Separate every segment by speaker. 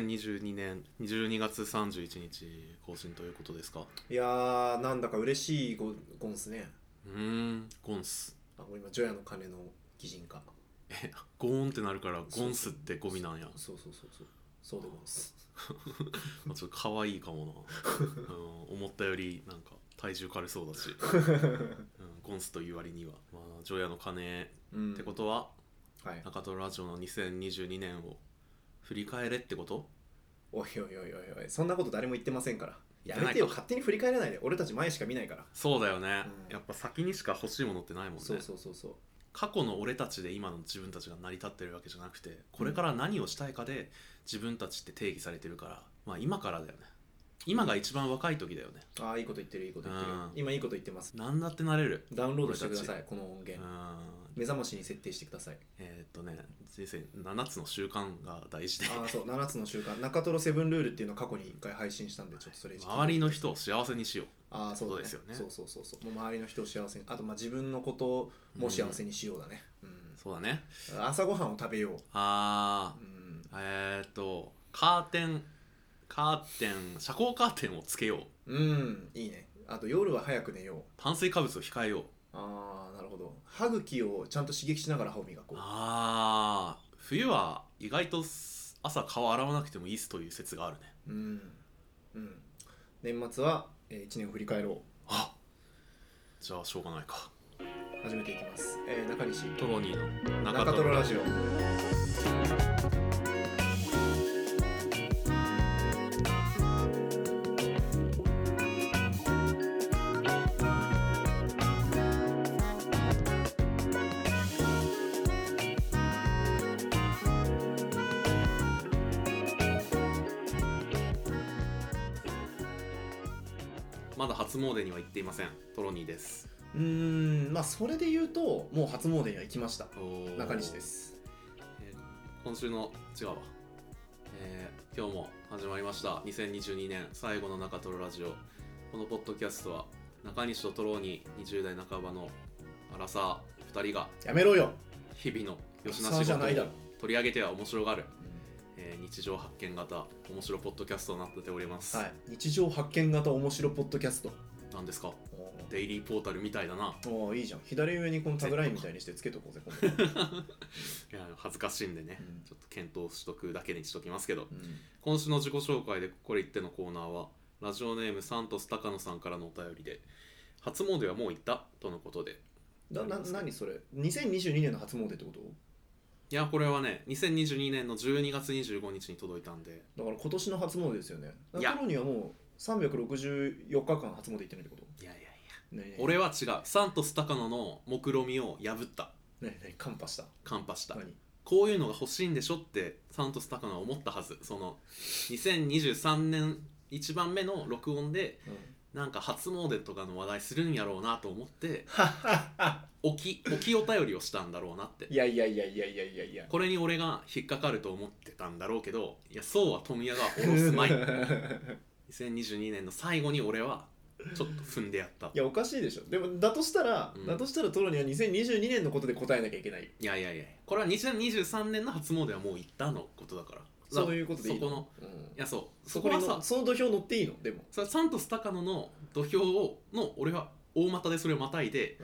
Speaker 1: 2022年12月31日更新ということですか
Speaker 2: いやーなんだか嬉しいゴゴンスね
Speaker 1: うーんゴンス
Speaker 2: あ俺今ジョヤの鐘の擬人化
Speaker 1: えゴーンってなるからゴンスってゴミなんや
Speaker 2: そうそうそうそうそうでゴンス
Speaker 1: まあちょっと可愛いかもな、うん、思ったよりなんか体重軽そうだ し、うん、ゴンスという割には、まあ、ジョヤの鐘
Speaker 2: うん
Speaker 1: ってことは、
Speaker 2: はい
Speaker 1: 中トロラジオの2022年を振り返れってこと
Speaker 2: おいおいおいおいおいそんなこと誰も言ってませんから
Speaker 1: 言
Speaker 2: や
Speaker 1: ってないか
Speaker 2: めてよ勝手に振り返らないで俺たち前しか見ないから
Speaker 1: そうだよね、
Speaker 2: うん
Speaker 1: やっぱ先にしか欲しいものってないもんね
Speaker 2: そうそうそうそう
Speaker 1: 過去の俺たちで今の自分たちが成り立ってるわけじゃなくてこれから何をしたいかで自分たちって定義されてるからまあ今からだよね今が一番若い時だよね
Speaker 2: ああいいこと言ってるいいこと言ってる
Speaker 1: うん
Speaker 2: 今いいこと言ってます
Speaker 1: 何だってなれる
Speaker 2: ダウンロードしてくださ
Speaker 1: 俺
Speaker 2: いこの音
Speaker 1: う
Speaker 2: 源
Speaker 1: ん
Speaker 2: 目覚ましに設定してください
Speaker 1: えーっとね人生7つの習慣が大事で
Speaker 2: ああそう7つの習慣中トロセブンルールっていうのを過去に1回配信したんでちょっとそ れ
Speaker 1: 周りの人を幸せにしよ
Speaker 2: ああそうだ、ね、
Speaker 1: そうですよね
Speaker 2: そうそうそうそうもう周りの人を幸せにあとまあ自分のことも幸せにしようだね、うん
Speaker 1: うそうだね
Speaker 2: 朝ごはんを食べよう、
Speaker 1: あ
Speaker 2: うん
Speaker 1: ーえーっとカーテンカーテン遮光カーテンをつけよう
Speaker 2: うん、いいねあと夜は早く寝よう
Speaker 1: 炭水化物を控えよう
Speaker 2: ああなるほど歯茎をちゃんと刺激しながら歯を磨こう
Speaker 1: ああ冬は意外とす朝顔洗わなくてもいいっすという説があるね
Speaker 2: うん、うん、年末は、え1年を振り返ろう
Speaker 1: あじゃあしょうがないか
Speaker 2: 始めていきます、えー中西
Speaker 1: トロニーの
Speaker 2: 中トロラジオ
Speaker 1: まだ初詣には行っていませんトロニーです、
Speaker 2: うーんまあそれで言うともう初詣には行きました中西ですす
Speaker 1: えー今週の違うわえー今日も始まりました2022年最後の中トロラジオこのポッドキャストは中西とトロニー20代半ばのアラサー2人が
Speaker 2: やめろよ、
Speaker 1: 日々の吉な
Speaker 2: アラサー
Speaker 1: 仕
Speaker 2: じゃ
Speaker 1: 事
Speaker 2: ないだ
Speaker 1: を
Speaker 2: ろ
Speaker 1: 取り上げては面白がるえー日常発見型面白ポッドキャストになっております、
Speaker 2: はい、日常発見型面白ポッドキャスト
Speaker 1: なんですか
Speaker 2: おー
Speaker 1: デイリーポータルみたいだな
Speaker 2: おーいいじゃん左上にこのタグラインみたいにしてつけとこうぜ今 度
Speaker 1: いや恥ずかしいんでね、
Speaker 2: うん
Speaker 1: ちょっと検討しとくだけにしときますけど
Speaker 2: うん
Speaker 1: 今週の自己紹介でここで言ってのコーナーはラジオネームサントス高野さんからのお便りで初詣はもう行ったとのことで
Speaker 2: だな何それ2022年の初詣ってこと
Speaker 1: いやこれはね2022年の12月25日に届いたんで
Speaker 2: だから今年の初詣ですよね
Speaker 1: いや
Speaker 2: 中野にはもう364日間初詣行ってないってこと
Speaker 1: いやいやいや
Speaker 2: ねえねえ
Speaker 1: 俺は違うサントス高野の目論見みを破った
Speaker 2: ねえねえカンパした
Speaker 1: カンパした
Speaker 2: 何
Speaker 1: こういうのが欲しいんでしょってサントス高野は思ったはずその2023年1番目の録音でなんか初詣とかの話題するんやろうなと思って置き置きお便りをしたんだろうなって
Speaker 2: いやいやいやいやいやいやいや
Speaker 1: これに俺が引っかかると思ってたんだろうけどいやそうは富谷がおろす まい2022年の最後に俺はちょっと踏んでやった
Speaker 2: いやおかしいでしょでもだとしたら、
Speaker 1: うん
Speaker 2: だとしたらトロには2022年のことで答えなきゃいけない
Speaker 1: いやいやいやこれは2023年の初詣はもう行ったのことだから
Speaker 2: そういうことでいい
Speaker 1: そこの
Speaker 2: うん
Speaker 1: いやそう
Speaker 2: そ
Speaker 1: そ
Speaker 2: こ
Speaker 1: こ
Speaker 2: に
Speaker 1: は
Speaker 2: の
Speaker 1: さ
Speaker 2: その土俵乗っていいのでも、
Speaker 1: それサントス高野の土俵をの俺は大股でそれをまたいで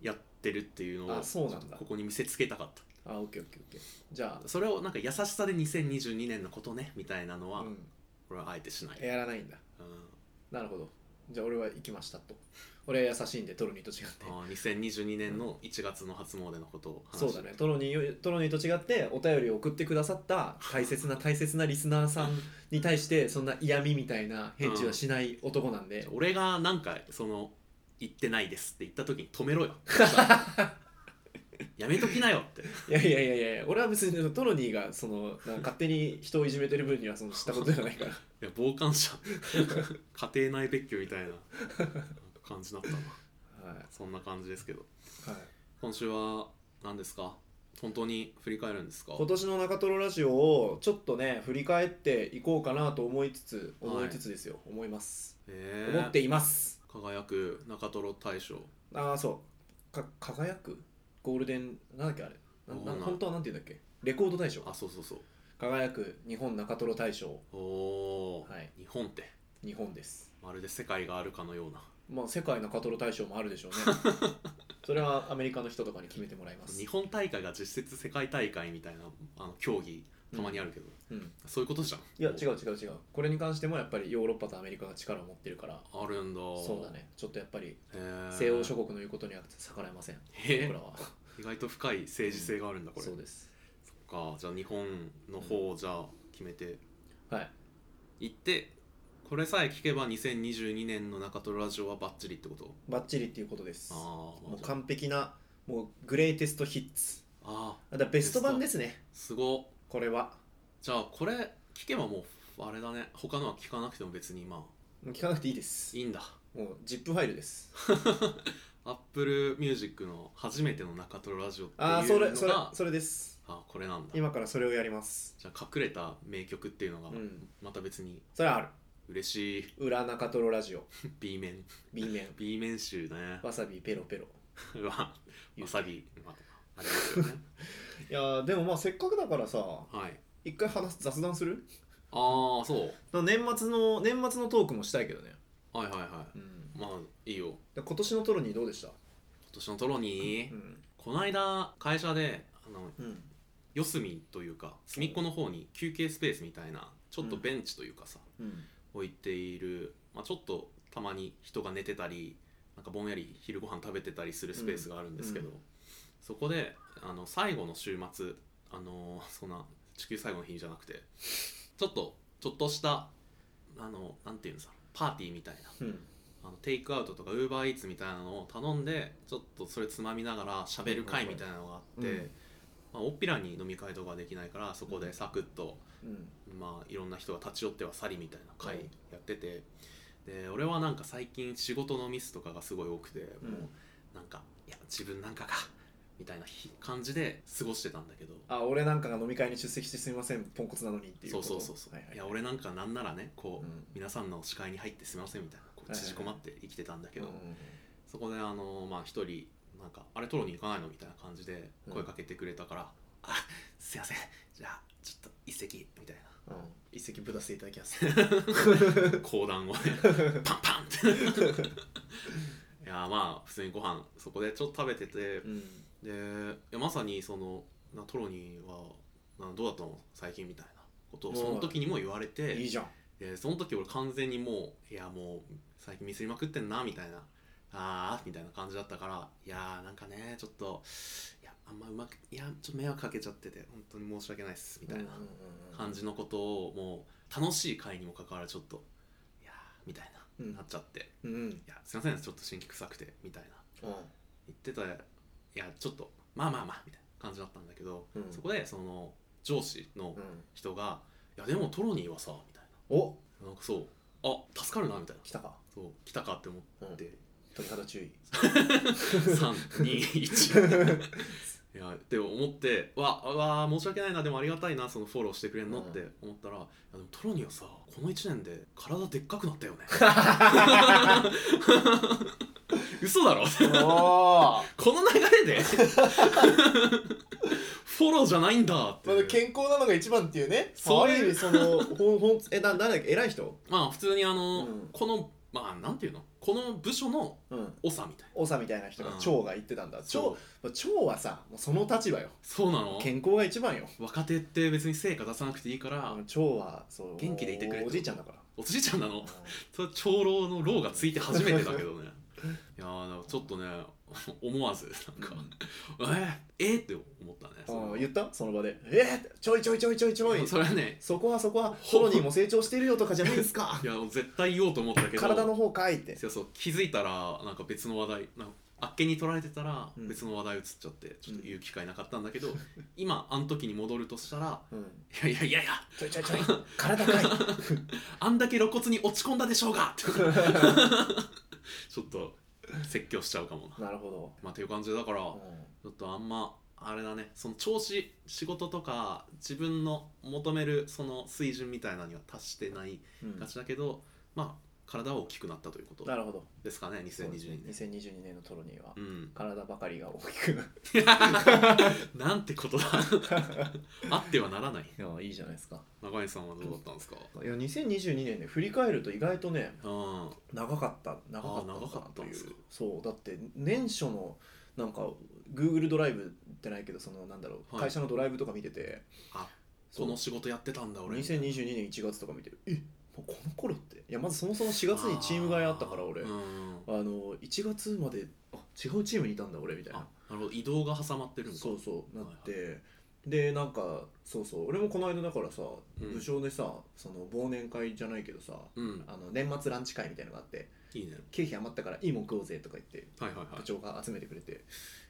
Speaker 1: やってるっていうのを
Speaker 2: あそうなんだ
Speaker 1: ここに見せつけたかっ
Speaker 2: あオッケーオッケーオッケーじゃ
Speaker 1: たそれをなんか優しさで2022年のことねみたいなのは、
Speaker 2: あ、うん
Speaker 1: 俺はあえてしない、
Speaker 2: やらないんだ
Speaker 1: うん、
Speaker 2: なるほどじゃあ俺は行きましたと俺は優しいんでトロニーと違って
Speaker 1: あー2022年の1月の初詣のことを話
Speaker 2: そうだねトロニートロニーと違ってお便りを送ってくださった大切な大切なリスナーさんに対してそんな嫌味みたいな返事はしない男なんで、
Speaker 1: 俺がなんかその行ってないですって言った時に止め ろよやめときなよって
Speaker 2: いやいやいやいや俺は別にトロニーがそのなんか勝手に人をいじめてる分にはその知ったことじゃないから
Speaker 1: いや傍観者家庭内別居みたいな感じだったな
Speaker 2: はい、
Speaker 1: そんな感じですけど
Speaker 2: はい、
Speaker 1: 今週は何ですか本当に振り返るんですか
Speaker 2: 今年の中トロラジオをちょっとね振り返っていこうかなと思いつつ
Speaker 1: はい
Speaker 2: 思いつつですよ、思います、
Speaker 1: えー
Speaker 2: 思っています
Speaker 1: 輝く中トロ大賞
Speaker 2: ああそうか輝くゴールデンなんだっけあれな
Speaker 1: わか
Speaker 2: なん
Speaker 1: ない
Speaker 2: 本当はなんて言うんだっけレコード大賞
Speaker 1: あそうそうそう
Speaker 2: 輝く日本中トロ大賞
Speaker 1: おおー、
Speaker 2: はい
Speaker 1: 日本って
Speaker 2: 日本です
Speaker 1: まるで世界があるかのような
Speaker 2: まあ世界中トロ大賞もあるでしょうね それはアメリカの人とかに決めてもらいます
Speaker 1: 日本大会が実質世界大会みたいなあの競技たまにあるけど、
Speaker 2: うん、
Speaker 1: そういうことじゃん
Speaker 2: いや
Speaker 1: もう
Speaker 2: 違う違う違うこれに関してもやっぱりヨーロッパとアメリカが力を持ってるから
Speaker 1: あるんだ
Speaker 2: そうだねちょっとやっぱり
Speaker 1: へー
Speaker 2: 西欧諸国の言うことには逆らえません
Speaker 1: へー
Speaker 2: 僕らは
Speaker 1: 意外と深い政治性があるんだこれ、
Speaker 2: そうです
Speaker 1: そっかじゃあ日本の方をじゃあ決めて
Speaker 2: はい
Speaker 1: 行ってこれさえ聞けば2022年の中トロラジオはバッチリってこと
Speaker 2: バッチリっていうことですも
Speaker 1: あー、まあ
Speaker 2: う
Speaker 1: じゃ
Speaker 2: 完璧なもうグレイテストヒッツ
Speaker 1: あ
Speaker 2: だからベスト版ですね
Speaker 1: ーすごっ
Speaker 2: これは
Speaker 1: じゃあこれ聞けばもうあれだね他のは聞かなくても別にまあ
Speaker 2: もう聞かなくていいです
Speaker 1: いいんだ
Speaker 2: もう ZIP ファイルです
Speaker 1: アップルミュージックの初めての中トロラジオっていうのが
Speaker 2: あ
Speaker 1: あ
Speaker 2: あそれそれそれです
Speaker 1: あこれなんだ
Speaker 2: 今からそれをやります
Speaker 1: じゃあ隠れた名曲っていうのが
Speaker 2: うん
Speaker 1: また別に
Speaker 2: それはある
Speaker 1: 嬉しい
Speaker 2: 裏中トロラジオ
Speaker 1: B 面
Speaker 2: B 面
Speaker 1: B 面集ね
Speaker 2: わさびペロペロ
Speaker 1: うわわさび、まあ、ありますよね
Speaker 2: いやーでもまあせっかくだからさ
Speaker 1: はい
Speaker 2: 一回話す雑談する
Speaker 1: ああそう
Speaker 2: 年末の年末のトークもしたいけどね
Speaker 1: はいはいは
Speaker 2: うん
Speaker 1: いまあいいよ今
Speaker 2: で今年のトロニーどうでした
Speaker 1: 年のトロニー、
Speaker 2: ん
Speaker 1: こないだ会社であの
Speaker 2: うん
Speaker 1: 四隅というか隅っこの方に休憩スペースみたいなちょっとベンチというかさ、
Speaker 2: うん
Speaker 1: 置いている、まあ、ちょっとたまに人が寝てたりなんかぼんやり昼ご飯食べてたりするスペースがあるんですけど、
Speaker 2: うん
Speaker 1: そこであの最後の週末あのーそんな地球最後の日じゃなくてちょっとちょっとしたあのなんていうんですかパーティーみたいな
Speaker 2: うん
Speaker 1: あのテイクアウトとかウーバーイーツみたいなのを頼んでちょっとそれつまみながら喋る会みたいなのがあって、
Speaker 2: うん
Speaker 1: まあ、おっぴらに飲み会とかできないからそこでサクッと、
Speaker 2: うん
Speaker 1: まあ、いろんな人が立ち寄っては去りみたいな会
Speaker 2: うん
Speaker 1: やってて、で俺はなんか最近仕事のミスとかがすごい多くて、もうなんかいや自分なんかかみたいなひ感じで過ごしてたんだけど。
Speaker 2: あ俺なんかが飲み会に出席してすみませんポンコツなのにっていう
Speaker 1: そ
Speaker 2: こ
Speaker 1: う
Speaker 2: と
Speaker 1: そうそうそう、
Speaker 2: はいいはい、
Speaker 1: や俺なんかなんならねこう、
Speaker 2: うん
Speaker 1: 皆さんの視界に入ってすみませんみたいなこう
Speaker 2: はいはいはい
Speaker 1: 縮こまって生きてたんだけ
Speaker 2: うん
Speaker 1: ど、そこであのまあ一人なんかあれ取ろうに行かないのみたいな感じで
Speaker 2: うん
Speaker 1: 声かけてくれたから、あすいませんじゃあちょっと一席みたい
Speaker 2: うん一席ぶたせていただきます
Speaker 1: な講談を ねパンパンっていやまあ普通にご飯そこでちょっと食べてて
Speaker 2: うん
Speaker 1: でいやまさにそのなトロニーはなどうだったの最近みたいなことをその時にも言われ
Speaker 2: いい
Speaker 1: て
Speaker 2: じゃん
Speaker 1: でその時俺完全にもういやもう最近ミスりまくってんなみたいなあーみたいな感じだったからいやーなんかねちょっといやあんまうまくいやちょっと迷惑かけちゃってて本当に申し訳ないっすみたいな感じのことをもう楽しい会にもかかわらずちょっといやーみたいな、
Speaker 2: うん
Speaker 1: なっちゃって
Speaker 2: うんうんうん
Speaker 1: いやすいませんちょっと新規臭くてみたいな言
Speaker 2: う
Speaker 1: ってたいやちょっとまあまあまあみたいな感じだったんだけど、
Speaker 2: うん
Speaker 1: そこでその上司の
Speaker 2: んうん
Speaker 1: 人が「いやでもトロニーはさ」みたい
Speaker 2: お
Speaker 1: ななんかそう「あ助かるな」みたいな
Speaker 2: 来たか
Speaker 1: そう来たかって思 って、
Speaker 2: 鳥肌 注意
Speaker 1: 321いやでも思ってわわ申し訳ないなでもありがたいなそのフォローしてくれんのって思ったら、いやでもトロニーはさこの1年で体でっかくなったよ ね嘘だろ
Speaker 2: お
Speaker 1: この流れでフォローじゃないんだって、
Speaker 2: まあ、健康なのが一番っていうね
Speaker 1: そう
Speaker 2: あ
Speaker 1: いう
Speaker 2: る意味そのほんほんえななんだっけ偉い人
Speaker 1: まあ普通にあの、
Speaker 2: うん
Speaker 1: このまあなんていうのこの部署の
Speaker 2: うん
Speaker 1: 長みたい
Speaker 2: 長みたいな人が
Speaker 1: うん
Speaker 2: 長が言ってたんだ
Speaker 1: な
Speaker 2: 長まあ長はさもうその立場よ
Speaker 1: そうなの
Speaker 2: 健康が一番よ
Speaker 1: 若手って別に成果出さなくていいから、
Speaker 2: 長はそう
Speaker 1: 元気でいてくれ
Speaker 2: お
Speaker 1: と
Speaker 2: じいちゃんだから
Speaker 1: おじいちゃんなの それ長老の老がついて初めてだけ どねいやーだからちょっとね 思わずなんかえー、えー、って思ったね
Speaker 2: う
Speaker 1: そ
Speaker 2: ん
Speaker 1: の
Speaker 2: うん言ったその場で「えーちょいちょいちょいちょいちょい
Speaker 1: それはね
Speaker 2: そこはそこはトロニーも成長してるよ」とかじゃないです か
Speaker 1: いや絶対言おうと思ったけど
Speaker 2: 体の方かいって
Speaker 1: そうそう気づいたらなんか別の話題なんかあっけに取られてたら
Speaker 2: うん
Speaker 1: 別の話題移っちゃって、ちょっと言う機会なかったんだけど、今あの時に戻るとしたら
Speaker 2: うん
Speaker 1: いやいやいやいや
Speaker 2: ちょいちょいちょい体かい
Speaker 1: あんだけ露骨に落ち込んだでしょうがちょっと説教しちゃうかもな、
Speaker 2: なるほ
Speaker 1: まあ、という感じでだから、
Speaker 2: ど
Speaker 1: ちょっとあんまあれだねその調子仕事とか自分の求めるその水準みたいなのには達してない
Speaker 2: うんうん
Speaker 1: がちだけど、まあ体は大きくなったということ
Speaker 2: なるほど
Speaker 1: ですかね2022年
Speaker 2: 2022年のトロニーは
Speaker 1: うん
Speaker 2: 体ばかりが大きくなる
Speaker 1: なんてことだあってはならない
Speaker 2: いやいいじゃないですか
Speaker 1: 中西さんはどうだったんですか
Speaker 2: いや2022年ね振り返ると意外とね
Speaker 1: うん
Speaker 2: 長かった長かった
Speaker 1: あー長かった
Speaker 2: と
Speaker 1: ん
Speaker 2: い
Speaker 1: で
Speaker 2: う
Speaker 1: すか
Speaker 2: そうだって年初のなんか Google ドライブってないけどそのなんだろう、
Speaker 1: はい
Speaker 2: 会社のドライブとか見てて
Speaker 1: あ
Speaker 2: そ
Speaker 1: こ
Speaker 2: う
Speaker 1: の仕事やってたんだ俺
Speaker 2: 2022年1月とか見てるえもうこの頃っていやまずそもそも4月にチーム替えあったから俺
Speaker 1: う
Speaker 2: あ
Speaker 1: ん
Speaker 2: の1月まであ違うチームにいたんだ俺みたい
Speaker 1: あ
Speaker 2: な
Speaker 1: なるほど移動が挟まってるんか
Speaker 2: そううそうな
Speaker 1: はい
Speaker 2: っ
Speaker 1: はい
Speaker 2: て、でなんかそうそう俺もこの間だからさ、
Speaker 1: うん
Speaker 2: 部署でさその忘年会じゃないけどさ
Speaker 1: ん
Speaker 2: あの年末ランチ会みたいなのがあって
Speaker 1: いいね
Speaker 2: 経費余ったからいいもん食おうぜとか言って
Speaker 1: はいはいは
Speaker 2: 部
Speaker 1: い
Speaker 2: 長が集めてくれて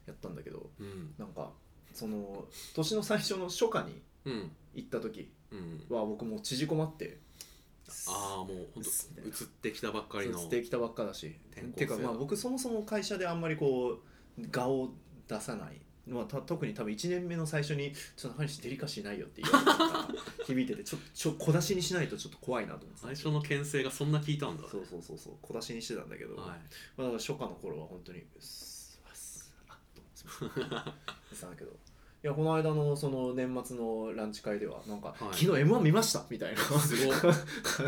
Speaker 2: やったんだけど
Speaker 1: うん
Speaker 2: なんかその年の最初の初夏に
Speaker 1: うん
Speaker 2: 行った時
Speaker 1: うん
Speaker 2: は僕もう縮こまって
Speaker 1: ああもうほんと
Speaker 2: す
Speaker 1: 移ってきたばっかりの
Speaker 2: 移ってきたばっかだし
Speaker 1: 転校生
Speaker 2: てかまあ僕そもそも会社であんまりこう顔を出さない、まあ、た特に多分1年目の最初に「ちょっと中西デリカシーないよ」って言われたのが響いててちょちょ小出しにしないとちょっと怖いなと思って
Speaker 1: 最初の牽制がそんな効いたんだ
Speaker 2: そうそうそうそう小出しにしてたんだけど、
Speaker 1: はい
Speaker 2: まあ、初夏の頃は本当にうっすうっすあっと思ってたんだけどいやこの間のその年末のランチ会ではなんか、
Speaker 1: い
Speaker 2: 昨日 m 1見ましたみたいな
Speaker 1: すごい
Speaker 2: 感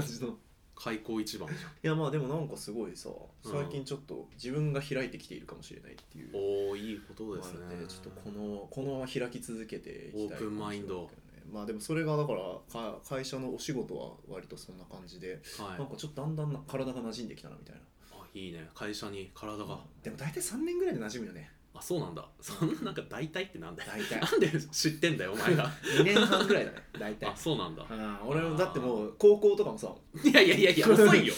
Speaker 2: じのい
Speaker 1: 開口一 番じゃん
Speaker 2: やまあでもなんかすごいさ
Speaker 1: うん
Speaker 2: 最近ちょっと自分が開いてきているかもしれないっていう
Speaker 1: おおいいことです
Speaker 2: のがあるん
Speaker 1: ね
Speaker 2: でちょっとこのこのまま開き続けていきた
Speaker 1: オ
Speaker 2: い
Speaker 1: ープンマインド
Speaker 2: かもしれないけどねまあでもそれがだからか会社のお仕事は割とそんな感じで、
Speaker 1: はい
Speaker 2: なんかちょっとだんだんな体が馴染んできたなみたいな
Speaker 1: あいいね会社に体が
Speaker 2: でも大体3年ぐらいで馴染むよね
Speaker 1: あそうなんだそんななんか大体ってなんだよ
Speaker 2: 大体
Speaker 1: なんで知ってんだよお前 ら
Speaker 2: 2年半ぐらいだね大体
Speaker 1: あそうなんだ
Speaker 2: あ俺もだってもう高校とかもさ
Speaker 1: いやいやいや いや遅いよ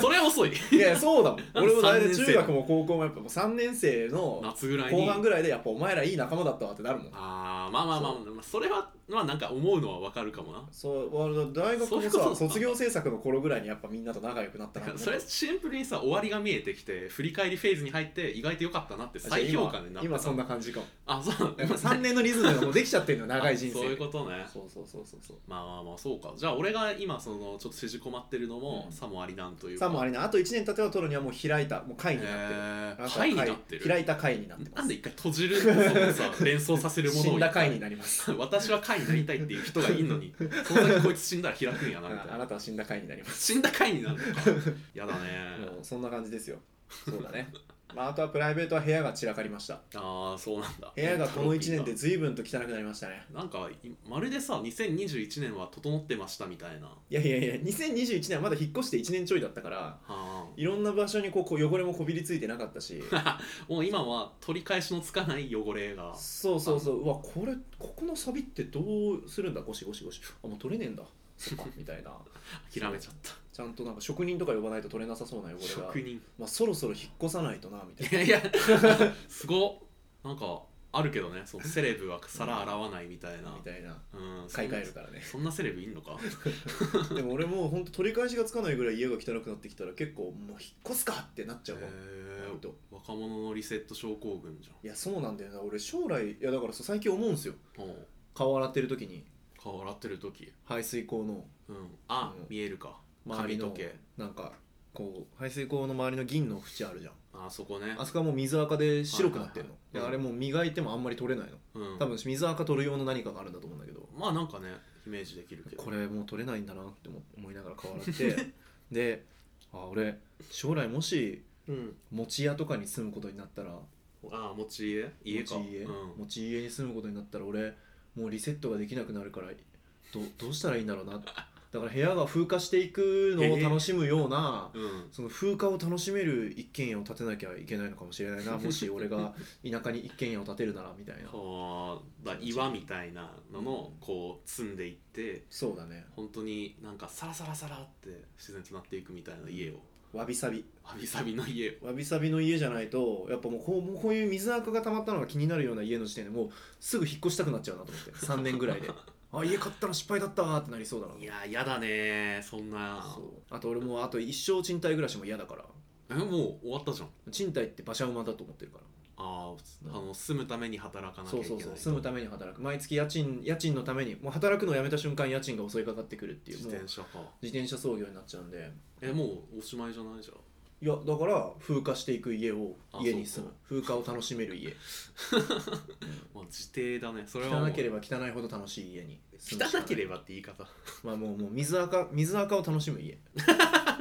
Speaker 1: それは遅い
Speaker 2: いやそ うだもん俺も
Speaker 1: 三
Speaker 2: 大体
Speaker 1: 年生
Speaker 2: 中学も高校もやっぱもう3年生の
Speaker 1: 夏ぐらい
Speaker 2: 後
Speaker 1: に
Speaker 2: 半ぐらいでやっぱお前らいい仲間だったわってなるもん
Speaker 1: あーまあまあまあまあまあそれはまあなんか思うのはわかるかもな
Speaker 2: そう俺の大学も
Speaker 1: そういうこと
Speaker 2: さ
Speaker 1: だ
Speaker 2: 卒業制作の頃ぐらいにやっぱみんなと仲良くなったなっ て
Speaker 1: それシンプルにさ終わりが見えてきて振り返りフェーズに入って意外と良かったなって再評価にな
Speaker 2: 今
Speaker 1: って
Speaker 2: 今そんな感じ かも
Speaker 1: あそう
Speaker 2: やっぱ3年 のリズムがもうできちゃってるのよ長い人生
Speaker 1: そういうことね
Speaker 2: そうそうそうそうそう
Speaker 1: まあまあまあそうかじゃあ俺が今そのちょっと縮こまってるのも
Speaker 2: うん
Speaker 1: さもありなんというか
Speaker 2: さもあれなあと1年経てば取るにはもう開いたもう会になってる
Speaker 1: へ
Speaker 2: な
Speaker 1: ー
Speaker 2: んか
Speaker 1: 会になってる
Speaker 2: 開いた会になってます
Speaker 1: なんで一回閉じる そのさ連想させるもの
Speaker 2: 死
Speaker 1: を
Speaker 2: んだ会になります
Speaker 1: 私は会になりたいっていう人がいるのにそんなにこいつ死んだら開くんやなみたい
Speaker 2: ああ
Speaker 1: な
Speaker 2: なたは死んだ会になります
Speaker 1: 死んだ会になるのかやだね
Speaker 2: もうそんな感じですよ。そうだね。まあ、あとはプライベートは部屋が散らかりました。
Speaker 1: ああそうなんだ
Speaker 2: 部屋がこの1年で随分と汚くなりましたね。
Speaker 1: なんかいまるでさ2021年は整ってましたみたいなはい
Speaker 2: やいやいや、2021年はまだ引っ越して1年ちょいだったから、
Speaker 1: あ
Speaker 2: いろんな場所にこうこう汚れもこびりついてなかった し、
Speaker 1: もう今は取り返しのつかない汚れが
Speaker 2: そうそうそう、うわ、これ、ここのサビってどうするんだ、ゴシゴシゴシ。あ、もう取れねえんだ。そっか、みたいな。
Speaker 1: 諦めちゃった
Speaker 2: ちゃんとなんか職人とか呼ばないと取れなさそうな汚れが
Speaker 1: 職、人
Speaker 2: まあ、そろそろ引っ越さないとな、みたい
Speaker 1: いやいやすごっなんかあるけどねそのセレブは皿洗わないみたい
Speaker 2: な。
Speaker 1: な
Speaker 2: みたいな。
Speaker 1: うん
Speaker 2: 買い替えるからね。
Speaker 1: そんなセレブいんのか
Speaker 2: でも俺もうほんと取り返しがつかないぐらい家が汚くなってきたら結構もう引っ越すかってなっち
Speaker 1: へ
Speaker 2: ゃうわ、割
Speaker 1: ー
Speaker 2: と
Speaker 1: 若者のリセット症候群じ
Speaker 2: いやそうなんだよな俺将来いやだからそう最近思うんですよ
Speaker 1: ゃんもう
Speaker 2: 顔洗ってる時に
Speaker 1: 顔洗ってる時
Speaker 2: 排水口の
Speaker 1: うんあ、
Speaker 2: うん
Speaker 1: 見えるか
Speaker 2: 周
Speaker 1: 髪
Speaker 2: り
Speaker 1: の
Speaker 2: の
Speaker 1: 毛
Speaker 2: なんかこう排水口の周りの銀の縁あるじゃん
Speaker 1: あそこね
Speaker 2: あそこはもう水垢で白くなってるの、
Speaker 1: はいはいはい
Speaker 2: であれもう磨いてもあんまり取れないの
Speaker 1: うん
Speaker 2: 多分水垢取る用の何かがあるんだと思うんだけど
Speaker 1: まあなんかねイメージできるけど
Speaker 2: これもう取れないんだなって思思いながら顔洗って であ俺将来もし
Speaker 1: うん
Speaker 2: 餅屋とかに住むことになったら
Speaker 1: あ持ち家家か
Speaker 2: 持ち家、
Speaker 1: うん
Speaker 2: 持ち家に住むことになったら俺もうリセットができなくなるからどどうしたらいいんだろうなだから部屋が風化していくのを楽しむような、
Speaker 1: うん
Speaker 2: その風化を楽しめる一軒家を建てなきゃいけないのかもしれない なもし俺が田舎に一軒家を建てるならみたいな
Speaker 1: はあだ岩みたいなののこう積んでいって
Speaker 2: そうだね
Speaker 1: 本当になんかサラサラサラって自然となっていくみたいな家を
Speaker 2: わびさび
Speaker 1: わびさびの家を
Speaker 2: わびさびの家じゃないとやっぱもうこうもうこういう水垢が溜まったのが気になるような家の時点でもうすぐ引っ越したくなっちゃうなと思って3年ぐらいであ家買ったら失敗だったーってなりそうだない
Speaker 1: ややだねそんな
Speaker 2: そうあと俺もうあと一生賃貸暮らしも嫌だから
Speaker 1: えもう終わったじゃん
Speaker 2: 賃貸って馬車馬だと思ってるから
Speaker 1: あーあの住むために働かなきゃ
Speaker 2: そ
Speaker 1: いうけな
Speaker 2: そ
Speaker 1: い
Speaker 2: うそう住むために働く毎月家賃家賃のためにもう働くのをやめた瞬間家賃が襲いかかってくるっていう
Speaker 1: 自
Speaker 2: もう
Speaker 1: 転車か
Speaker 2: 自転車操業になっちゃうんで
Speaker 1: えもうおしまいじゃないじゃん
Speaker 2: いやだから風化していく家を
Speaker 1: あ
Speaker 2: 家に住む
Speaker 1: そ
Speaker 2: 風化を楽しめる家
Speaker 1: まあ自邸だねそれはもう
Speaker 2: 汚ければ汚いほど楽しい家に住むしか
Speaker 1: 汚
Speaker 2: ない
Speaker 1: ければって言い方
Speaker 2: まあもうもう水垢水垢を楽しむ 家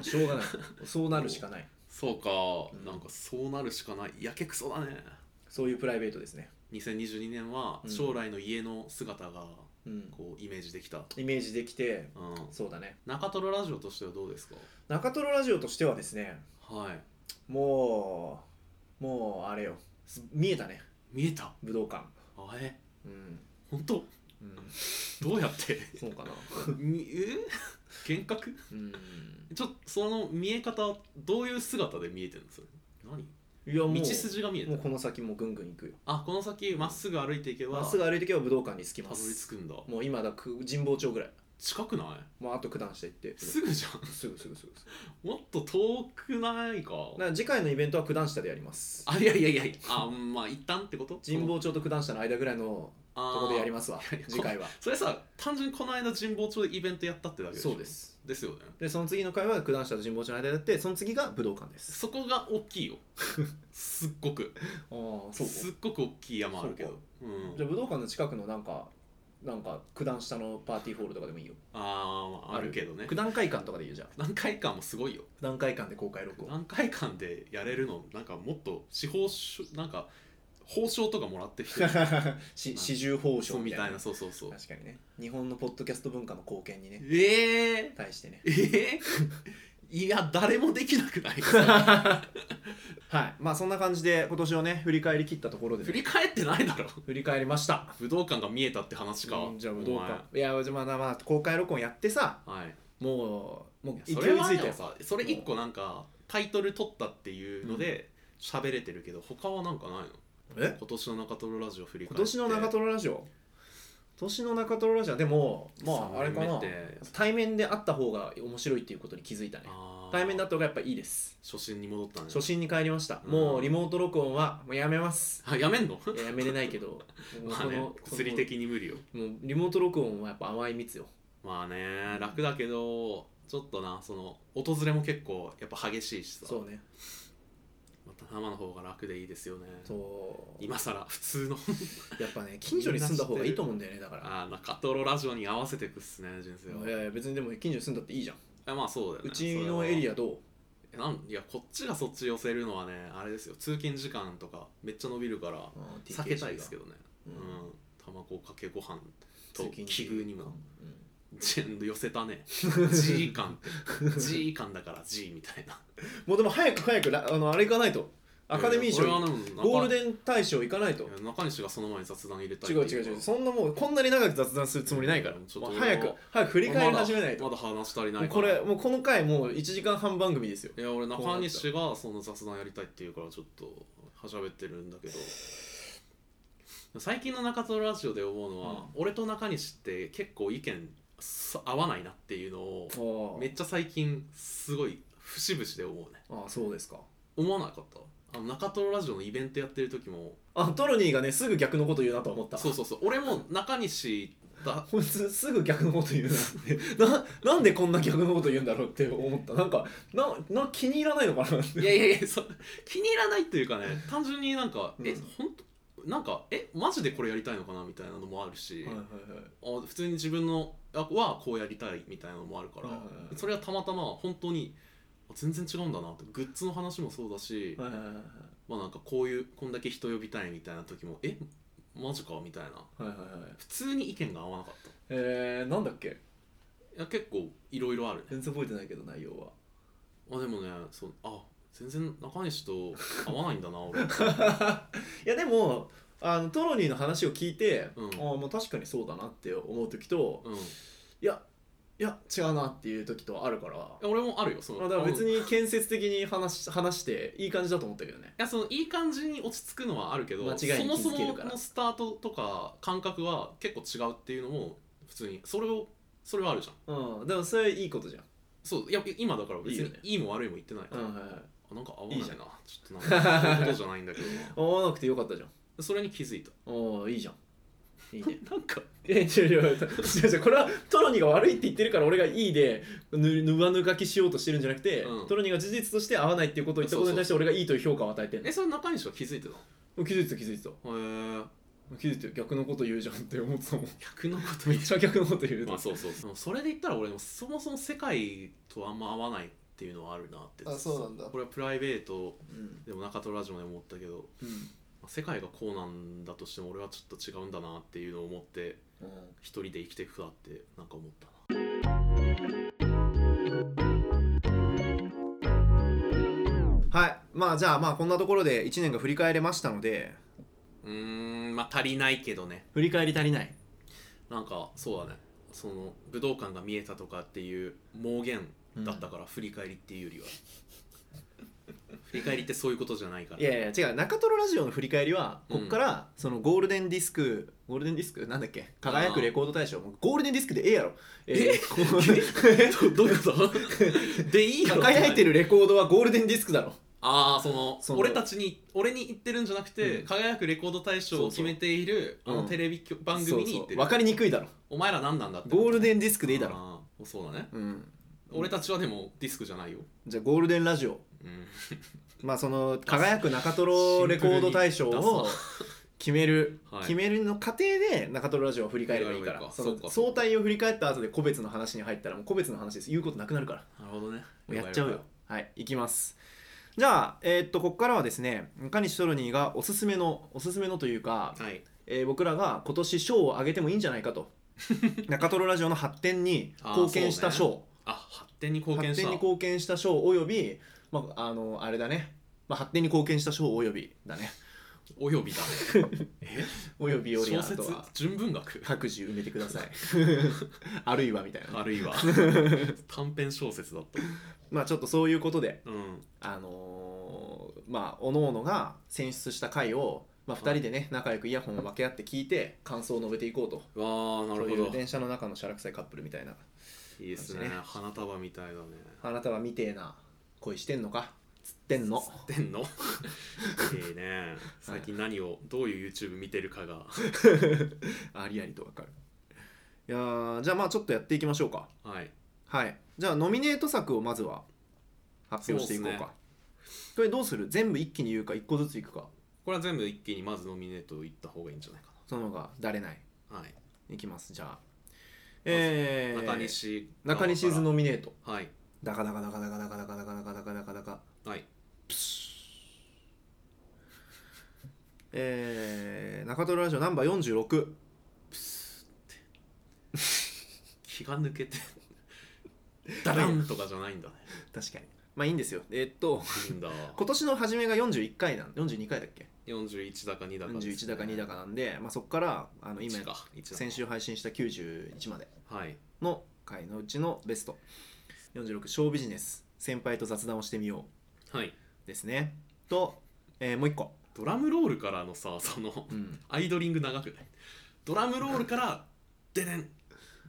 Speaker 2: しょうがないそうなるしかない
Speaker 1: そうか、
Speaker 2: うん
Speaker 1: なんかそうなるしかないやけくそだね
Speaker 2: そういうプライベートですね、
Speaker 1: 2022年は
Speaker 2: うん
Speaker 1: 将来の家の姿が
Speaker 2: うん、
Speaker 1: こうイメージできた、うん、
Speaker 2: イメージできてそうだね
Speaker 1: 中トロラジオとしてはどうですか
Speaker 2: 中トロラジオとしてはですね
Speaker 1: はい
Speaker 2: もうもうあれよす見えたね
Speaker 1: 見えた
Speaker 2: 武道館
Speaker 1: あえ
Speaker 2: うん、
Speaker 1: 本当
Speaker 2: うん、
Speaker 1: どうやって
Speaker 2: そうかな
Speaker 1: みえ幻覚
Speaker 2: うん
Speaker 1: ちょっとその見え方どういう姿で見えてるんですか何
Speaker 2: いやもう
Speaker 1: 道筋が見えて
Speaker 2: もう
Speaker 1: る
Speaker 2: この先もぐんぐん行くよ
Speaker 1: あこの先まっすぐ歩いていけば
Speaker 2: まっすぐ歩いていけば武道館に着き
Speaker 1: た
Speaker 2: ま
Speaker 1: どり
Speaker 2: す
Speaker 1: 着くんだ
Speaker 2: もう今だく神保町ぐらい
Speaker 1: 近くない
Speaker 2: もうあと九段下行って
Speaker 1: すぐじゃ
Speaker 2: すぐすぐすぐす
Speaker 1: んもっと遠くないか
Speaker 2: ぐな次回のイベントは九段下でやります
Speaker 1: あいやいやいやあまあ一旦ってこと
Speaker 2: 神保町と九段下の間ぐらいのとこでやり
Speaker 1: す
Speaker 2: ます
Speaker 1: い
Speaker 2: わ
Speaker 1: やいや
Speaker 2: 次回は
Speaker 1: それさ単純にこの間神保町でイベントやったってだけでしょ
Speaker 2: そうです
Speaker 1: ですよね
Speaker 2: でその次の回は九段下と神保町の間でやってその次が武道館です
Speaker 1: そこが大きい よすっごく
Speaker 2: ああ
Speaker 1: すっごく大きい山あるけど、
Speaker 2: そうじゃ
Speaker 1: ん、
Speaker 2: あ武道館の近くのなんかなんか九段下のパーティーホールとかでもいいよ
Speaker 1: あーまああるけどね
Speaker 2: 九段会館とかでいいよじゃあ
Speaker 1: 何回かもすごいよ
Speaker 2: 九段会館で公開録音
Speaker 1: 何回間でやれるのなんかもっと司法書なんか報奨とかもらって きて
Speaker 2: し四重報奨
Speaker 1: み
Speaker 2: み
Speaker 1: た
Speaker 2: た
Speaker 1: い
Speaker 2: い
Speaker 1: な
Speaker 2: な
Speaker 1: そうそう そう
Speaker 2: 確かにね日本のポッドキャスト文化の貢献にね
Speaker 1: ええ
Speaker 2: 対 してね
Speaker 1: ええいや誰もできなくない
Speaker 2: はいまあそんな感じで今年をね振り返り切ったところで、
Speaker 1: 振
Speaker 2: ね、
Speaker 1: り返ってないだろ
Speaker 2: 振り返りました
Speaker 1: 武道館が見えたって話か、
Speaker 2: うんじゃあ武道館いやじゃあまあまあ公開録音やってさ
Speaker 1: お前はい
Speaker 2: もうもう勢い
Speaker 1: それは
Speaker 2: づ
Speaker 1: で
Speaker 2: いた
Speaker 1: も
Speaker 2: よ
Speaker 1: さそれ一個なんかタイトル取ったっていうので喋れてるけど他はなんかないの
Speaker 2: え
Speaker 1: 今年の中トロラジオ振り返
Speaker 2: 今
Speaker 1: って
Speaker 2: 年の中トロラジオ今年の中トロラジオはでもまああれ
Speaker 1: 三年
Speaker 2: か
Speaker 1: 目
Speaker 2: な
Speaker 1: って
Speaker 2: 対面で会った方が面白いっていうことに気づいたね
Speaker 1: あー
Speaker 2: 対面だった方がやっぱいいです
Speaker 1: 初心に戻ったね
Speaker 2: 初心に帰りました
Speaker 1: うん
Speaker 2: もうリモート録音はもうやめます
Speaker 1: あやめんの
Speaker 2: いややめれないけど
Speaker 1: まあね
Speaker 2: もうこの
Speaker 1: 物理的に無理よ
Speaker 2: もうリモート録音はやっぱ甘い蜜よ
Speaker 1: まあね楽だけどちょっとなその訪れも結構やっぱ激しいしさ
Speaker 2: そうね
Speaker 1: また生の方が楽でいいですよね
Speaker 2: そう
Speaker 1: 今更普通の
Speaker 2: やっぱね近所に住んだ方がいいと思うんだよねだから
Speaker 1: あー中トロラジオに合わせてくっすね人生
Speaker 2: い
Speaker 1: は
Speaker 2: やいや別にでも近所に住んだっていいじゃん
Speaker 1: えまあそうだよね
Speaker 2: うちのエリ
Speaker 1: ア
Speaker 2: アど
Speaker 1: なんいやこっちがそっち寄せるのはねあれですよ通勤時間とかめっちゃ伸びるから
Speaker 2: う
Speaker 1: 避けたいですけ
Speaker 2: ど
Speaker 1: どね
Speaker 2: う
Speaker 1: うんん卵かけご飯と
Speaker 2: 通勤
Speaker 1: 奇遇に
Speaker 2: う
Speaker 1: も
Speaker 2: ん
Speaker 1: 全部寄せた ね G 感って G 感だから G みたいな
Speaker 2: もうでも早く早くらあのあれ行かないとアカデミー賞
Speaker 1: いやこれはでも
Speaker 2: ゴールデン大賞行かないと
Speaker 1: いや中西がその前に雑談入れたい
Speaker 2: 違う違う違うそんなもうこんなに長く雑談するつもりないから
Speaker 1: うんちょっ
Speaker 2: も
Speaker 1: と
Speaker 2: う
Speaker 1: 俺は
Speaker 2: 早く早く振り返り始めないと
Speaker 1: まだまだ話足りない
Speaker 2: も
Speaker 1: か
Speaker 2: う
Speaker 1: ら
Speaker 2: これもうこの回もう1時間半番組ですよ
Speaker 1: いや俺中西がその雑談やりたいっていうからちょっとはしゃべってるんだけど最近の中トロラジオで思うのは、俺と中西って結構意見さ合わないなっていうのを
Speaker 2: あー
Speaker 1: めっちゃ最近すごい節々で思うね
Speaker 2: あーそうですか
Speaker 1: 思わなかったあの中トロラジオのイベントやってる時も
Speaker 2: あトロニーがねすぐ逆のこと言うなと思った
Speaker 1: そうそうそう俺も中西だ
Speaker 2: こいつすぐ逆のこと言うな ってななんでこんな逆のこと言うんだろうって思ったなんかなな気に入らないのかなっ て
Speaker 1: いやいやいやそう気に入らないっていうかね単純になんか、
Speaker 2: うん
Speaker 1: え本当なんかえマジでこれやりたいのかなみたいなのもあるし、
Speaker 2: はいはい
Speaker 1: あ普通に自分のあはこうやりたいみたいなのもあるから、
Speaker 2: はいはいはい
Speaker 1: それはたまたま本当にあ全然違うんだなってグッズの話もそうだし、
Speaker 2: はいはいはいはいはい
Speaker 1: まあなんかこういうこんだけ人呼びたいみたいな時もえマジかみたいな
Speaker 2: はいはいはい
Speaker 1: 普通に意見が合わなかった
Speaker 2: えー、なんだっけ
Speaker 1: いや結構いろいろあるね
Speaker 2: 全然覚えてないけど内容は
Speaker 1: あでもねそうあ全然中西と合わないんだな俺うん
Speaker 2: いやでもあのトロニーの話を聞いて、
Speaker 1: うん
Speaker 2: ああもう確かにそうだなって思う時といやいや違うなっていう時とあるから
Speaker 1: いや俺もあるよその
Speaker 2: まあ、だから別
Speaker 1: い
Speaker 2: に建設的に話し話していい感じだと思ったけどね
Speaker 1: やそのいい感じに落ち着くのはあるけど
Speaker 2: 間違い
Speaker 1: そ
Speaker 2: に
Speaker 1: も
Speaker 2: 気
Speaker 1: そ
Speaker 2: づける
Speaker 1: も
Speaker 2: から
Speaker 1: のスタートとか感覚は結構違うっていうのも普通にそれをそれはあるじゃん
Speaker 2: うんでもそれいいことじゃん
Speaker 1: そういや今だから別
Speaker 2: いいよ
Speaker 1: に
Speaker 2: ね
Speaker 1: いいも悪いも言ってないか
Speaker 2: う
Speaker 1: ら、
Speaker 2: んはいはい
Speaker 1: あなんか合わないい
Speaker 2: い
Speaker 1: な
Speaker 2: じゃん
Speaker 1: ちょっとなんかそういうことじゃないんだけ どな
Speaker 2: 合わなくてよかったじゃん
Speaker 1: それに気づいた
Speaker 2: おーいいじゃんいいね
Speaker 1: なんか
Speaker 2: え違う違う違う違うこれはトロニーが悪いって言ってるから俺がいいでぬぬわぬかきしようとしてるんじゃなくて、
Speaker 1: うん
Speaker 2: トロニーが事実として合わないっていうことを言ったことに対して俺がいいという評価を与えてんの
Speaker 1: えそれ中西は気づいてた
Speaker 2: もう気づいてた気づいてた
Speaker 1: のへえ
Speaker 2: 気づいてた逆のこと言うじゃんって思ってたもん
Speaker 1: 逆のこと言
Speaker 2: めっ
Speaker 1: っち
Speaker 2: ちゃ逆のこと言
Speaker 1: ゃ
Speaker 2: う
Speaker 1: うまあそうそうそうでもそれで言ったら俺もそもそも世界とあんま合わないっていうのはあるなって
Speaker 3: あそうなんだ
Speaker 1: これはプライベート
Speaker 2: うん
Speaker 1: でも中トラジオでも思ったけど
Speaker 2: うん
Speaker 1: まあ世界がこうなんだとしても俺はちょっと違うんだなっていうのを思って一人で生きていくかってなんか思ったな
Speaker 2: はいまあじゃあまあこんなところで1年が振り返れましたので
Speaker 1: うーんまあ足りないけどね
Speaker 2: 振り返り足りない
Speaker 1: なんかそうだねその武道館が見えたとかっていう盲言だったから、振り返りっていうよ りは振り返りってそういうことじゃないから
Speaker 2: いやいや違う中トロラジオの振り返りは
Speaker 1: うん
Speaker 2: こっからそのゴールデンディスクゴールデンディスクなんだっけ輝くレコード大賞もうゴールデンディスクでええやろえーこ う
Speaker 1: どどういうことでいいの
Speaker 2: 輝いてるレコードはゴールデンディスクだろ
Speaker 1: ああその
Speaker 2: その
Speaker 1: 俺たちに俺に言ってるんじゃなくて、
Speaker 2: うん
Speaker 1: 輝くレコード大賞を決めている
Speaker 2: そう
Speaker 1: あ
Speaker 2: そううん
Speaker 1: のテレビ局番組に言ってる
Speaker 2: 分かりにくいだろ
Speaker 1: お前ら何なんだって
Speaker 2: ゴール
Speaker 1: ン
Speaker 2: デンディスクでいいだろ
Speaker 1: ろそうだね
Speaker 2: うん
Speaker 1: 俺たちはでもディスクじゃないよ、
Speaker 2: じゃあゴールデンラジオ
Speaker 1: うん、
Speaker 2: まあその輝く中トロレコード大賞を決める、
Speaker 1: はい
Speaker 2: 決めるの過程で中トロラジオを振り返ればいいから
Speaker 1: いいか
Speaker 2: そ
Speaker 1: そう
Speaker 2: の
Speaker 1: か
Speaker 2: 総体を振り返った後で個別の話に入ったらもう個別の話です言うことなくなるから
Speaker 1: なるほど ね
Speaker 2: やっちゃうよはい行きますじゃあ、えーっとここからはですね中西トロニーがおすすめのおすすめのというか、
Speaker 1: はい
Speaker 2: えー僕らが今年賞をあげてもいいんじゃないかと中トロラジオの発展に貢献した賞、
Speaker 1: あ発展に貢献
Speaker 2: 発
Speaker 1: し
Speaker 2: 展
Speaker 1: た
Speaker 2: に貢献した賞および、まあ、あのあれだね、まあ、発展に貢献した賞およびだね
Speaker 1: およびだ え
Speaker 2: およびより
Speaker 1: 小
Speaker 2: あと
Speaker 1: 説
Speaker 2: は
Speaker 1: 純文学
Speaker 2: 各自埋めてください あるいはみたいなね、
Speaker 1: あるい は短編小説だっ
Speaker 2: まあちょっとそういうことで
Speaker 1: たうん
Speaker 2: あのーまあおのおのが選出した回を、まあ、2人でね仲良くイヤホンを分け合って聞いて感想を述べていこうと
Speaker 1: うわあなる
Speaker 2: そう
Speaker 1: ほ
Speaker 2: いう
Speaker 1: どい
Speaker 2: 電車の中のしゃらくさいカップルみたいない
Speaker 1: ですね
Speaker 2: 感じね
Speaker 1: 花束みたいだね
Speaker 2: あなたはみてえな恋してんのかつってんの
Speaker 1: って んのいいね最近何をどういう YouTube 見てるかが
Speaker 2: ありありとわかるいやーじゃあまあちょっとやっていきましょうか
Speaker 1: はい
Speaker 2: はいじゃあノミネート作をまずは発表していこうか
Speaker 1: そうっ
Speaker 2: これどうする全部一気に言うか一個ずついくか
Speaker 1: これは全部一気にまずノミネートいった方がいいんじゃないか
Speaker 2: その方がだれない
Speaker 1: なはい、
Speaker 2: いきますじゃあえー、
Speaker 1: 中西
Speaker 2: 中西ズノミネート
Speaker 1: はい
Speaker 2: ダカダカダカダカダカダカダカダカダカダカダカ
Speaker 1: はい
Speaker 2: えー、中トロラジオナンバー46
Speaker 1: 気が抜けてダランとかじゃないんだね
Speaker 2: 確かにまあいいんですよえーっと
Speaker 1: いいんだ
Speaker 2: 今年の初めが41回なん42回だっけ
Speaker 1: 41だか2だかですね、
Speaker 2: 41だか2だかなんで、まあ、そこからあの今
Speaker 1: 1か1だ
Speaker 2: 先週配信した91まで
Speaker 1: はい
Speaker 2: の回のうちのベスト46ショービジネス先輩と雑談をしてみよ
Speaker 1: はい、
Speaker 2: うですねと、えーもう一個、
Speaker 1: ドラムロールからのさその
Speaker 2: うん、
Speaker 1: アイドリング長くないドラムロールからででん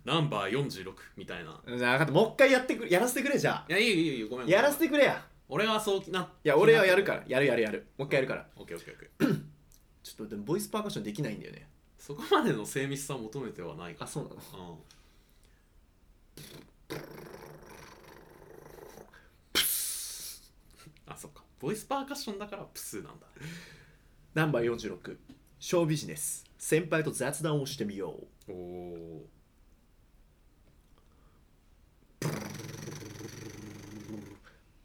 Speaker 1: ナンバー46みたいな
Speaker 2: じゃあ分かったもう一回やってくれやらせてくれじゃ
Speaker 1: いやいいよいいよいいよごめんご
Speaker 2: あ
Speaker 1: めん
Speaker 2: やらせてくれや
Speaker 1: 俺はそうきない
Speaker 2: いや俺はやるからやるやるやるもう一回やるから
Speaker 1: オッケーオッケーオッケー
Speaker 2: ちょっとでもボイスパーカッションできないんだよね
Speaker 1: そこまでの精密さを求めてはない
Speaker 2: あ
Speaker 1: か
Speaker 2: そうなの
Speaker 1: らうんあそっかボイスパーカッションだからプスーなんだ
Speaker 2: ナンバー46ショービジネス先輩と雑談をしてみよう
Speaker 1: おお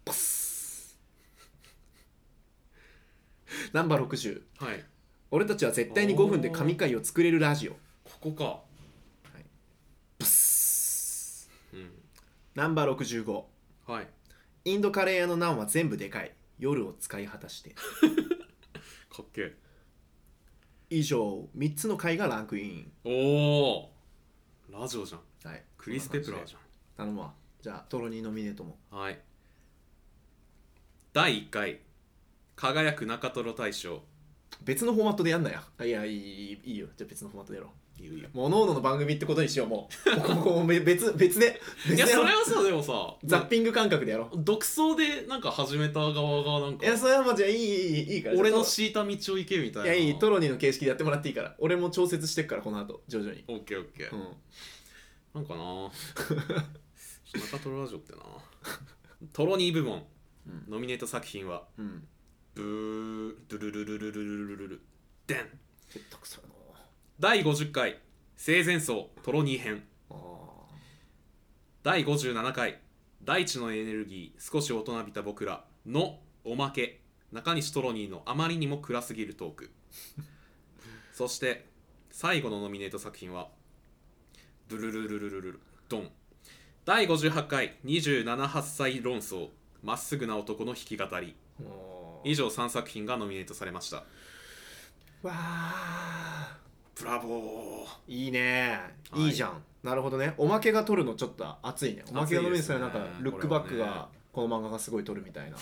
Speaker 2: ポスナンバー60
Speaker 1: ーはい
Speaker 2: 俺たちは絶対に5分で神回を作れるラジオ
Speaker 1: ここか
Speaker 2: ポス
Speaker 1: うん
Speaker 2: ナンバー65
Speaker 1: はい
Speaker 2: インドカレー屋のナンは全部でかい夜を使い果たして
Speaker 1: かっけえ
Speaker 2: 以上3つの回がランクイン
Speaker 1: おおラジオじゃん
Speaker 2: はい
Speaker 1: クリス・ペプラーじゃ
Speaker 2: 頼むわじゃあトロニーノミネートも
Speaker 1: んはい第1回輝く中トロ大賞
Speaker 2: 別のフォーマットでやんなやいやいいいいいいよじゃあ別のフォーマットでやろう
Speaker 1: 言うよ
Speaker 2: もう各々の番組ってことにしようもう ここここ別別で別
Speaker 1: いや
Speaker 2: で
Speaker 1: それはさでもさ
Speaker 2: ザッピング感覚でやろう
Speaker 1: 独走でなんか始めた側がなんか
Speaker 2: いやそれはもうじゃあいいいいいいから
Speaker 1: 俺の
Speaker 2: じ
Speaker 1: 敷いた道を行けみたい
Speaker 2: ゃあ
Speaker 1: ない
Speaker 2: いやいいトロニーの形式でやってもらっていいから俺も調節してくからこの後徐々に
Speaker 1: オッケーオッケー、
Speaker 2: うん
Speaker 1: なんかなちょっと中トロラジオってなトロニー部門
Speaker 2: うん、
Speaker 1: ノミネート作品は
Speaker 2: うん、
Speaker 1: ブードゥルルルルルルルルルルデン
Speaker 2: 説得するの
Speaker 1: 第50回生前葬トロニー編
Speaker 2: あ
Speaker 1: 第57回大地のエネルギー少し大人びた僕らのおまけ中西トロニーのあまりにも暗すぎるトーク そして最後のノミネート作品はブルルルルルルルルドン第58回278歳論争まっすぐな男の弾き語り
Speaker 2: ーもう
Speaker 1: 以上3作品がノミネートされました
Speaker 2: わあ
Speaker 1: ブラボー
Speaker 2: いいね
Speaker 1: はい
Speaker 2: いいじゃん、なるほどねおまけが取るのちょっと熱いねおまけが飲みにしたらなんか
Speaker 1: 熱いですね
Speaker 2: ルックバック
Speaker 1: これはね
Speaker 2: がこの漫画がすごい取るみたいな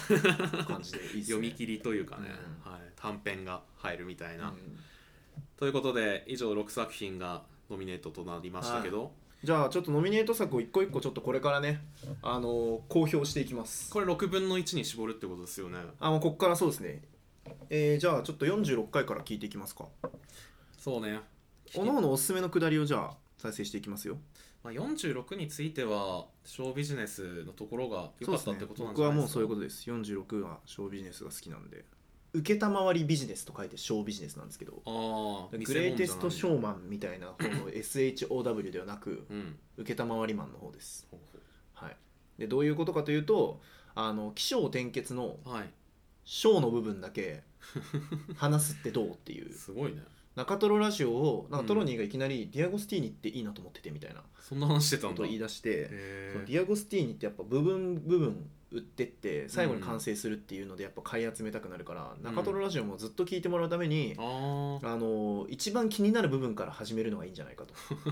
Speaker 2: 感じでいいっす ね
Speaker 1: 読み切りというかね、
Speaker 2: う
Speaker 1: はい、短編が入るみたいな、
Speaker 2: うん
Speaker 1: ということで以上6作品がノミネートとなりましたけど、
Speaker 2: じゃあちょっとノミネート作を一個一個ちょっとこれからねあのー公表していきます
Speaker 1: これ6分の1に絞るってことですよね
Speaker 2: あもうこっからそうですねえー、じゃあちょっと46回から聞いていきますか
Speaker 1: そうね
Speaker 2: おのおのおすすめのくだりをじゃあ再生していきますよ
Speaker 1: まあ、46についてはショービジネスのところが良
Speaker 2: そう
Speaker 1: か
Speaker 2: で
Speaker 1: っ
Speaker 2: す
Speaker 1: た
Speaker 2: ね
Speaker 1: ってことなんじ
Speaker 2: 僕
Speaker 1: ゃ
Speaker 2: は
Speaker 1: ない
Speaker 2: も
Speaker 1: で
Speaker 2: う
Speaker 1: すか
Speaker 2: そういうことです46はショービジネスが好きなんで承りビジネスと書いてショービジネスなんですけど
Speaker 1: ああ
Speaker 2: グレイテストシ
Speaker 1: ー、
Speaker 2: ョーマンみたいな方 の SHOW ではなく
Speaker 1: うん、
Speaker 2: 承りマンの方です、はい、でどういうことかというとあの起承転結の
Speaker 1: はい
Speaker 2: 「章」の部分だけ話すってどうっていう
Speaker 1: すごいね
Speaker 2: 中トロラジオをなん
Speaker 1: うん
Speaker 2: かトロニーがいきなり「ディアゴスティーニっていいなと思ってて」みたいな
Speaker 1: そんな話してた
Speaker 2: こ
Speaker 1: ん
Speaker 2: と
Speaker 1: だ
Speaker 2: を言い出して
Speaker 1: へ
Speaker 2: そのデ
Speaker 1: ー
Speaker 2: ィアゴスティーニってやっぱ部分部分売ってって最後に完成するっていうのでやっぱ買い集めたくなるから
Speaker 1: ん
Speaker 2: 中トロラジオもずっと聞いてもらうために
Speaker 1: あー
Speaker 2: あの一番気になる部分から始めるのがいいんじゃな いかと言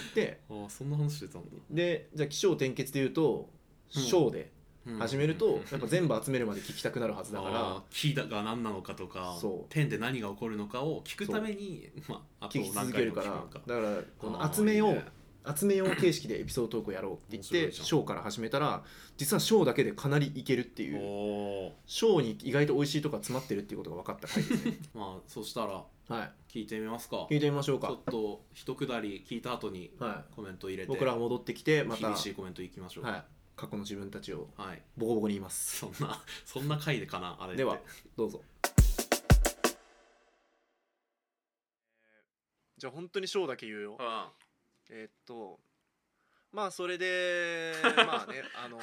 Speaker 2: って
Speaker 1: あーそんな話してたんだ、
Speaker 2: でじゃあ起承転結で言うと「
Speaker 1: うん
Speaker 2: 章」で
Speaker 1: うん
Speaker 2: 始める
Speaker 1: うん
Speaker 2: とやっぱ全部集めるまで聞きたくなるはずだ
Speaker 1: あ
Speaker 2: か
Speaker 1: ー木が何なのかとか
Speaker 2: そう
Speaker 1: 天で何が起こるのかを聞くために、まあ、あ
Speaker 2: ら
Speaker 1: と
Speaker 2: 聞き続けるから
Speaker 1: 何回も聞く
Speaker 2: だからこ
Speaker 1: あ
Speaker 2: の
Speaker 1: ー
Speaker 2: 集めよ
Speaker 1: いいね
Speaker 2: う集めよう形式でエピソードトークをやろうって言っ
Speaker 1: 面白
Speaker 2: て
Speaker 1: いじゃん
Speaker 2: 章から始めたら実は章だけでかなりいけるっていう
Speaker 1: おー
Speaker 2: 章に意外と美味しいとこが詰まってるっていうことが分かった回 ですね
Speaker 1: まあそしたら
Speaker 2: はい
Speaker 1: 聞いてみますか
Speaker 2: 聞いてみましょう
Speaker 1: ちょ
Speaker 2: か
Speaker 1: っと一くだり聞いた後に
Speaker 2: は
Speaker 1: コメント入れ
Speaker 2: い
Speaker 1: て
Speaker 2: 僕ら戻ってきてまた
Speaker 1: 厳しい
Speaker 2: は
Speaker 1: コメントいきましょう
Speaker 2: い過去の自分たちを
Speaker 1: はい、
Speaker 2: ボコボコに言います
Speaker 1: そんな そんな回でかなあれって
Speaker 2: ではどうぞじゃあ本当に章だけ言うよえーっとまあそれ でまあねあの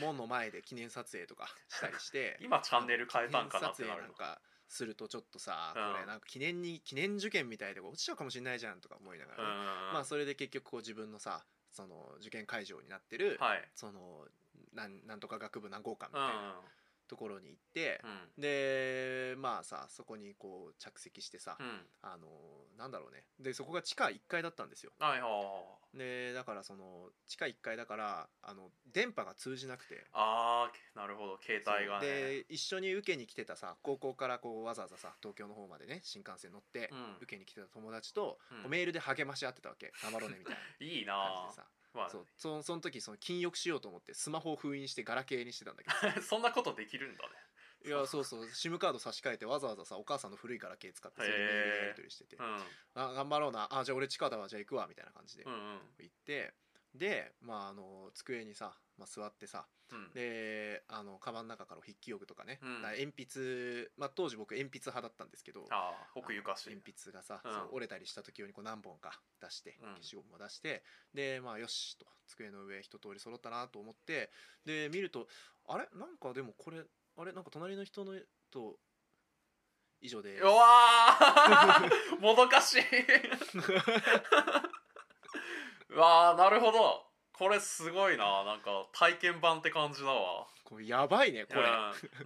Speaker 2: 門の前で記念撮影とかしたりして
Speaker 1: 今チ
Speaker 2: 記念撮影なんかするとちょっとさ、
Speaker 1: うん
Speaker 2: これなんか記念に記念受験みたいで落ちちゃうかもしれないじゃんとか思いながらね、 まあそれで結局こう自分のさその受験会場になってる、
Speaker 1: はい
Speaker 2: そのなんなんとか学部何号館みたいなところに行って、
Speaker 1: う
Speaker 2: でまあさそこにこう着席してさ、
Speaker 1: んうん
Speaker 2: あのなんだろうねでそこが地下1階だったんですよ
Speaker 1: はいは
Speaker 2: でだからその地下1階だからあの電波が通じなくて
Speaker 1: ああなるほど携帯がね
Speaker 2: で一緒に受けに来てたさ高校からこうわざわざさ東京の方までね新幹線乗って、
Speaker 1: うん
Speaker 2: 受けに来てた友達と、
Speaker 1: うん
Speaker 2: こうメールで励まし合ってたわけ頑張ろうねみたい
Speaker 1: いい
Speaker 2: な
Speaker 1: な
Speaker 2: 感じでさ
Speaker 1: ま
Speaker 2: そうそのその時その禁欲しようと思ってスマホを封印してガラケーにしてたんだけど
Speaker 1: あ そんなことできるんだね
Speaker 2: いやそうそう SIM カード差し替えてわざわざさお母さんの古いガラケー使ってそれでメールやり取りしてて
Speaker 1: う、ん
Speaker 2: あ頑張ろうなあじゃあ俺地下だわじゃあ行くわみたいな感じで
Speaker 1: うんうん
Speaker 2: 行って、で、まあ、あの机にさ、まあ、座ってさ
Speaker 1: うん
Speaker 2: であのカバンの中から筆記用具とかね、
Speaker 1: うん
Speaker 2: だから鉛筆、まあ、当時僕鉛筆派だったんですけど
Speaker 1: ああ奥ゆかしい
Speaker 2: 鉛筆がさ、
Speaker 1: うん
Speaker 2: そう折れたりした時用にこう何本か出して
Speaker 1: うん
Speaker 2: 消しゴムも出して、でまあよしと机の上一通り揃ったなと思ってで見るとあれなんかでもこれあれなんか隣の人のと以上です
Speaker 1: うわーもどかしいうわーなるほどこれすごいななんか体験版って感じだわ
Speaker 2: これやばいねこれ、
Speaker 1: うん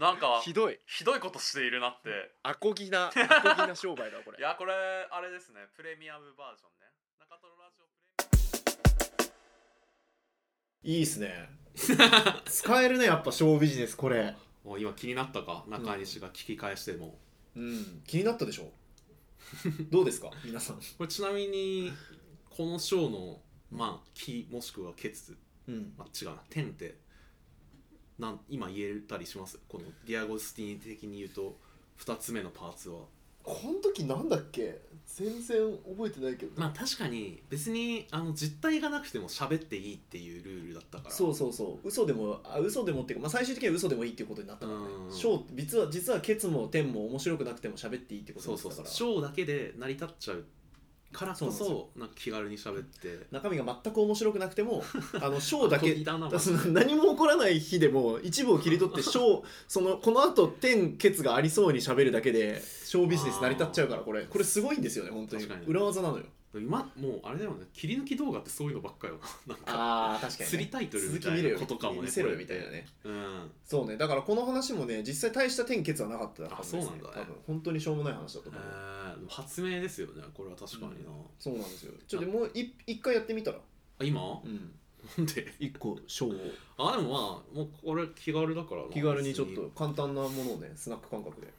Speaker 1: なんか
Speaker 2: ひどい
Speaker 1: ひどいことしているなって
Speaker 2: アコギなアコギな商売だわこ れ
Speaker 1: いやこれあれですねプレミアムバージョンね中トロラジオ
Speaker 2: いいっすね 使えるねやっぱショービジネスこれ
Speaker 1: プレミアム今気になったか中西が聞き返しても、
Speaker 2: うん気になったでしょどうで すか皆さん、
Speaker 1: これちなみにこの章のまあ気もしくはケツ
Speaker 2: うん、
Speaker 1: あ違うな点ってなん今言えたりしますこのディアゴスティーニ的に言うと2つ目のパーツは
Speaker 3: この時なんだっけ全然覚えてないけど、
Speaker 1: まあ確かに別にあの実体がなくても喋っていいっていうルールだったから
Speaker 2: そうそうそう嘘でもあ嘘でもっていうか、まあ、最終的には嘘でもいいっていうことになったからね
Speaker 1: うん
Speaker 2: ショー実は実はケツも天も面白くなくても喋っていいってこと
Speaker 1: そうそ
Speaker 2: だった
Speaker 1: う
Speaker 2: か
Speaker 1: そうショー
Speaker 2: ら
Speaker 1: だけで成り立っちゃうからこ
Speaker 2: そうなん
Speaker 1: そなんか気軽に喋って
Speaker 2: 中身が全く面白くなく てもあのショーだけ
Speaker 1: 小気だな
Speaker 2: だからその 何も起こらない日でも一部を切 り取ってショーそのこのあと天ケツがありそうに喋るだけでショービジネス成り立っちゃうからこれこれすごいんですよね本当に
Speaker 1: 確かに
Speaker 2: 裏技なのよ
Speaker 1: 今もうあれだよね切り抜き動画ってそういうのばっかよ なんか
Speaker 2: ああ確
Speaker 1: 釣りタイトルみたいなことかもね
Speaker 2: 見せろよ
Speaker 1: これ
Speaker 2: みたいなね
Speaker 1: うん
Speaker 2: そうねだからこの話もね実際大した天結はなかったはずです
Speaker 1: あそうなんだね
Speaker 2: 多分本当にしょうもない話だったと
Speaker 1: え
Speaker 2: 思う、
Speaker 1: ー発明ですよねこれは確かにな、
Speaker 2: そうなんですよちょっともうい一回やってみたら
Speaker 1: あ今
Speaker 2: うん
Speaker 1: なんで
Speaker 2: 一個賞を
Speaker 1: あでもまあもうこれ気軽だからな
Speaker 2: 気軽にちょっと簡単なものをねスナック感覚で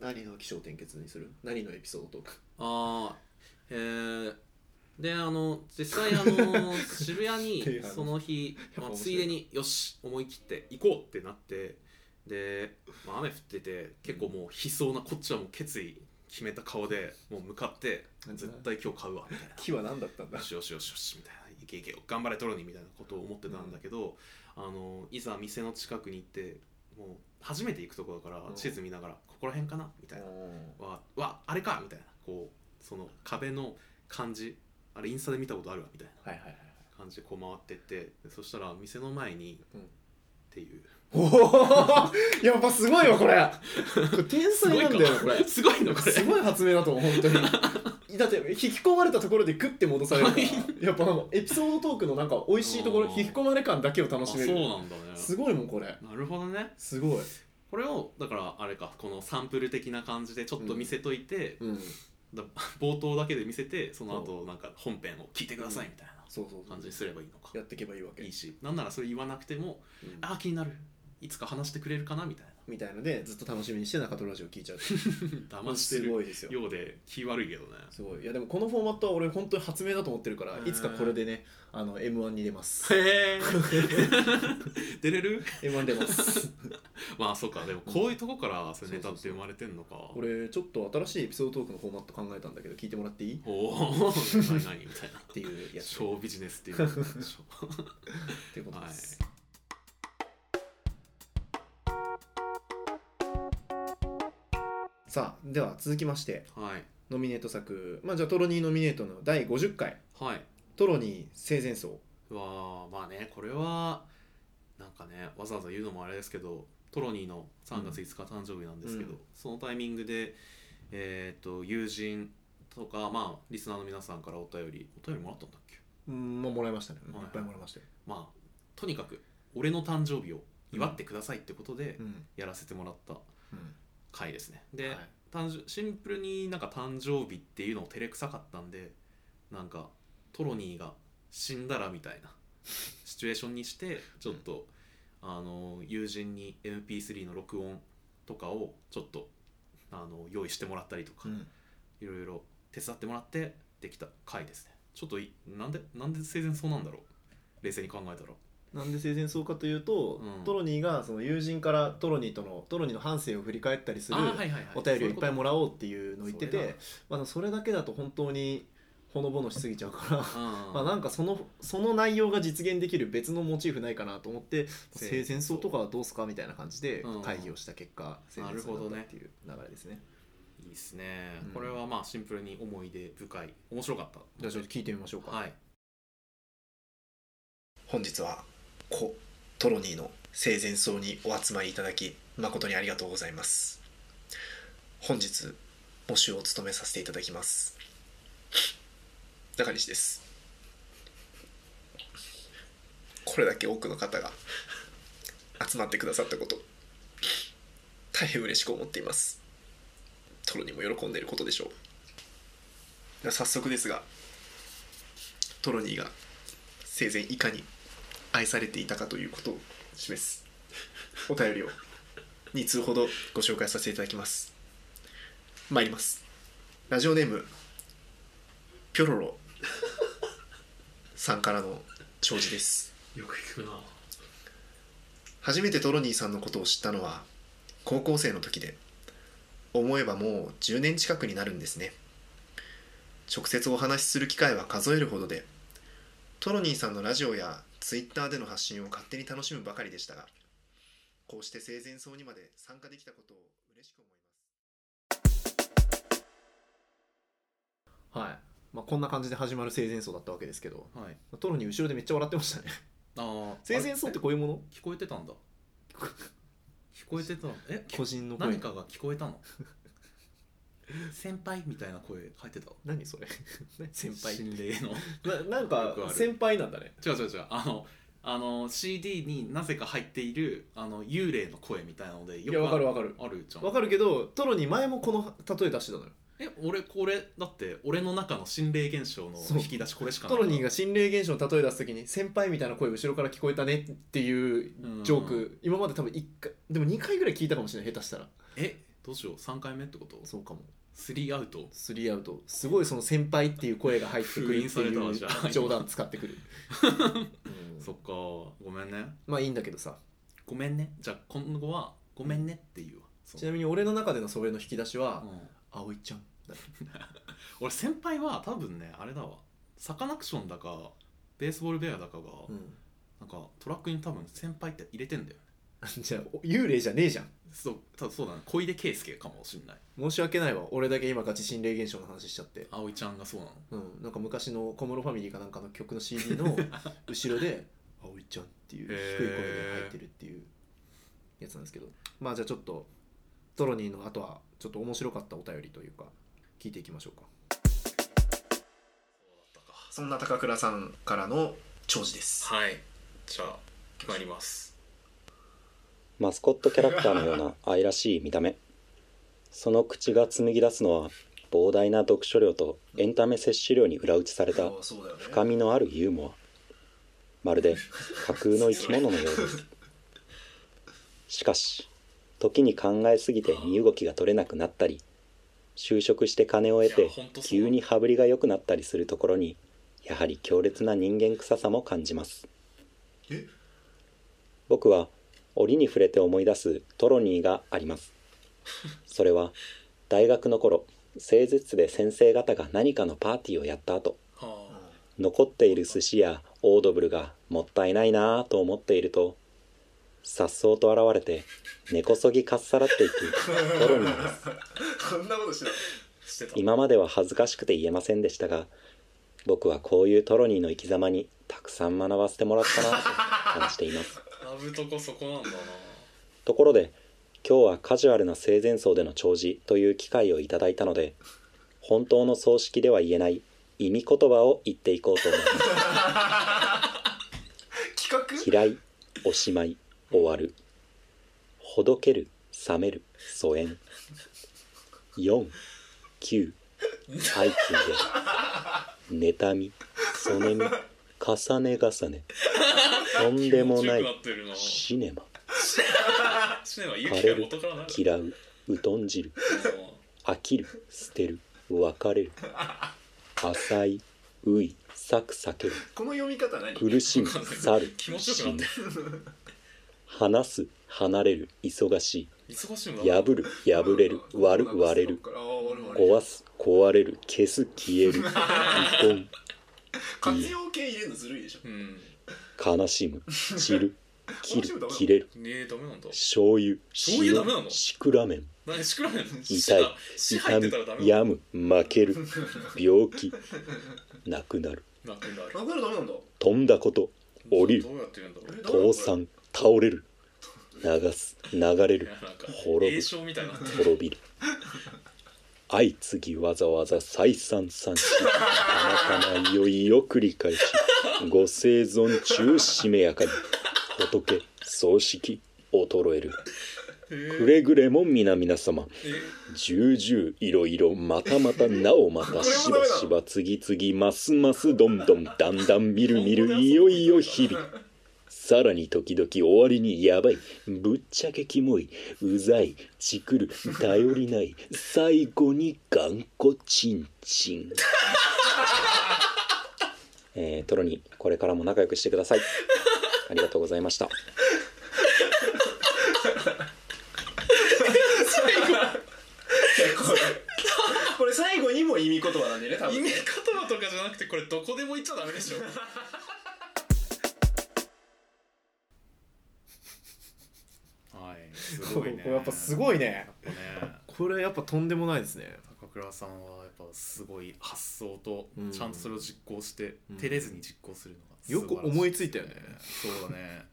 Speaker 2: 何の気象転結にする何のエピソードトー ク
Speaker 1: ああへえであの実際あの渋谷
Speaker 2: ってい
Speaker 1: に
Speaker 2: う話
Speaker 1: その日、まあ、
Speaker 2: 面白
Speaker 1: つ
Speaker 2: い
Speaker 1: いでによし思い切って行こうってなってで、まあ、雨降ってて結構もう悲壮なこっちはもう決意決めた顔でもう向かって
Speaker 2: なんだ
Speaker 1: 絶対今日買うわみたいな
Speaker 2: 木は何だったんだ
Speaker 1: よしよしよしよしみたいないけいけよ頑張れトロニーみたいなことを思ってたんだけど、あのいざ店の近くに行ってもう初めて行くとこだから
Speaker 2: うん
Speaker 1: 地図見ながらここら辺かなみたいな
Speaker 2: うん
Speaker 1: わわあれかみたいなこうその壁の感じあれインスタで見たことあるわみたいな
Speaker 2: はいはいはい
Speaker 1: 感じでこう回ってってでそしたら店の前に、
Speaker 2: うん
Speaker 1: っていう
Speaker 2: おお やっぱすごいわこれ これ天才なんだよこれ
Speaker 1: すごいのこれ
Speaker 2: すごい発明だと思う本当 にだって引き込まれたところでグッて戻されるからやっぱなんかエピソードトークのなんか美味しいところ
Speaker 1: うん
Speaker 2: 引き込まれ感だけを楽
Speaker 1: あ
Speaker 2: し
Speaker 1: そう
Speaker 2: める
Speaker 1: なんだね
Speaker 2: すごいもんこれ
Speaker 1: なるほどね
Speaker 2: すごい、
Speaker 1: これをだからあれかこのサンプル的な感じでちょっと見せといて、
Speaker 2: うん、
Speaker 1: だ 冒頭だけで見せてその後なんか本編を聞いてくださいみたいな
Speaker 2: そうそうそう
Speaker 1: 感じにすればいいのか、
Speaker 2: やっていけばいいわけ
Speaker 1: いいしなんならそれ言わなくても
Speaker 2: うん
Speaker 1: ああ気になるいつか話してくれるかなみたい
Speaker 2: みたいのでずっと楽しみにして中トロラジオ聞いちゃう
Speaker 1: な騙して
Speaker 2: す
Speaker 1: る
Speaker 2: ごいですよ
Speaker 1: ようで気悪いけどね
Speaker 2: すごいいやでもこのフォーマットは俺本当に発明だと思ってるから
Speaker 1: うん
Speaker 2: いつかこれでねあの M1 に出ます
Speaker 1: へえ出れる
Speaker 2: M1 出ます
Speaker 1: まあそうかでもこういうとこからそういうネタって生まれてんのか
Speaker 2: 俺ちょっと新しいエピソードトークのフォーマット考えたんだけど聞いてもらっていいっ
Speaker 1: おおー何何みたいな
Speaker 2: ていうやつ
Speaker 1: ショービジネスっていう の
Speaker 2: っていうこと
Speaker 1: は
Speaker 2: です、
Speaker 1: い
Speaker 2: さあでは続きまして
Speaker 1: はい
Speaker 2: ノミネート作まあじゃあトロニーノミネートの第50回
Speaker 1: はい
Speaker 2: トロニー生前葬
Speaker 1: うわーまあねこれはなんかねわざわざ言うのもあれですけどトロニーの3月5日誕生日なんですけど、
Speaker 2: うん
Speaker 1: そのタイミングで、えー、と友人とか、まあ、リスナーの皆さんからお便りお便りもらったんだっけ
Speaker 2: うんまあもらいましたね、
Speaker 1: はい
Speaker 2: い、っぱいもらいましたよ、
Speaker 1: まあとにかく俺の誕生日を祝ってくださいってことで
Speaker 2: うん
Speaker 1: やらせてもらった回ですね、
Speaker 2: うん
Speaker 1: で、
Speaker 2: はい
Speaker 1: 誕生シンプルになんか誕生日っていうのを照れくさかったんでなんかトロニーが死んだらみたいなシチュエーションにしてちょっと、あの友人に MP3 の録音とかをちょっとあの用意してもらったりとか、
Speaker 2: うん
Speaker 1: いろいろ手伝ってもらってできた回ですねちょっといなんでなんで生前そうなんだろう冷静に考えたら
Speaker 2: なんで生前葬かというと、
Speaker 1: うん
Speaker 2: トロニーがその友人からトロニーとのトロニーの半生を振り返ったりする
Speaker 1: あーはいはいはい
Speaker 2: お便りをいっ
Speaker 1: そうう
Speaker 2: ぱい
Speaker 1: こ
Speaker 2: もらおうっていうのを言って
Speaker 1: それ
Speaker 2: てまあ、それだけだと本当にほのぼのしすぎちゃうから
Speaker 1: とうんうん
Speaker 2: まあなんかそのその内容が実現できる別のモチーフないかなと思って
Speaker 1: そう
Speaker 2: 生前葬とかはどうすかみたいな感じで
Speaker 1: うん
Speaker 2: 会議をした結果生前葬だったっていう流れですね
Speaker 1: いいですね、
Speaker 2: うん
Speaker 1: これはまあシンプルに思い出深い面白かった
Speaker 2: じゃあちょっと聞いてみましょうか、
Speaker 1: はい
Speaker 2: 本日は故トロニーの生前葬にお集まりいただき誠にありがとうございます本日募集を務めさせていただきます中西ですこれだけ多くの方が集まってくださったこと大変嬉しく思っていますトロニーも喜んでいることでしょうでは早速ですがトロニーが生前いかに愛されていたかということを示すお便りを2通ほどご紹介させていただきます参りますラジオネームピョロロさんからの弔辞です
Speaker 1: よく聞くな
Speaker 2: 初めてトロニーさんのことを知ったのは高校生の時で思えばもう10年近くになるんですね直接お話しする機会は数えるほどでトロニーさんのラジオやツイッターでの発信を勝手に楽しむばかりでしたがこうして生前葬にまで参加できたことを嬉しく思いますはい、まあ、こんな感じで始まる生前葬だったわけですけど
Speaker 1: はい
Speaker 2: トロニー後ろでめっちゃ笑ってましたね
Speaker 1: あー
Speaker 2: 生前葬ってこういうもの
Speaker 1: 聞こえてた んだ聞こえてたえ
Speaker 2: 個人の声
Speaker 1: 何かが聞こえたの 先輩みたいな声入ってた
Speaker 2: 何それ 何先輩
Speaker 1: 心霊の
Speaker 2: ななん
Speaker 1: よ
Speaker 2: か
Speaker 1: くある
Speaker 2: 先輩なんだね
Speaker 1: 違う違う違うあのあの CD になぜか入っているあの幽霊の声みたいなので
Speaker 2: いやわかるわかる
Speaker 1: あるじゃん
Speaker 2: わかるけどトロに前もこの例え出してたのよ
Speaker 1: え俺これだって俺の中の心霊現象の
Speaker 2: そう
Speaker 1: 引き出しこれしかない
Speaker 2: トロニーが心霊現象の例え出す時に「先輩みたいな声後ろから聞こえたね」っていうジョーク、
Speaker 1: うん
Speaker 2: 今まで多分1回でも2回ぐらい聞いたかもしれない下手したら
Speaker 1: えどうしよう3回目ってこと
Speaker 2: そうかも
Speaker 1: 3アウト
Speaker 2: スリーアウトすごいその「先輩」っていう声が入ってくるって
Speaker 1: 封印されたわじゃ
Speaker 2: い
Speaker 1: あ
Speaker 2: う冗談使っ てくる、うん
Speaker 1: そっかごめんね
Speaker 2: まあいいんだけどさ
Speaker 1: ごめんねじゃあ今後はごめんねって言うわそう
Speaker 2: ちなみに俺の中でのそれの引き出しは
Speaker 1: うん
Speaker 2: 「葵ちゃん」だね
Speaker 1: 俺先輩は多分ねあれだわサカナクションだかベースボールベアだかが、
Speaker 2: うん、
Speaker 1: なんかトラックに多分先輩って入れてんだよね
Speaker 2: じゃあお幽霊じゃねえじゃん
Speaker 1: そう多分そうだね小出圭介かもしんない
Speaker 2: 申し訳ないわ俺だけ今ガチ心霊現象の話しちゃって
Speaker 1: 葵ちゃんがそうなの
Speaker 2: うん、なんか昔の小室ファミリーかなんかの曲の CD の後ろで「葵ちゃん」っていう低い声で入ってるっていうやつなんですけどまあじゃあちょっとトロニーの後はちょっと面白かったお便りというか聞いていきましょうかそんな高倉さんからの弔辞です
Speaker 1: はいじゃあ決まります
Speaker 4: マスコットキャラクターのような愛らしい見た目その口が紡ぎ出すのは膨大な読書量とエンタメ摂取量に裏打ちされた
Speaker 2: そうだよね
Speaker 4: 深みのあるユーモアまるで架空の生き物のようですしかし時に考えすぎて身動きが取れなくなったり就職して金を得
Speaker 1: いや
Speaker 4: て
Speaker 1: ほんとそう
Speaker 4: 急に羽振りが良くなったりするところにやはり強烈な人間臭さも感じます
Speaker 2: え
Speaker 4: 僕は折に触れて思い出すトロニーがありますそれは大学の頃整術で先生方が何かのパーティーをやった後
Speaker 1: は
Speaker 4: 残っている寿司やオードブルがもったいないなぁと思っていると颯爽と現れて根こそぎかっさらっていくトロニーです
Speaker 2: こんなことして
Speaker 1: あしてた
Speaker 4: 今までは恥ずかしくて言えませんでしたが僕はこういうトロニーの生き様にたくさん学ばせてもらったなと感じています
Speaker 1: ラブとこそこなんだな
Speaker 4: ところで今日はカジュアルな生前葬での弔辞という機会をいただいたので本当の葬式では言えない意味言葉を言っていこうと思います
Speaker 2: 企
Speaker 4: 嫌いおしまい終わるほどける冷める疎遠4九相次いで妬みそねみ重ね重ねとんでもな
Speaker 1: 気持ちよくないってるな
Speaker 4: シネマ
Speaker 1: シネマ勇
Speaker 4: 枯
Speaker 1: 気
Speaker 4: れ
Speaker 1: が
Speaker 4: る
Speaker 1: 元からない
Speaker 4: 嫌ううどん汁飽きる捨てる別れる浅いういさく避ける
Speaker 2: この読み方何
Speaker 4: 苦しむ
Speaker 1: わかんない
Speaker 4: 去る
Speaker 1: 気持ちよくなってる
Speaker 4: 死ぬ話す離れる忙し
Speaker 1: 忙しいもん
Speaker 4: い
Speaker 1: だ
Speaker 4: 破る破れる割る割れる
Speaker 2: 壊
Speaker 4: 壊す壊れる消す消える離婚いい
Speaker 2: 用系入れるのずるいでしょ
Speaker 1: うん
Speaker 4: 悲しむ散る切
Speaker 2: 面白い
Speaker 4: る
Speaker 2: な
Speaker 4: 切れる
Speaker 1: ねえダメなんだ
Speaker 4: 醤油
Speaker 1: 醤油ダメなの
Speaker 4: 塩シクラメン
Speaker 1: 何しくらめんの
Speaker 4: 痛い
Speaker 1: 死だ死入
Speaker 4: 痛
Speaker 1: って
Speaker 4: み
Speaker 1: たらダメな
Speaker 4: 病む負ける病気なくなる
Speaker 1: のなくなる
Speaker 2: なくなるダメなんだ
Speaker 4: 飛んだこと降りる
Speaker 1: どうやってるんだろう
Speaker 4: 倒産倒れる流す流れ
Speaker 1: い
Speaker 4: る
Speaker 1: やなんか
Speaker 4: 滅ぶ
Speaker 1: 栄唱みたいになってる
Speaker 4: 滅びる相次ぎわざわざ再三三四あなたないよいよ繰り返しご生存中しめやかに仏葬式衰える
Speaker 1: え
Speaker 4: く
Speaker 1: ー
Speaker 4: れぐれも皆皆様
Speaker 1: えー
Speaker 4: 重々いろいろまたまたなおまたしばしば次々ますますどんどんだんだんみるみるいよいよ日々さらに時々終わりにやばいぶっちゃけキモいうざいチクる頼りない最後に頑固チンチンえー、トロにこれからも仲良くしてくださいありがとうございました
Speaker 5: これこれ最後にも意味言葉なんでね多
Speaker 1: 意
Speaker 5: 分
Speaker 1: 味言葉とかじゃなくてこれどこでも言っちゃダメでしょはいすごいね
Speaker 2: これやっぱすごいね
Speaker 1: やっぱね
Speaker 2: これやっぱとんでもないですね
Speaker 1: 高倉さんはやっぱすごい発想と
Speaker 2: うん
Speaker 1: ちゃんとそれを実行して、
Speaker 2: うん
Speaker 1: 照れずに実行するのが
Speaker 2: よく思いついたよね
Speaker 1: 素晴らしいそうだね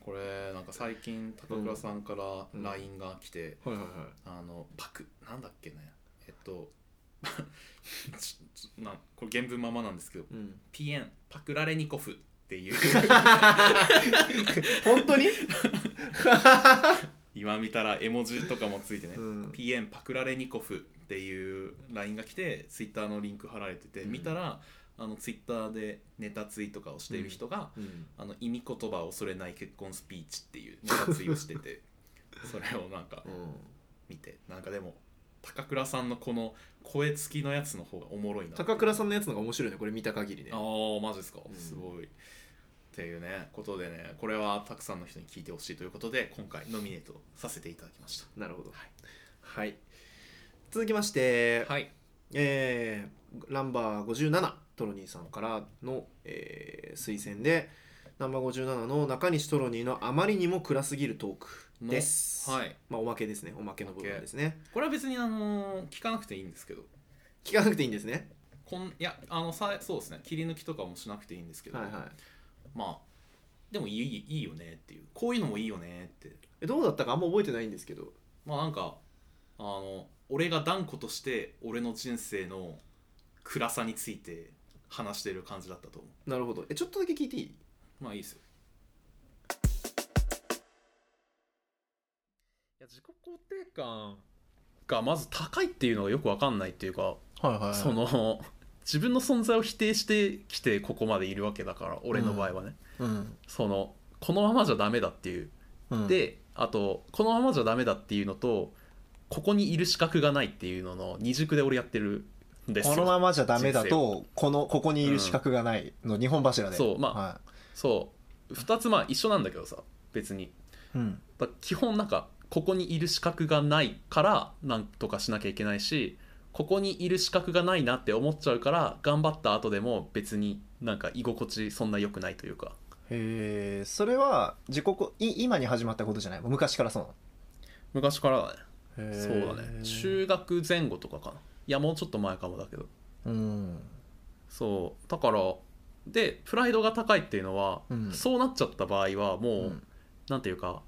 Speaker 1: これなんか最近高倉さんから LINE が来て、
Speaker 2: はいはいは
Speaker 1: あのパクなんだっけねえっと ちちなこれ原文ままなんですけど
Speaker 2: い、うん、
Speaker 1: ピエンパクラレニコフっていう
Speaker 2: 本当に、
Speaker 1: 今見たら絵文字とかもついてね、
Speaker 2: ん
Speaker 1: PN パクラレニコフっていう LINE が来てツイッターのリンク貼られてて、
Speaker 2: うん
Speaker 1: 見たらあのツイッターでネタツイとかをしている人が、
Speaker 2: うん、
Speaker 1: あの意味言葉を恐れない結婚スピーチっていうネタツイをして てそれをなんか見てなんかでも高倉さんのこの声付きのやつの方がおもろいな
Speaker 2: 高倉さ
Speaker 1: ん
Speaker 2: んのやつの方が面白いねこれ見た限りね
Speaker 1: ああマジですか、
Speaker 2: うん
Speaker 1: すごいっていうねことでねこれはたくさんの人に聞いてほしいということで今回ノミネートさせていただきまし
Speaker 2: なるほど
Speaker 1: はい
Speaker 2: はい続きまして
Speaker 1: たはい
Speaker 2: えーナンバー57トロニーさんからの、えー推薦でナンバー57の中西トロニーのあまりにも暗すぎるトークです、
Speaker 1: はい
Speaker 2: まあ、おまけですねおまけの部分ですね
Speaker 1: これは別にあのー聞かなくていいんですけど
Speaker 2: 聞かなくていいんですね
Speaker 1: こんいやあのさそうですね切り抜きとかもしなくていいんですけど、
Speaker 2: はいはい
Speaker 1: まあでもいいいいよねっていうこういうのもいいよねって
Speaker 2: えどうだったかあんま覚えてないんですけど
Speaker 1: まあなんかあの俺が断固として俺の人生の暗さについて話してる感じだったと思
Speaker 2: なるほどえちょっとだけ聞いていいう
Speaker 1: まあいいですよいや自己肯定感がまず高いっていうのがよくわかんないっていうか
Speaker 2: はいは
Speaker 1: その 自分の存在を否定してきてここまでいるわけだから俺の場合はね、
Speaker 2: うん
Speaker 1: そのこのままじゃダメだっていう、
Speaker 2: うん
Speaker 1: であとこのままじゃダメだっていうのとここにいる資格がないっていうのの二軸で俺やってるんですよ
Speaker 2: まじゃ
Speaker 1: ダメだと
Speaker 2: このここに
Speaker 1: いる資
Speaker 2: 格がないの日本柱
Speaker 1: でそうまあそう2つまあ一緒なんだけどさ別に
Speaker 2: うん
Speaker 1: だから基本なんかここにいる資格がないからなんとかしなきゃいけないしここにいる資格がないなって思っちゃうから頑張った後でも別になんか居心地そんな良くないというか
Speaker 6: へえそれは自己こい今に始まったことじゃないもう昔からそう
Speaker 1: 昔からだね
Speaker 6: なの
Speaker 1: そうだね中学前後とかかないやもうちょっと前かもだけど
Speaker 6: うん
Speaker 1: そうだからでプライドが高いっていうのは、
Speaker 6: うん
Speaker 1: そうなっちゃった場合はもう、
Speaker 6: うん
Speaker 1: なんていうか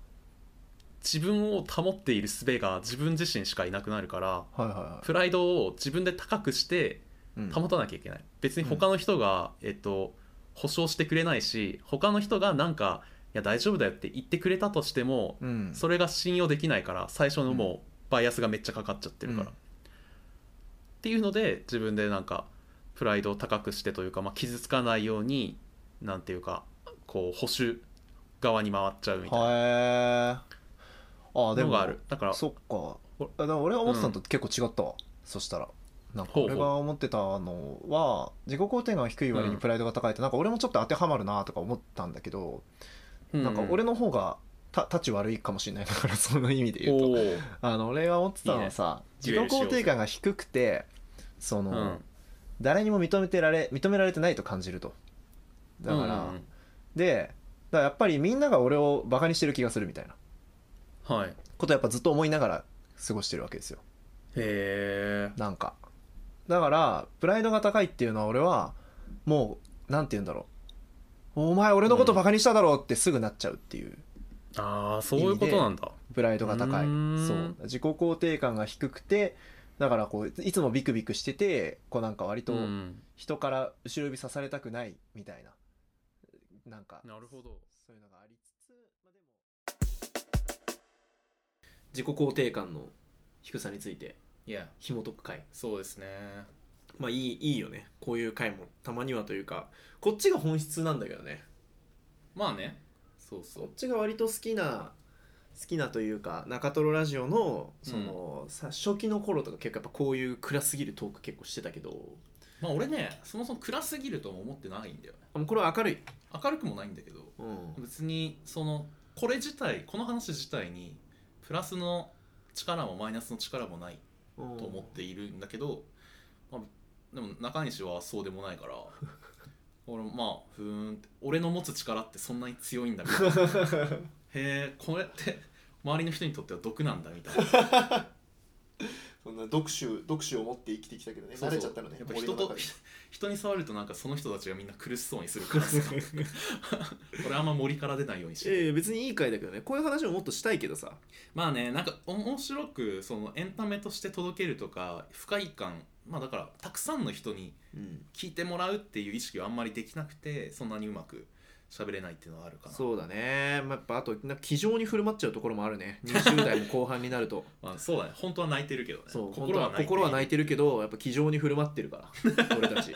Speaker 1: 自分を保っている術が自分自身しかいなくなるから
Speaker 6: はいはいは
Speaker 1: プライドを自分で高くして
Speaker 6: いうん
Speaker 1: 保たなきゃいけない、別に他の人が、えっと保証してくれないし他の人がなんかいや大丈夫だよって言ってくれたとしても
Speaker 6: うん
Speaker 1: それが信用できないから最初のもうバイアスがめっちゃかかっちゃってるから、
Speaker 6: うん
Speaker 1: っていうので自分でなんかプライドを高くしてというか、まあ、傷つかないようになんていうかこう保守側に回っちゃうみたい
Speaker 6: へえあ
Speaker 1: な
Speaker 6: で
Speaker 1: の
Speaker 6: も
Speaker 1: があるだから
Speaker 6: そっかあでも俺が思ってたのと結構違ったわ、そしたらなんか
Speaker 1: ほうほう
Speaker 6: 俺が思ってたのは自己肯定感が低い割にプライドが高いって、なんか俺もちょっと当てはまるなとか思ったんだけど、
Speaker 1: う
Speaker 6: なんか俺の方がたたち悪いかもしれないだから その意味で言うと
Speaker 1: おー
Speaker 6: あの俺が思ってたのはさ
Speaker 1: いいね
Speaker 6: 自己肯定感が低くてその、
Speaker 1: うん
Speaker 6: 誰にも認めてられ認められてないと感じるとだから、
Speaker 1: うん
Speaker 6: でだからやっぱりみんなが俺をバカにしてる気がするみたいな
Speaker 1: はいへ
Speaker 6: ことをやっぱずっと思いながら過ごしてるわけですよ
Speaker 1: え
Speaker 6: なんかだからプライドが高いっていうのは俺はもうなんて言うんだろうお前俺のことバカにしただろうってすぐなっちゃうっていう
Speaker 1: ああそういうことなんだ
Speaker 6: プライドが高い
Speaker 1: うん
Speaker 6: そう自己肯定感が低くてだからこういつもビクビクしててこうなんか割と
Speaker 1: うん
Speaker 6: 人から後ろ指さされたくないみたいななんか
Speaker 1: なるほど
Speaker 6: そういうのがありつつ、まあ、でも
Speaker 2: 自己肯定感の低さについて
Speaker 1: いや
Speaker 2: 紐解く回
Speaker 1: そうですね
Speaker 2: まあいいいいよねこういう回もたまにはというかこっちが本質なんだけどね
Speaker 1: まあねそうそ
Speaker 2: こ
Speaker 1: う
Speaker 2: っちが割と好きな好きなというか中トロラジオのその、さ初期の頃とか結構やっぱこういう暗すぎるトーク結構してたけど
Speaker 1: まあ俺ねそもそも暗すぎるとも思ってないんだよね
Speaker 2: あもうこれは明るい、
Speaker 1: 明るくもないんだけど
Speaker 2: うん、
Speaker 1: 別にそのこれ自体この話自体にプラスの力もマイナスの力もない
Speaker 2: と
Speaker 1: と思っているんだけど、まあ、でも中西はそうでもないから 俺もまあふーんって俺の持つ力ってそんなに強いんだみたいなへえこれって周りの人にとっては毒なんだみたいな
Speaker 3: そんな読書読書を持って生きてきたけどね慣れちゃったのね
Speaker 1: やっぱ人と
Speaker 3: 森の中に
Speaker 1: 人に触るとなんかその人たちがみんな苦しそうにするから さ俺あんま森から出ないようにして
Speaker 2: ええ別にいい回だけどねこういう話をもっとしたいけどさ
Speaker 1: まあねなんかお面白くそのエンタメとして届けるとか不快感まあだからたくさんの人に
Speaker 2: うん
Speaker 1: 聞いてもらうっていう意識はあんまりできなくてそんなにうまく喋れないっていうのはあるかな
Speaker 2: そうだね、まあ、やっぱあとなんか気丈に振る舞っちゃうところもあるね20代も後半になると
Speaker 1: まあ、そうだね本当は泣いてるけどね
Speaker 2: そう
Speaker 1: 心は
Speaker 2: 本当
Speaker 1: 泣いて
Speaker 2: 心は泣い
Speaker 1: て
Speaker 2: てるけどやっぱ気丈に振る舞ってるから俺たち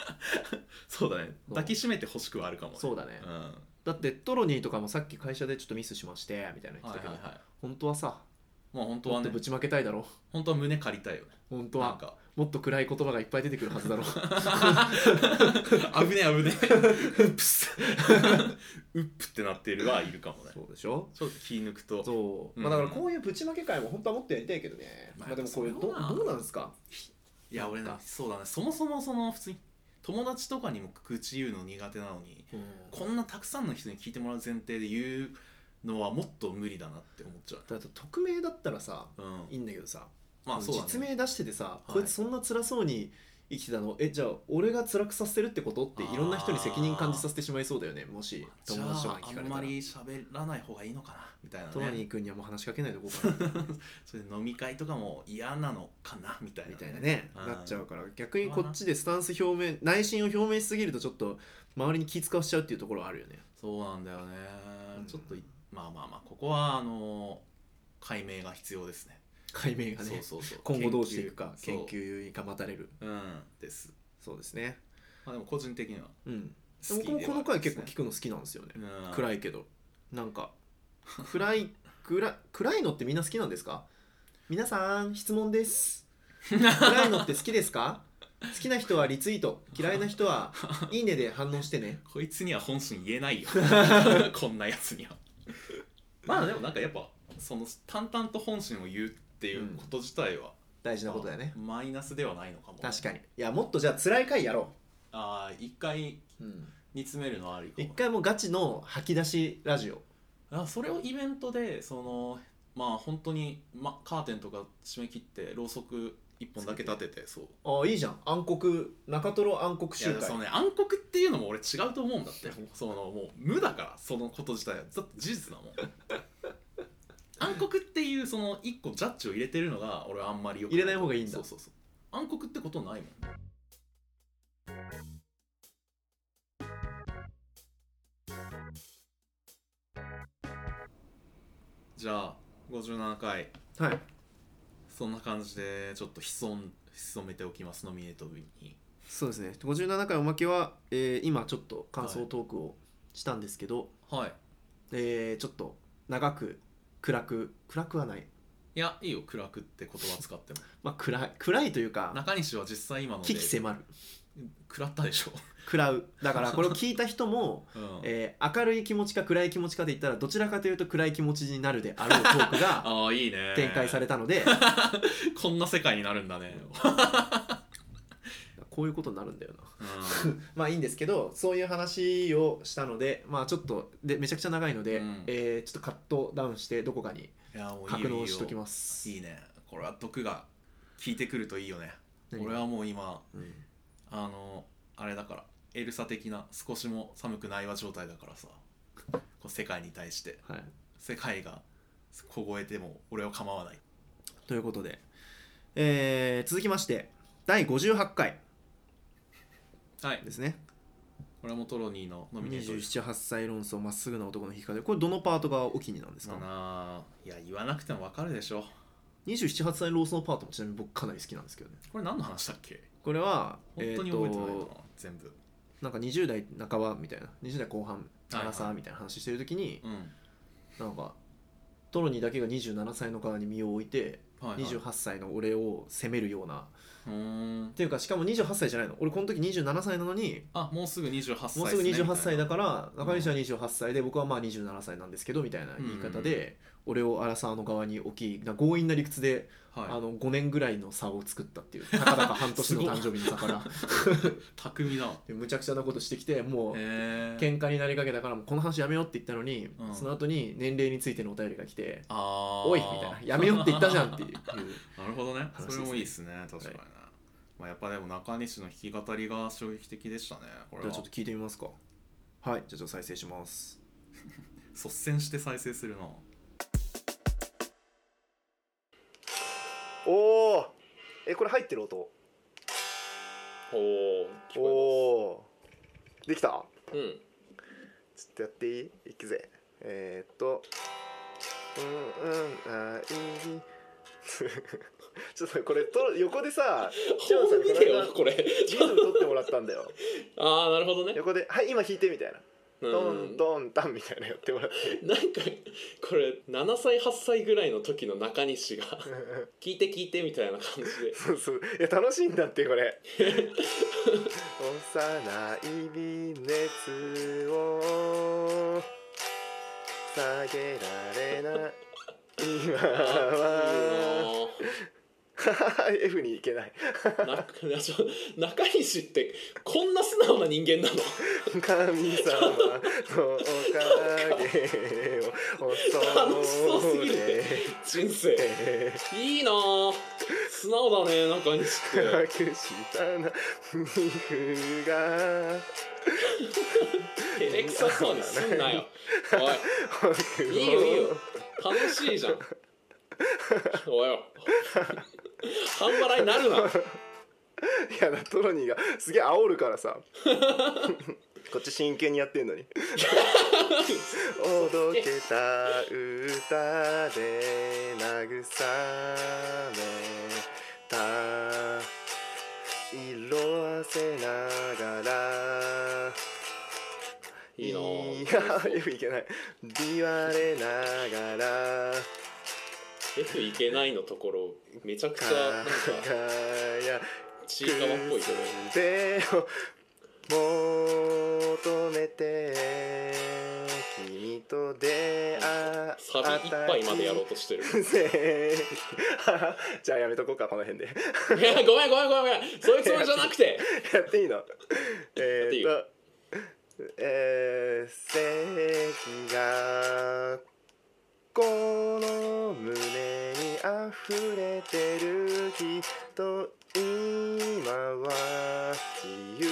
Speaker 1: そうだね
Speaker 2: そう
Speaker 1: 抱きしめてほしくはあるかも、ね、
Speaker 2: そうだね
Speaker 1: うんは
Speaker 2: だってトロニーとかもさっき会社でちょっとミスしましてみたいなの
Speaker 1: い
Speaker 2: 言っ
Speaker 1: は
Speaker 2: て
Speaker 1: い
Speaker 2: たけど、
Speaker 1: はい
Speaker 2: 本当はさ
Speaker 1: まあ本当
Speaker 2: も
Speaker 1: は
Speaker 2: っと
Speaker 1: ね
Speaker 2: ぶちまけたいだろ
Speaker 1: 本当は胸借りたいよね
Speaker 2: 本当
Speaker 1: なん
Speaker 2: は
Speaker 1: か
Speaker 2: もっと暗い言葉がいっぱい出てくるはず だろ
Speaker 1: 危ねえ危ねえ うっぷすうっぷってなってるはいるかもね
Speaker 2: そうでしょ
Speaker 1: ちょっと気抜くと
Speaker 2: そう、
Speaker 1: うん
Speaker 2: まあ、だからこういうぶちまけ会も本当はもっとやりたいけどね、
Speaker 1: ま
Speaker 2: ま
Speaker 1: あ
Speaker 2: あ、でもこれど
Speaker 1: そうだない
Speaker 2: どうなんですか
Speaker 1: いや俺ねそうだねそもそもその普通に友達とかにも口言うの苦手なのに
Speaker 2: うん
Speaker 1: こんなたくさんの人に聞いてもらう前提で言うのはもっと無理だなって思っちゃう
Speaker 2: だと匿名だったらさ
Speaker 1: うん
Speaker 2: いいんだけどさ、
Speaker 1: まあそうだね
Speaker 2: 実名出しててさ、
Speaker 1: い
Speaker 2: こいつそんな辛そうに生きてたのえじゃあ俺が辛くさせてるってことっていろんな人に責任感じさせてしまいそうだよねもし
Speaker 1: じ
Speaker 2: 友
Speaker 1: ゃ
Speaker 2: 達とか
Speaker 1: あ
Speaker 2: に聞
Speaker 1: あ
Speaker 2: か
Speaker 1: ん
Speaker 2: れた
Speaker 1: ま
Speaker 2: ら
Speaker 1: り喋らない方がいいのかなみたい
Speaker 2: ト
Speaker 1: な
Speaker 2: ロニ
Speaker 1: ね
Speaker 2: ー君にはもう話しかけないでおこうかな
Speaker 1: それで飲み会とかも嫌なのかなみたいなね
Speaker 2: みたいなね
Speaker 1: うん
Speaker 2: なっちゃうから逆にこっちでスタンス表明内心を表明しすぎるとちょっと周りに気使わしちゃうっていうところはあるよね
Speaker 1: そうなんだよね
Speaker 2: うん
Speaker 1: ちょっといまあまあまあここはあの解明が必要ですね
Speaker 2: 解明が
Speaker 1: そう
Speaker 2: ね
Speaker 1: そうそう
Speaker 2: 今後どうしていくか
Speaker 1: そう
Speaker 2: 研究が待たれる
Speaker 1: うんです
Speaker 2: そうですね
Speaker 1: まあでも個人的には
Speaker 2: うん
Speaker 1: 好き
Speaker 2: 僕もこの回結構聞
Speaker 1: く
Speaker 2: くの好きなんですよね
Speaker 1: い
Speaker 2: 暗いけどなんか暗い暗暗いのってみんな好きなんですか皆さん質問です暗いのって好きですか好きな人はリツイート嫌いな人は「いいね」で反応してね
Speaker 1: こいつには本心言え ないよこんなやつにはまあでもなんかやっぱその淡々と本心を言うっていうこと自体は、
Speaker 2: 大事なことだよね
Speaker 1: マイナスではないのかも
Speaker 2: 確かにいやもっとじゃあ辛い回やろ
Speaker 1: ああ一回
Speaker 2: う、
Speaker 1: 煮詰めるのはありか
Speaker 2: 一
Speaker 1: も
Speaker 2: 回もうガチの吐き出しラジオ
Speaker 1: あそれをイベントでそのまあ本当にまカーテンとか締め切ってろうそく一本だけ立ててそう
Speaker 2: ああいいじゃん暗黒中トロ暗黒
Speaker 1: い
Speaker 2: 集
Speaker 1: やそ
Speaker 2: 会
Speaker 1: のね暗黒っていうのも俺違うと思うんだってそのもう無だからそのこと自体はだって事実だ もん暗黒っていうその一個ジャッジを入れてるのが俺はあんまりよく
Speaker 2: 入れない方がいいんだ
Speaker 1: そうそうそう暗黒ってことないもんじゃあ57回
Speaker 2: はい
Speaker 1: そんな感じでちょっと潜ん潜めておきますノミネート部に
Speaker 2: そうですね57回おまけは、えー今ちょっと感想トークをしたんですけど、
Speaker 1: はい
Speaker 2: えーちょっと長く暗く暗くはない
Speaker 1: いや、いいよ、暗くって言葉使っても。
Speaker 2: まあ暗い暗いというか
Speaker 1: 中西は実際今ので
Speaker 2: 危機迫る
Speaker 1: 食らったでしょ。
Speaker 2: 食らう だからこれを聞いた人も、
Speaker 1: うん、
Speaker 2: えー明るい気持ちか暗い気持ちかで言ったらどちらかというと暗い気持ちになるであろうトークが
Speaker 1: ああ、いいね。
Speaker 2: 展開されたので、
Speaker 1: こんな世界になるんだね。
Speaker 2: こういうことになるんだよな
Speaker 1: うん、
Speaker 2: まあいいんですけどそういう話をしたのでまあちょっとでめちゃくちゃ長いので、
Speaker 1: うん
Speaker 2: えーちょっとカットダウンしてどこかに
Speaker 1: いや、もういい
Speaker 2: 格
Speaker 1: よ
Speaker 2: 納
Speaker 1: いい
Speaker 2: しとき
Speaker 1: よ。
Speaker 2: ます
Speaker 1: いいね。これは毒が効いてくるといいよね。
Speaker 2: 何
Speaker 1: 俺はもう今、
Speaker 2: うん
Speaker 1: あの、あれだから、エルサ的な少しも寒くないわ状態だからさ、こう世界に対して、
Speaker 2: はい、
Speaker 1: 世界が凍えても俺は構わない。
Speaker 2: ということで、えー続きまして第58回
Speaker 1: はい
Speaker 2: で、すね
Speaker 1: これはもうトロニーのノミネートです。
Speaker 2: 278歳論争まっすぐな男の引き方これどのパートがお気になんです
Speaker 1: か
Speaker 2: か
Speaker 1: ないや、言わなくてもわかるでしょ。
Speaker 2: 278歳論争のパートもちなみに僕かなり好きなんですけどね
Speaker 1: これ何の話だっけ
Speaker 2: これは
Speaker 1: 本当に
Speaker 2: えー
Speaker 1: 覚え
Speaker 2: と
Speaker 1: てないな、全部
Speaker 6: なんか20代半ばみたいな20代後半
Speaker 1: はい
Speaker 6: 7歳みたいな話してる時に、
Speaker 1: うん
Speaker 6: なんかトロニーだけが27歳の側に身を置いて
Speaker 1: はいはい
Speaker 6: 28歳の俺を責めるような
Speaker 1: うーん
Speaker 6: っていうかしかも28歳じゃないの俺この時27歳なのに
Speaker 1: あもうすぐ28歳
Speaker 6: もうすぐ28歳だ
Speaker 1: か
Speaker 6: から
Speaker 1: な
Speaker 6: 中西は28歳で僕はまあ27歳なんですけどみたいな言い方で俺をアラサーの側に置きな強引な理屈で
Speaker 1: ら
Speaker 6: あ
Speaker 1: はい
Speaker 6: の5年ぐらいの差を作ったっていうたかだか半年の誕生日の差から
Speaker 1: 巧みだへ
Speaker 6: でむちゃくちゃなことしてきてもう
Speaker 1: え
Speaker 6: 喧嘩になりかけたからもうこの話やめようって言ったのに、
Speaker 1: うん
Speaker 6: その後に年齢についてのお便りが来て「
Speaker 1: あー
Speaker 6: おい!」みたいな「やめようって言ったじゃん」っていう
Speaker 1: なるほどね
Speaker 6: 話です
Speaker 1: そ
Speaker 6: ね
Speaker 1: れもいいですね確かにね、まあ、やっぱでも中西の弾き語りが衝撃的でしたねこれ
Speaker 6: じゃ
Speaker 1: は
Speaker 6: あちょっと聞いてみますかはいじゃあちょっと再生します
Speaker 1: 率先して再生するな
Speaker 6: おおえこれ入ってる音お
Speaker 5: お聞
Speaker 6: お
Speaker 5: こ
Speaker 6: できた
Speaker 5: えますうん
Speaker 6: ちょっとやっていいいくぜえー、っとうんうんあーい いちょっとこれと横でさチャンさんに
Speaker 5: 見
Speaker 6: こ
Speaker 5: て
Speaker 6: の間
Speaker 5: よこれ
Speaker 6: リズム取ってもらったんだよ
Speaker 5: ああなるほどね
Speaker 6: 横で「はい今弾いて」みたいな「
Speaker 5: うん
Speaker 6: ドンドンタン」みたいなやってもらって
Speaker 5: なんかこれ7歳8歳ぐらいの時の中 西が聞いて聞いてみたいな感じで
Speaker 6: そうそういや楽しいんだってこれ幼い微熱を下げられない今は F に行けない
Speaker 5: なちょ中西ってこんな素直な人間なの
Speaker 6: 神様のおかげを
Speaker 5: 楽しそうす
Speaker 6: 恐
Speaker 5: ぎ
Speaker 6: れ
Speaker 5: る人生
Speaker 6: て
Speaker 5: いいなあ素直だね中西って
Speaker 6: 隠したな 肉が
Speaker 5: 照れくさそうにすんなよおいいいよいいよ楽しいじゃんおいよ半笑いになるない
Speaker 6: やだトロニーがすげえ煽るから さこっち真剣にやってんのにおどけた歌で慰めた色あせながら
Speaker 5: いいなあ
Speaker 6: や F いけ ない言われながら
Speaker 5: F いけないのところめちゃくちゃなんか
Speaker 6: 輝
Speaker 5: ちいかわっぽいけど
Speaker 6: 腕を求めて君と出会
Speaker 5: サビ一杯までやろうとしてるい
Speaker 6: せ じゃあやめとこうかこの辺で
Speaker 5: やごめんごめんごめんごめんそういうつもりじゃなくて
Speaker 6: やっていいの
Speaker 5: や
Speaker 6: え
Speaker 5: っていい
Speaker 6: ー、
Speaker 5: よ
Speaker 6: とえー、席がこの胸に溢れてるきっと今は自由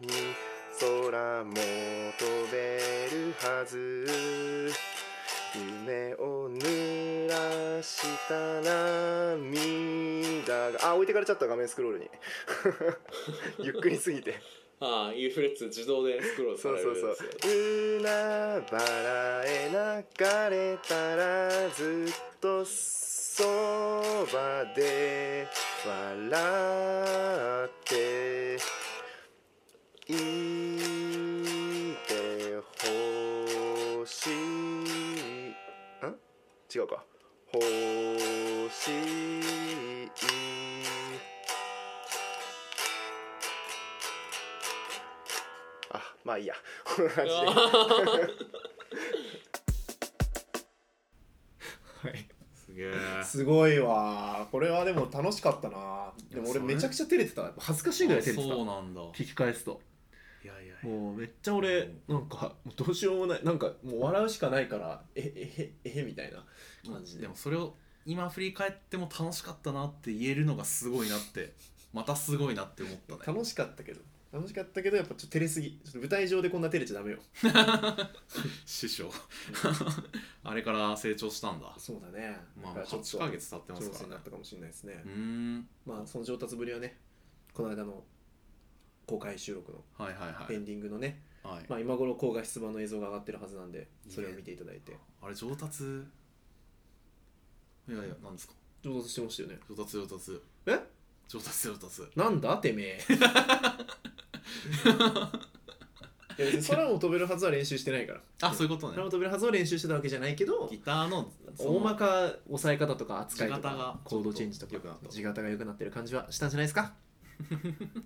Speaker 6: に空も飛べるはず夢を濡らした涙があ置いてかれちゃった画面スクロールに ゆっくりすぎて
Speaker 5: ああインフレッツ自動でスクロールさ
Speaker 6: そ
Speaker 5: れ
Speaker 6: うそ
Speaker 5: る
Speaker 6: う
Speaker 5: やつ
Speaker 6: そう海原へ流れたらずっとそばで笑っていてほしいん違うかほしいあまあいいやこんな感じで
Speaker 1: すげえ
Speaker 2: すごいわこれはでも楽しかったなでも俺めちゃくちゃ照れてたやっぱ恥ずかしいぐらい照れてた
Speaker 1: そうなんだ
Speaker 2: 聞き返すと
Speaker 1: いやいやいや
Speaker 2: もうめっちゃ俺なんかもうどうしようもないなんかもう笑うしかないからええへえへみたいな感じで
Speaker 1: でもそれを今振り返っても楽しかったなって言えるのがすごいなってまたすごいなって思ったね
Speaker 2: 楽しかったけど楽しかったけどやっぱちょっと照れすぎちょっと舞台上でこんな照れちゃダメよ
Speaker 1: 師匠あれから成長したんだ
Speaker 2: そうだね
Speaker 1: まあ
Speaker 2: だからちょっと
Speaker 1: 8ヶ月経ってます
Speaker 2: 上
Speaker 1: か
Speaker 2: 手にな
Speaker 1: ら
Speaker 2: っ
Speaker 1: ね
Speaker 2: たかもしれないですね
Speaker 1: うーん
Speaker 2: まあその上達ぶりはねこの間の公開収録の
Speaker 1: はいはいは
Speaker 2: エ
Speaker 1: い
Speaker 2: ンディングのね、
Speaker 1: はい
Speaker 2: まあ今頃高画質版の映像が上がってるはずなんでそれを見ていただいて
Speaker 1: あれ上達いやいやなんですか
Speaker 2: 上達してましたよね
Speaker 1: 上達上達
Speaker 2: え
Speaker 1: 上達上達
Speaker 2: なんだてめえいや別 に空を飛べるはずは練習してないから
Speaker 7: あそういうこと
Speaker 2: 空
Speaker 7: ね
Speaker 2: を飛べるはずを練習してたわけじゃないけど
Speaker 7: ギターのその
Speaker 2: 大まか押さえ方とか扱いと
Speaker 7: 地形が
Speaker 2: かコードチェンジと
Speaker 7: ちょっと良
Speaker 2: か
Speaker 7: くなった
Speaker 2: 地形が良くなってる感じはしたんじゃないですかど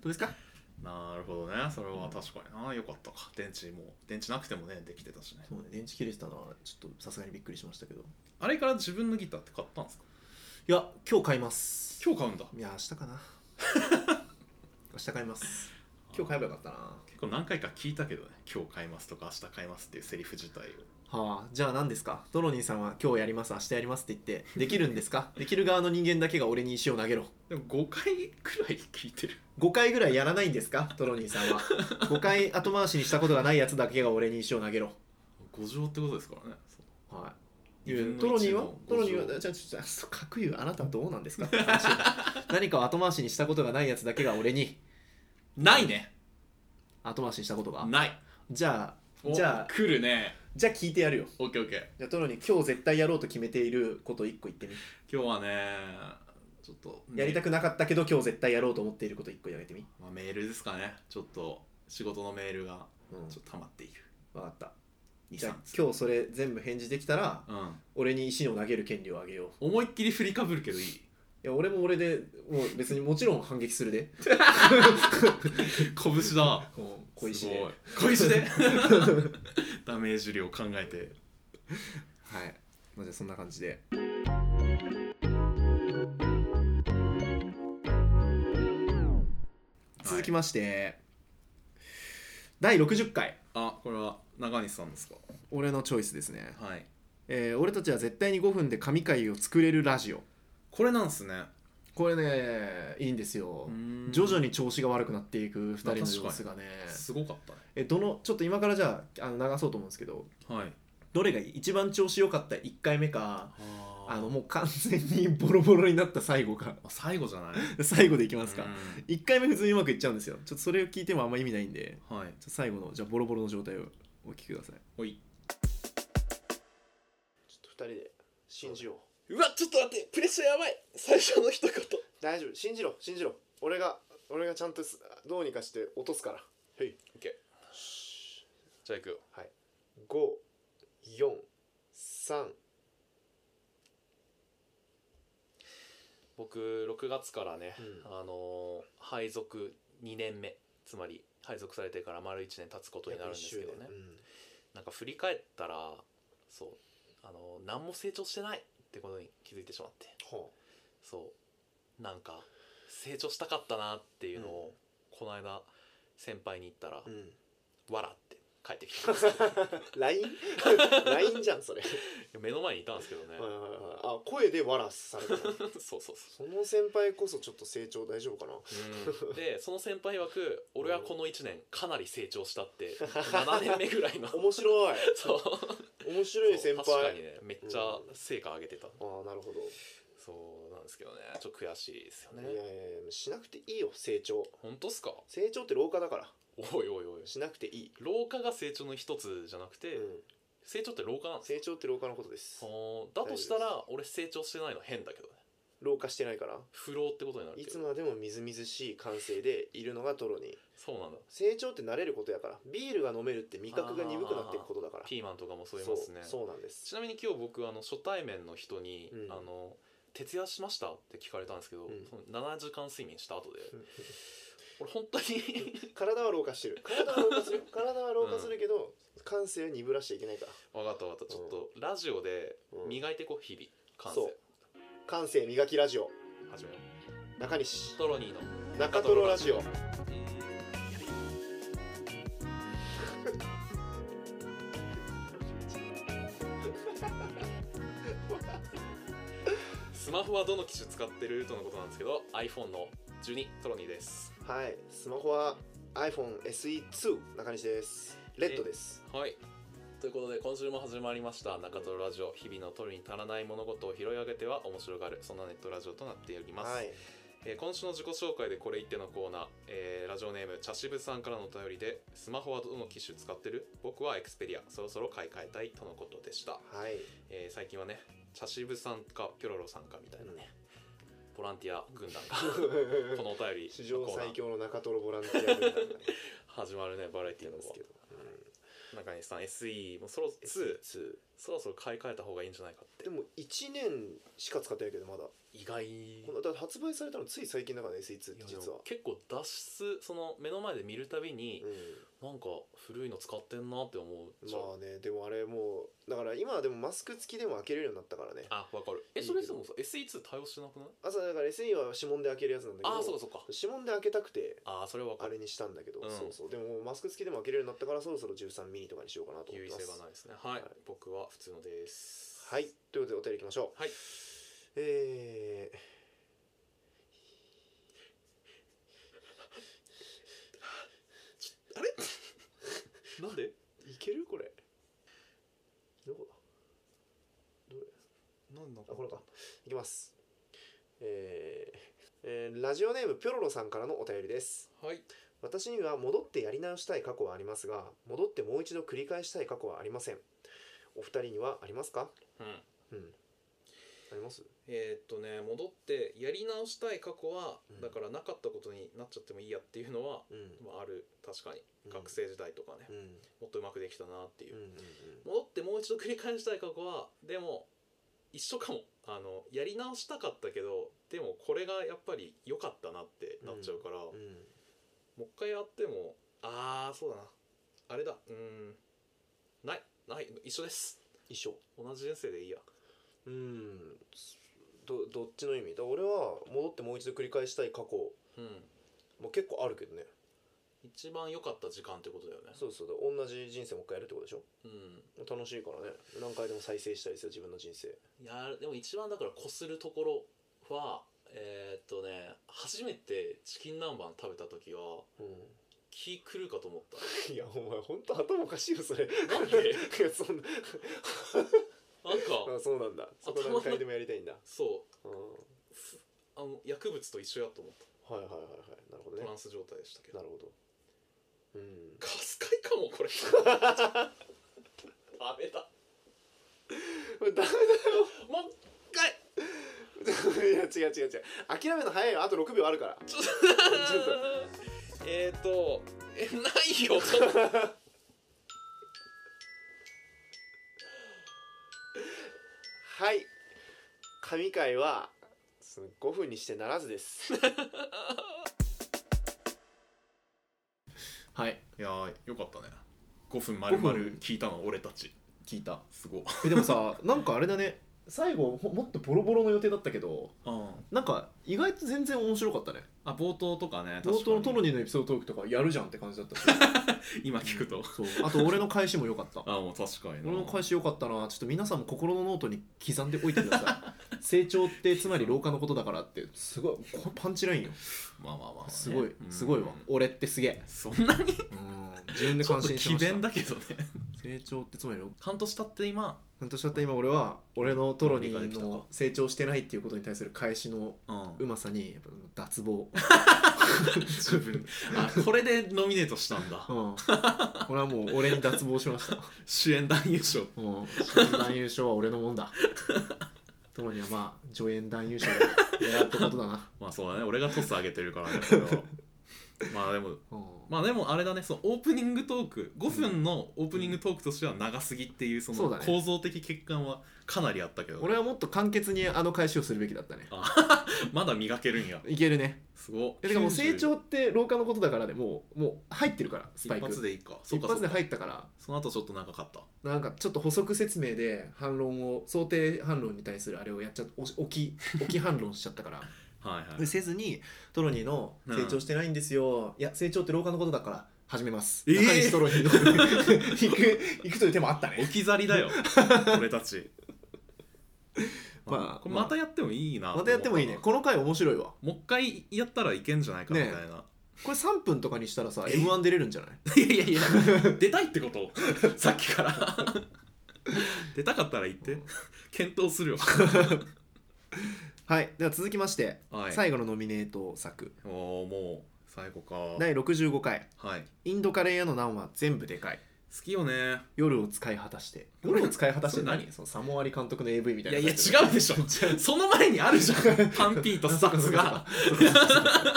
Speaker 2: うですか
Speaker 7: なるほどねそれは確かになよかったか電池も電池なくてもねできてたしね
Speaker 2: そうね電池切れてたのはちょっとさすがにびっくりしましたけどい
Speaker 7: あれから自分のギターって買ったんですか
Speaker 2: や今日買います
Speaker 7: 今日買うんだ
Speaker 2: いや明日 かな明日買います今日買えばよかったな
Speaker 7: 結構何回か聞いたけどね今日買いますとか明日買いますっていうセリフ自体を
Speaker 2: はあじゃあ何ですかドロニーさんは今日やります明日やりますって言ってできるんですか できる側の人間だけが俺に石を投げろ
Speaker 7: でも5回くらい聞いてる
Speaker 2: 5回ぐらいやらないんですかドロニーさんは5回後回しにしたことがないやつだけが俺に石を投げろ
Speaker 7: 五条ってことですからねそう
Speaker 2: はい。
Speaker 7: 自分の
Speaker 2: トロニー
Speaker 7: 一
Speaker 2: は
Speaker 7: の
Speaker 2: トロニ
Speaker 7: 五
Speaker 2: ー
Speaker 7: 条
Speaker 2: はじゃあちょっと各言うあなたはどうなんですかって 話を何かを後回しにしたことがないやつだけが俺に
Speaker 7: ないね
Speaker 2: 後回しにしたことが
Speaker 7: ない
Speaker 2: じゃあ
Speaker 7: お
Speaker 2: じゃあ
Speaker 7: 来るね
Speaker 2: じゃあ聞いてやるよ
Speaker 7: オッケーオッケー
Speaker 2: じゃあトロニー今日絶対やろうと決めていること1個言ってみ
Speaker 7: 今日はねちょっとね
Speaker 2: やりたくなかったけど今日絶対やろうと思っていること1個やめてみ
Speaker 7: まあ、メールですかねちょっと仕事のメールが
Speaker 2: うん
Speaker 7: ちょっと溜まっている
Speaker 2: 分かったじゃあ
Speaker 7: 23つ
Speaker 2: 今日それ全部返事できたら
Speaker 7: うん
Speaker 2: 俺に石を投げる権利をあげよう
Speaker 7: 思いっきり振りかぶるけどいい
Speaker 2: いや俺も俺でもう別にもちろん反撃するで
Speaker 7: 拳だ
Speaker 2: うん小石で
Speaker 7: ですごい小石 で ダメージ量考えて
Speaker 2: はい。まあ、じゃあそんな感じで。続きまして、第60回
Speaker 7: あこれは中西さんですか
Speaker 2: 俺のチョイスですね、
Speaker 7: はい
Speaker 2: えー俺たちは絶対に5分で神回を作れるラジオ
Speaker 7: これなんですね
Speaker 2: これねいいんですよ徐
Speaker 7: 徐
Speaker 2: 々に調子が悪くなっていく2人の様子がね
Speaker 7: すごかったね
Speaker 2: えどのちょっと今からじゃああの流そうと思うんですけど
Speaker 7: はい
Speaker 2: どれがいい一番調子良かった1回目か
Speaker 7: あ
Speaker 2: あ
Speaker 7: の
Speaker 2: のもう完全に ボロボロになった最後か
Speaker 7: 最後じゃ ない
Speaker 2: 最後でいきますか、
Speaker 7: う
Speaker 2: 一1回目普通にうまくいっちゃうんですよちょっとそれを聞いてもあんま意味ないんで
Speaker 7: んはい
Speaker 2: ちょっと最後のじゃあボロボロの状態をお聞きください
Speaker 7: おい
Speaker 6: っと二人で信じよう
Speaker 1: うわちょっと待ってプレッシャーやばい最初の一言
Speaker 6: 大丈夫信じろ信じろ俺が俺がちゃんとすどうにかして落とすからはい
Speaker 1: じゃあ行くよ
Speaker 6: 五四三
Speaker 1: 僕6月からね、
Speaker 6: う
Speaker 1: あのー配属2年目つまり配属されてから丸1年経つことになるんですけどね、なんか振り返ったらそうあのー何も成長してないってことに気づいてしまって
Speaker 6: ほ
Speaker 1: そうなんか成長したかったなっていうのを、この間先輩に言ったら「
Speaker 6: う、うん、
Speaker 1: わら」って帰ってきたんですけど
Speaker 6: ラインラインじゃんそれ
Speaker 1: 目の前にいたんですけどね
Speaker 6: はいはいはいあ声でわらされたの
Speaker 1: そうそうそう
Speaker 6: その先輩こそちょっと成長大丈夫かな
Speaker 1: うんでその先輩曰く俺はこの1年かなり成長したって7年目ぐらいの
Speaker 6: 面白い
Speaker 1: そう
Speaker 6: 面白い先
Speaker 1: そう確かに
Speaker 6: 輩
Speaker 1: ねめっちゃ成果上げてた、
Speaker 6: ああなるほど
Speaker 1: そうなんですけどねちょっと悔しいですよね
Speaker 6: いやいやいやしなくていいよ成長
Speaker 1: 本当っすか
Speaker 6: 成長って老化だから
Speaker 1: おいおいおい
Speaker 6: しなくていい、
Speaker 1: 老化が成長の一つじゃなくて、
Speaker 6: うん、
Speaker 1: 成長って老化なんです
Speaker 6: 成長って老化のことです
Speaker 1: かほーだとしたら俺成長してないの変だけどね
Speaker 6: 老化してないから
Speaker 1: 不老ってことになる
Speaker 6: い
Speaker 1: け
Speaker 6: つ
Speaker 1: ど
Speaker 6: までもみずみずしい感性でいるのがトロニー
Speaker 1: そうなんだ
Speaker 6: 成長って慣れることやからビールが飲めるって味覚が鈍くなっていくことだから
Speaker 1: ピーマンとかもそう言い
Speaker 6: そ
Speaker 1: ます
Speaker 6: う
Speaker 1: ね
Speaker 6: そうなんです
Speaker 1: ちなみに今日僕あの初対面の人に「
Speaker 6: うん
Speaker 1: あの徹夜しました?」って聞かれたんですけど、
Speaker 6: うん
Speaker 1: その7時間睡眠した後で
Speaker 6: うん
Speaker 1: 俺本当に
Speaker 6: 体は老化してる体は老化するよ体は老化するけど感性を鈍らしちゃいけないから
Speaker 1: 分かった分かったちょっとラジオで
Speaker 6: うん
Speaker 1: 磨いてこう日々感
Speaker 6: そ
Speaker 1: 性
Speaker 6: う感性磨きラジオ
Speaker 1: 始めよう
Speaker 6: 中西
Speaker 1: トロニーの
Speaker 6: 中トロラジオ
Speaker 1: スマホはどの機種使ってるとのことなんですけど iPhone の12トロニーです
Speaker 6: はいスマホは iPhoneSE2 中西ですレッドです
Speaker 1: はいということで今週も始まりました中トロラジオ日々のトロに足らない物事を拾い上げては面白がるそんなネットラジオとなっております、
Speaker 6: はい
Speaker 1: えー今週の自己紹介でこれ言ってのコーナー、えーラジオネーム茶渋さんからのお便りでスマホはどの機種使ってる僕はエクスペリアそろそろ買い替えたいとのことでした、
Speaker 6: はい
Speaker 1: えー最近はね茶渋さんかピョロロさんかみたいなね、
Speaker 5: ボランティア軍団が このお便り
Speaker 6: 史上
Speaker 5: のコーナー
Speaker 6: 最強の中トロボランティア軍団がね
Speaker 5: 始まるねバラエティー
Speaker 6: で
Speaker 5: ですす
Speaker 6: け
Speaker 5: け
Speaker 6: ど
Speaker 5: ど、うん、中西さん SE もうそろ2そろそろ買い替えた方がいいんじゃないかって
Speaker 6: でも1年しか使ってないけどまだ
Speaker 5: 意外
Speaker 6: このだって発売されたのつい最近だからね SE2 って実は
Speaker 5: 結構脱出その目の前で見るたびに、
Speaker 6: う
Speaker 5: なんか古いの使ってんなって思うんじゃん
Speaker 6: まあねでもあれもうだから今はでもマスク付きでも開けれるようになったからね
Speaker 5: あわかるえ
Speaker 6: いいけど
Speaker 5: それでもさ SE2 対応してなくない
Speaker 6: 朝だから SE は指紋で開けるやつなんだけど
Speaker 5: ああそうかそうか
Speaker 6: 指紋で開けたくて
Speaker 5: ああそれはわか
Speaker 6: あ
Speaker 5: る
Speaker 6: れにしたんだけど、
Speaker 5: うん
Speaker 6: そうそうでももうマスク付きでも開けれるようになったからそろそろ13ミニとかにしようかなと思っ
Speaker 5: 優
Speaker 6: て
Speaker 5: 位
Speaker 6: ま
Speaker 5: 性
Speaker 6: す
Speaker 5: がないですねはい、
Speaker 6: はい
Speaker 5: 僕は普通のです
Speaker 6: はいということでお便りいきましょう
Speaker 5: はい
Speaker 6: え
Speaker 5: なんで
Speaker 6: ー、いけるこれどこだどれ
Speaker 5: なんだ
Speaker 6: あこれかいきますえーえーラジオネームぴょろろさんからのお便りです
Speaker 5: はい
Speaker 6: 私には戻ってやり直したい過去はありますが戻ってもう一度繰り返したい過去はありませんお二人にはありますか
Speaker 5: うん
Speaker 6: うんあります
Speaker 5: えーっとね戻ってやり直したい過去は、
Speaker 6: うん
Speaker 5: だからなかったことになっちゃってもいいやっていうのは、
Speaker 6: うん
Speaker 5: まあ、ある確かに
Speaker 6: うん
Speaker 5: 学生時代とかね、
Speaker 6: うん
Speaker 5: もっとうまくできたなっていうう、
Speaker 6: んうん
Speaker 5: 戻ってもう一度繰り返したい過去はでも一緒かもあのやり直したかったけどでもこれがやっぱり良かったなってなっちゃうから、
Speaker 6: うんうん
Speaker 5: もう一回やってもああそうだなあれだうーんないない一緒です
Speaker 6: 一緒
Speaker 5: 同じ人生でいいや
Speaker 6: うんどどっちの意味だから俺は戻ってもう一度繰り返したい過去
Speaker 5: うん
Speaker 6: も結構あるけどね
Speaker 5: 一番良かった時間ってことだよね
Speaker 6: そうそうだ同じ人生もう一回やるってことでしょ
Speaker 5: うん
Speaker 6: 楽しいからね何回でも再生したりする自分の人生
Speaker 5: いやーでも一番だからこするところはえー、っとね初めてチキン南蛮食べた時は
Speaker 6: うん
Speaker 5: 気狂うかと思っ
Speaker 6: いやお前ほんと頭おかしいよそれ
Speaker 5: たなんで
Speaker 6: いやそんな
Speaker 5: なんか
Speaker 6: あそうなんだそこ何回でもやりたいんだ
Speaker 5: そ
Speaker 6: うん
Speaker 5: うふあの薬物と一緒やと思った
Speaker 6: はいはいはいはいなるほどね
Speaker 5: トランス状態でしたけど
Speaker 6: なるほど うん
Speaker 5: かすかいかもこれ ダメだ
Speaker 6: これダメ
Speaker 5: もう一回
Speaker 6: だ いや違う違う違う諦めの早いよあと6秒あるから
Speaker 5: ちょっと えーっとえない よちょっと
Speaker 6: はい神回はその5分にしてならずです
Speaker 2: はい
Speaker 1: いやーよかったね5分丸々聞いたの俺たち
Speaker 2: 聞いた
Speaker 1: すごい
Speaker 2: えでもさなんかあれだね最後ももっとボロボロの予定だったけど
Speaker 1: うん
Speaker 2: なんか意外と全然面白かったね
Speaker 1: あ冒頭とかね
Speaker 2: 冒頭のトロ
Speaker 1: に
Speaker 2: ニーのエピソードトークとかやるじゃんって感じだったし
Speaker 1: 今 聞くと
Speaker 2: そうあと俺の返しも良 かった
Speaker 1: あもう確かに
Speaker 2: 俺の返し良かったなちょっと皆さんも心のノートに刻んでおいてください 成長ってつまり老化のことだからってすごいこれパンチラインよ
Speaker 1: まあまあまあまあね
Speaker 2: すごい
Speaker 1: うん
Speaker 2: すごいわ俺ってすげえ
Speaker 1: そんなに
Speaker 2: うん自分で
Speaker 1: ちょっと
Speaker 2: 感心し
Speaker 1: 詭
Speaker 2: まし
Speaker 1: 弁
Speaker 2: た
Speaker 1: だけどね
Speaker 2: 成長ってつまり老
Speaker 1: 半年経って今
Speaker 2: 半年経った今俺は俺のトロニ
Speaker 1: 何ができ
Speaker 2: ー
Speaker 1: たか
Speaker 2: の成長してないっていうことに対する返しの
Speaker 1: うん
Speaker 2: うまさにやっぱ 脱帽
Speaker 1: 自分あこれでノミネートしたんだ
Speaker 2: うん俺はもう俺に脱帽しました
Speaker 1: 主演男優賞
Speaker 2: うん新男優賞は俺のも んだトロニーはまあ助演男優賞でやったこと だな、
Speaker 1: まあそうだね俺がトス上げてるからねこれ はまあでも
Speaker 2: うん
Speaker 1: まあでもあれだねそのオープニングトーク5分のオープニングトークとしては長すぎっていうそ
Speaker 2: そう
Speaker 1: の
Speaker 2: だね
Speaker 1: 構造的欠陥はかなりあったけど、
Speaker 2: 俺はもっと簡潔にあの返しをするべきだったね
Speaker 1: まだ磨けるんや
Speaker 2: いけるね
Speaker 1: すご
Speaker 2: えてかもう
Speaker 1: 90
Speaker 2: 成長って老化のことだからでもうもう入ってるからス
Speaker 1: 一
Speaker 2: パイク
Speaker 1: 発でいいかそう
Speaker 2: 一
Speaker 1: かそ
Speaker 2: 発
Speaker 1: う
Speaker 2: で
Speaker 1: か
Speaker 2: 入ったから
Speaker 1: その後ちょっと長かった
Speaker 2: なんかちょっと補足説明で反論を想定反論に対するあれをやっちゃっお置き置き反論しちゃったから
Speaker 1: はいはい
Speaker 2: でせずにトロニーの「
Speaker 1: うん
Speaker 2: 成長してないんですよ、いや成長って老化のことだから始めます」
Speaker 1: えー
Speaker 2: 中西トロニーの 行く行くという手もあったね
Speaker 1: 置き去りだ よ俺たち
Speaker 2: まあ
Speaker 1: まあこれまたやってもいいなと思
Speaker 2: ま
Speaker 1: った
Speaker 2: やってもいいねこの回面白いわ
Speaker 1: もう一回やったらいけんじゃないかみたいな、
Speaker 2: これ3分とかにしたらさ m 1出れるんじゃない
Speaker 1: いやいや いや出たいってことさっきから出たかったら言って検討するよ
Speaker 2: はいでは続きまして、
Speaker 1: はい
Speaker 2: 最後のノミネート作
Speaker 1: おーもう最後か
Speaker 2: 第65回
Speaker 1: はい
Speaker 2: インドカレー屋のナンは全部でかい
Speaker 1: 好きよね
Speaker 2: 夜を使い果たして夜を使い果たして
Speaker 1: それ
Speaker 2: 何
Speaker 1: 何
Speaker 2: そのサモアリ監督の AV みたい
Speaker 1: い
Speaker 2: な
Speaker 1: やいや違
Speaker 2: タイトル
Speaker 1: うで しょその前にあるじゃんパンピーとスタッツが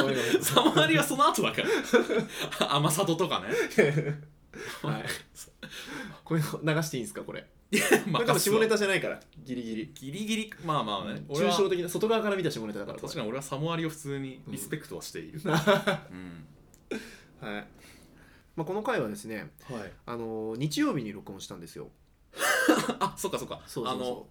Speaker 2: ごめんごめん
Speaker 1: サマリはその後だから甘里とか ね
Speaker 2: はいこれ流していいんですかこれ
Speaker 1: ま
Speaker 2: これ多分下ネタじゃないからギリギリ
Speaker 1: ギリギリまあまあね俺
Speaker 2: 抽
Speaker 1: は
Speaker 2: 象的な外側から見た下ネタだからこれ
Speaker 1: 確かに俺はサモアリを普通にリスペクトはしてい る、うん
Speaker 2: はいまあ、この回はですね、
Speaker 1: はい
Speaker 2: あのー日曜日に録音したんですよ。
Speaker 1: あそっかそっかあの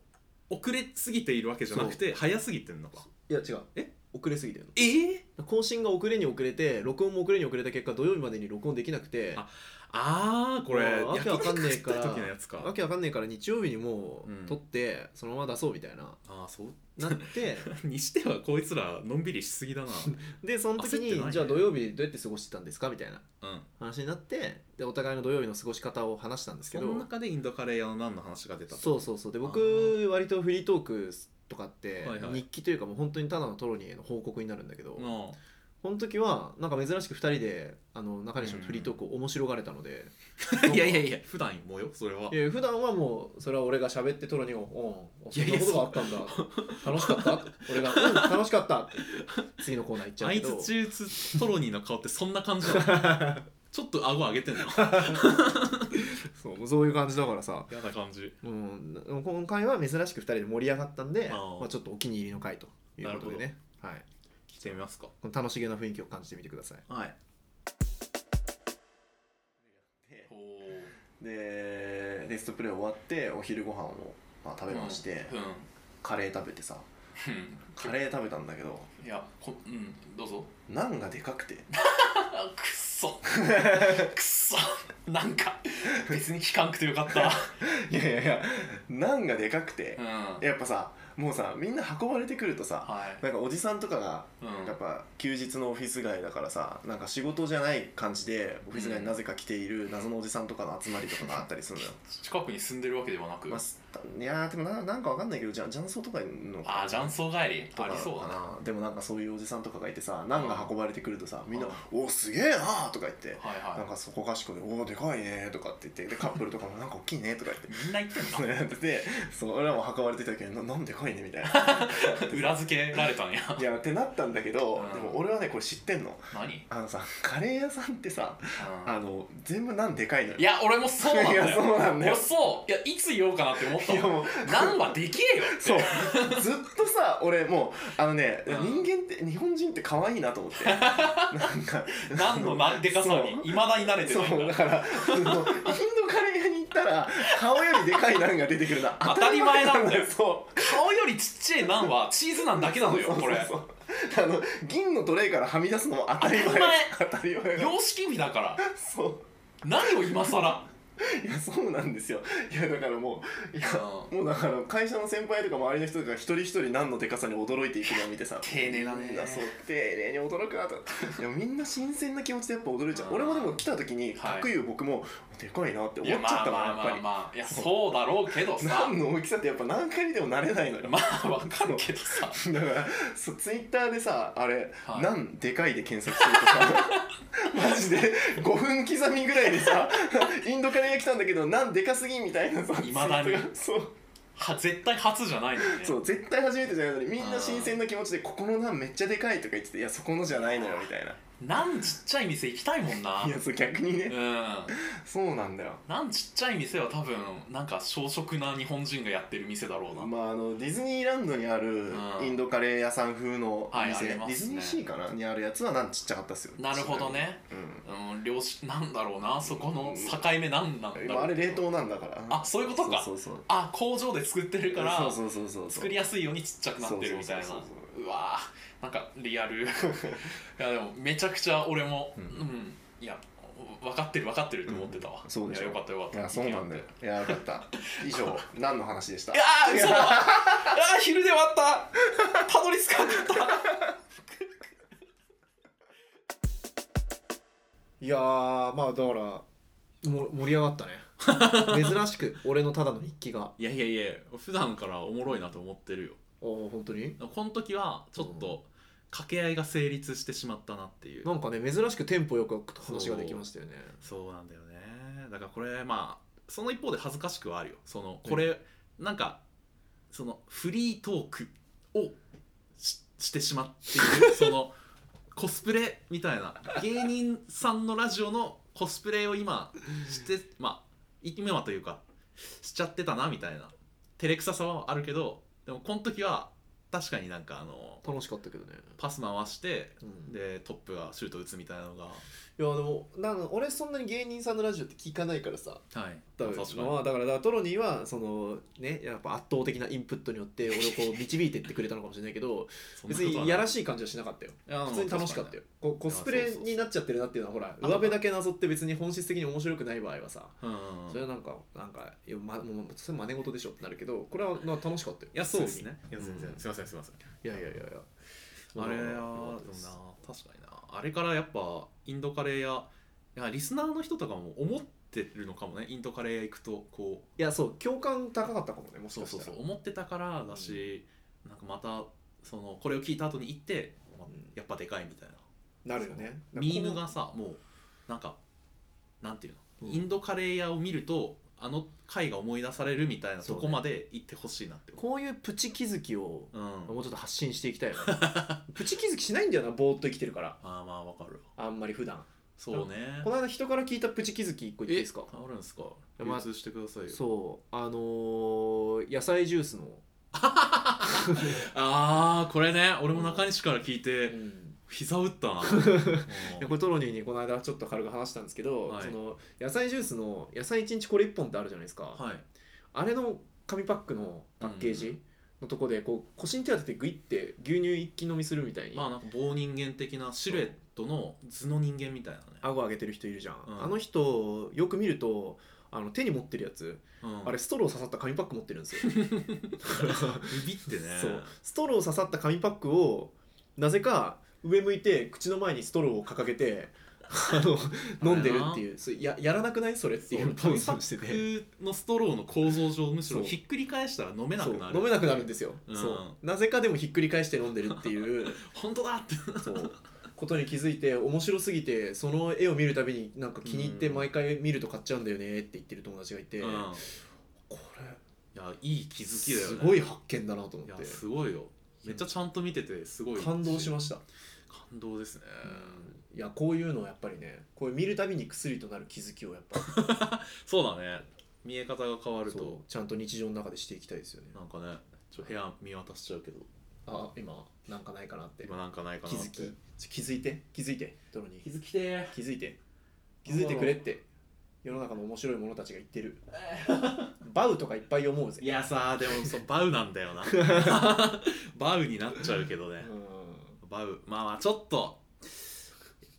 Speaker 1: 遅れすぎているわけじゃなくて早すぎてんのか
Speaker 2: いや違うえ遅れすぎてる
Speaker 1: えー、
Speaker 2: の更新が遅れに遅れて録音も遅れに遅れた結果土曜日までに録音できなくて
Speaker 1: ああーこれ
Speaker 2: もうわけわかんねえから
Speaker 1: 焼肉食った時のやつ
Speaker 2: わ
Speaker 1: か
Speaker 2: けわかんねえから日曜日にも
Speaker 1: うん
Speaker 2: う撮って、そのまま出そうみたいな
Speaker 1: ああそう
Speaker 2: な って
Speaker 1: にしてはこいつらのんびりしす ぎだな
Speaker 2: でその時
Speaker 1: 焦ってない
Speaker 2: に、
Speaker 1: ね
Speaker 2: じゃあ土曜日どうやって過ごしてたんですかみたいな
Speaker 1: うん
Speaker 2: 話になってでお互いの土曜日の過ごし方を話したんですけ
Speaker 1: そ
Speaker 2: ど
Speaker 1: の中でインドカレー屋の何の話が出たと
Speaker 2: そうそうそうで
Speaker 1: あ
Speaker 2: 僕
Speaker 1: ー
Speaker 2: 割とフリートークとかって
Speaker 1: はいはい
Speaker 2: 日記というかもう本当にただのトロニーへの報告になるんだけど、
Speaker 1: うん
Speaker 2: この時はなんか珍しく2人であの中西のフリートークを面白がれたので、
Speaker 1: いやいやいや普段もよそれはい
Speaker 2: や普段はもうそれは俺が喋ってトロニーを「うんそんなことがあったんだ楽しかった?」俺が「うん楽しかった」って次のコーナー行っちゃう
Speaker 1: あ
Speaker 2: け
Speaker 1: い
Speaker 2: ど
Speaker 1: つ中津トロニーの顔ってそんな感 じなのちょっと顎上げてんの嫌
Speaker 2: そうそういう感じだからさ、
Speaker 1: な感じ
Speaker 2: うん、今回は珍しく2人で盛り上がったんで
Speaker 1: あー
Speaker 2: まあ、ちょっとお気に入りの回ということでね、はい、
Speaker 1: 来てみますか
Speaker 2: この楽しげな雰囲気を感じてみてください。
Speaker 1: はいお
Speaker 2: でレストプレイ終わってお昼ご飯をまあ食べまして、
Speaker 1: うん、
Speaker 2: カレー食べてさカレー食べたんだけど
Speaker 1: いやこうんどうぞ
Speaker 2: ナンがでかくて
Speaker 1: あくっそくっそなんか別に聞かんくてよかった
Speaker 2: いやいやいやナンがでかくて
Speaker 1: うんは
Speaker 2: やっぱさもうさみんな運ばれてくるとさ
Speaker 1: い
Speaker 2: なんかおじさんとかが
Speaker 1: うん
Speaker 2: やっぱ休日のオフィス街だからさなんか仕事じゃない感じでオフィス街になぜか来ている謎のおじさんとかの集まりとかがあったりするのよ、
Speaker 1: 近くに住んでるわけではなく
Speaker 2: まあすいやーでもななんかわかんないけどじゃ雀荘とかいるのかな
Speaker 1: ああ雀荘帰り
Speaker 2: と
Speaker 1: あ
Speaker 2: か
Speaker 1: りそうだな
Speaker 2: な
Speaker 1: は
Speaker 2: でもなんかそういうおじさんとかがいてさナンが運ばれてくるとさみんな
Speaker 1: うん
Speaker 2: 「おおすげえなー」とか言って
Speaker 1: い
Speaker 2: なん
Speaker 1: は
Speaker 2: かそこかしこで「おおでかいね」とかって言ってでカップルとかも「なんか大きいね」とか言って
Speaker 1: いみんな言ってん
Speaker 2: そうや っててそう俺らも運ばれてきたけどななんでかいねみたいな
Speaker 1: の裏付けられ たんや
Speaker 2: いやってなったんだけど
Speaker 1: うん
Speaker 2: でも俺はねこれ知ってんの
Speaker 1: 何、うん
Speaker 2: あのさカレー屋さんってさあの全部なんでかいのよ
Speaker 1: いや俺もそうなんだよ
Speaker 2: いやそうなんだよ
Speaker 1: 俺そういやいつ言おうかなって思った
Speaker 2: いや
Speaker 1: もん
Speaker 2: もう
Speaker 1: 何はでけえよ
Speaker 2: そうずっとさ俺もうあのね、
Speaker 1: うん
Speaker 2: 人間って日本人って可愛いなと思ってなんか
Speaker 1: 何のなんでかさにいまだに慣れて
Speaker 2: そ
Speaker 1: ないん
Speaker 2: うだ
Speaker 1: だ
Speaker 2: からそのインドカレー屋に行ったら顔よりでかいナンが出てくるな
Speaker 1: 当たり前なんだよ
Speaker 2: そ
Speaker 1: 顔よりちっちゃいナンはチーズナンだけなの
Speaker 2: う
Speaker 1: よこれ
Speaker 2: そうそうあの銀のトレイからはみ出すのも当たり前当たり前
Speaker 1: 様式美だから
Speaker 2: そう
Speaker 1: 何を今更
Speaker 2: いやそうなんですよいやだからもういやもうだから会社の先輩とか周りの人が一人一人何のでかさに驚いていくのを見てさ
Speaker 1: 丁寧だね
Speaker 2: みんなそう丁寧に驚くなといやみんな新鮮な気持ちでやっぱ驚いちゃ
Speaker 1: あ
Speaker 2: う
Speaker 1: ー
Speaker 2: 俺もでも来た時に
Speaker 1: はい
Speaker 2: 各有僕もでかいなって
Speaker 1: い
Speaker 2: 思
Speaker 1: や
Speaker 2: っちゃ
Speaker 1: ま
Speaker 2: っ
Speaker 1: あ
Speaker 2: たもん
Speaker 1: ま
Speaker 2: や
Speaker 1: あ
Speaker 2: っ
Speaker 1: ま
Speaker 2: ぱ
Speaker 1: あ
Speaker 2: り
Speaker 1: まあいやそうだろうけどさ
Speaker 2: 何の大きさってやっぱ何回にでもなれないのよ、
Speaker 1: まあわかるけどさ
Speaker 2: だからそうツイッターでさあれ「
Speaker 1: はい
Speaker 2: なんでかい」で検索するとさマジで5分刻みぐらいでさインドカレー屋来たんだけど「なんでかすぎ」みたいなさ
Speaker 1: 未だに
Speaker 2: ツイートがそう
Speaker 1: は絶対初じゃないのよね
Speaker 2: そう絶対初めてじゃないのにみんな新鮮な気持ちで「ここのナンめっちゃでかい」とか言ってて「いやそこのじゃないのよ」みたいな
Speaker 1: なんちっちゃい店行きたいもん ない
Speaker 2: やそう逆に
Speaker 1: う
Speaker 2: ね
Speaker 1: ん
Speaker 2: そうなんだよ
Speaker 1: なんちっちゃい店は多分なんか小食な日本人がやってる店だろうな、
Speaker 2: まああのディズニーランドにある
Speaker 1: うん
Speaker 2: インドカレー屋さん風のお
Speaker 1: はい
Speaker 2: 店、
Speaker 1: ありますね
Speaker 2: ディズニーシーかなにあるやつはなんちっちゃかったっすよ
Speaker 1: なるほどね、
Speaker 2: うん
Speaker 1: うん、漁師なんだろうなそこの境目なんなんだろう
Speaker 2: 今あれ冷凍なんだから
Speaker 1: あそういうことか
Speaker 2: そうそうそう
Speaker 1: あ工場で作ってるから
Speaker 2: そうそうそうそう
Speaker 1: 作りやすいようにちっちゃくなってるみたいな
Speaker 2: そうそうそう
Speaker 1: うわーなんかリア ルいやでもめちゃくちゃ俺もうん、いや分かってる分かってると思ってたわ、
Speaker 2: んそうでしょ
Speaker 1: いやよかったよかっ
Speaker 2: い
Speaker 1: た
Speaker 2: やそうなんだよいやよかった以上何の話でした
Speaker 1: いやー嘘だいやー昼で終わったたどり着かなかった
Speaker 2: いやーまあだからも盛り上が ったね珍しく俺のただの日記が
Speaker 1: いやいやいや普段からおもろいなと思ってるよ
Speaker 2: お本当に
Speaker 1: この時はちょっと掛け合いが成立してしまったなっていう
Speaker 2: なんかね珍しくテンポよく話ができましたよね
Speaker 1: そうなんだよねだからこれまあその一方で恥ずかしくはあるよそのこれ、なんかそのフリートークをししてしまってい るそのコスプレみたいな芸人さんのラジオのコスプレを今してまあ今はというかしちゃってたなみたいな照れくささはあるけどでもこの時は確かになんかあの
Speaker 2: 楽しかったけどね、
Speaker 1: パス回して
Speaker 2: うん
Speaker 1: でトップがシュート打つみたいなのが
Speaker 2: いやでもなんか俺そんなに芸人さんのラジオって聞かないからさ
Speaker 1: はい
Speaker 2: だから
Speaker 1: 確かに
Speaker 2: まあだからだからトロニーはそのねやっぱ圧倒的なインプットによって俺をこう導いてってくれたのかもしれないけ ど
Speaker 1: そんなこ
Speaker 2: 別
Speaker 1: とは
Speaker 2: にやらしい感じはしなかったよ
Speaker 1: ない
Speaker 2: 普通に楽しかったよ、こうコスプ
Speaker 1: いや
Speaker 2: レ
Speaker 1: そうそうそう
Speaker 2: になっちゃってるなっていうのはほら
Speaker 1: あ
Speaker 2: 上辺だけなぞって別に本質的に面白くない場合はさ
Speaker 1: いやうん
Speaker 2: それはなんかなんかいや、ま、もうそれ真似事でしょってなるけどこれはまあ楽しかったよ
Speaker 1: いやそうですねいや
Speaker 2: ん
Speaker 1: 全然すいませんすいません
Speaker 2: いやいやいやいや
Speaker 1: あれやでもな確かになあれからやっぱインドカレー屋いやリスナーの人とかも思ってるのかもねインドカレー屋行くとこう
Speaker 2: いやそう共感高かったかもねもし
Speaker 1: そう
Speaker 2: かし
Speaker 1: そう
Speaker 2: た
Speaker 1: そ
Speaker 2: ら
Speaker 1: う思ってたからだし、なんかまたそのこれを聞いた後に行って、ま
Speaker 2: うん
Speaker 1: やっぱでかいみたいな
Speaker 2: なるよね
Speaker 1: そのミームがさもうなんかなんていうの、
Speaker 2: うん
Speaker 1: インドカレー屋を見るとあの回が思い出されるみたいなとこまで行ってほしいなって思
Speaker 2: こういうプチ気づきを
Speaker 1: う、うん
Speaker 2: もうちょっと発信していきたいよね プチ気づきしないんだよなぼーっと生きてるから
Speaker 1: まあまあわかるわ
Speaker 2: あんまり普段
Speaker 1: そうね
Speaker 2: この間人から聞いたプチ気づき1個言っていいですか
Speaker 1: あるんですか
Speaker 2: やまあ
Speaker 1: 流通してくださいよ
Speaker 2: そうあのー野菜ジュースの、
Speaker 1: ああこれね俺も中西から聞いうて
Speaker 2: ん、
Speaker 1: 膝打ったな
Speaker 2: でこれトロニーにこの間ちょっと軽く話したんですけど、
Speaker 1: はい
Speaker 2: その野菜ジュースの野菜1日これ1本ってあるじゃないですか、
Speaker 1: はい
Speaker 2: あれの紙パックのパッケー
Speaker 1: う
Speaker 2: ジのとこでこう腰に手当ててグイって牛乳一気飲みするみたいに、
Speaker 1: まあなんか棒人間的なシルエットの図の人間みたいなね
Speaker 2: 顎上げてる人いるじゃん、
Speaker 1: うん
Speaker 2: あの人よく見るとあの手に持ってるやつ、
Speaker 1: うん
Speaker 2: あれストロー刺さった紙パック持ってるんですよ
Speaker 1: ビビってね
Speaker 2: そうストロー刺さった紙パックをなぜか上向いて口の前にストローを掲げてあ の飲んでるっていうそれややらなくないそれってい
Speaker 1: そうう
Speaker 2: 紙
Speaker 1: 紙
Speaker 2: パ
Speaker 1: パ
Speaker 2: ック
Speaker 1: ックのストローの構造上むし
Speaker 2: そ
Speaker 1: ろ
Speaker 2: う
Speaker 1: ひっくり返したら飲めな
Speaker 2: そう
Speaker 1: くなる
Speaker 2: 飲めなくなるんですよ、
Speaker 1: うん
Speaker 2: そうなぜかでもひっくり返して飲んでるっていう
Speaker 1: 本当だって
Speaker 2: そうことに気づいて面白すぎてその絵を見るたびになんか気に入って
Speaker 1: うん
Speaker 2: 毎回見ると買っちゃうんだよねって言ってる友達がいて、
Speaker 1: うんい
Speaker 2: これ
Speaker 1: やいい気づきだよね
Speaker 2: すごい発見だなと思
Speaker 1: い
Speaker 2: っ
Speaker 1: や
Speaker 2: て
Speaker 1: すごいよめっちゃちゃんと見ててすごい
Speaker 2: 感動しま
Speaker 1: し
Speaker 2: した、
Speaker 1: た感動ですね
Speaker 2: いやこういうのをやっぱりねこう見るたびに薬となる気づきをやっぱ
Speaker 1: そうだね見え方が変わる
Speaker 2: そ
Speaker 1: と
Speaker 2: うちゃんと日常の中でしていきたいですよね
Speaker 1: なんかねちょっと部屋見渡しちゃうけど
Speaker 2: あ今なんかないかなって
Speaker 1: 今なんかないかな
Speaker 2: 気
Speaker 1: って
Speaker 2: づきちょ気づいて気づいてドロニー
Speaker 1: づきて
Speaker 2: 気づいて気づいてくれって世の中の面白い者たちが言って るバウとかいっぱい思うぜ
Speaker 1: いやさで もそうバウなんだよな バウになっちゃうけどね
Speaker 2: うん
Speaker 1: バウまあまあちょっと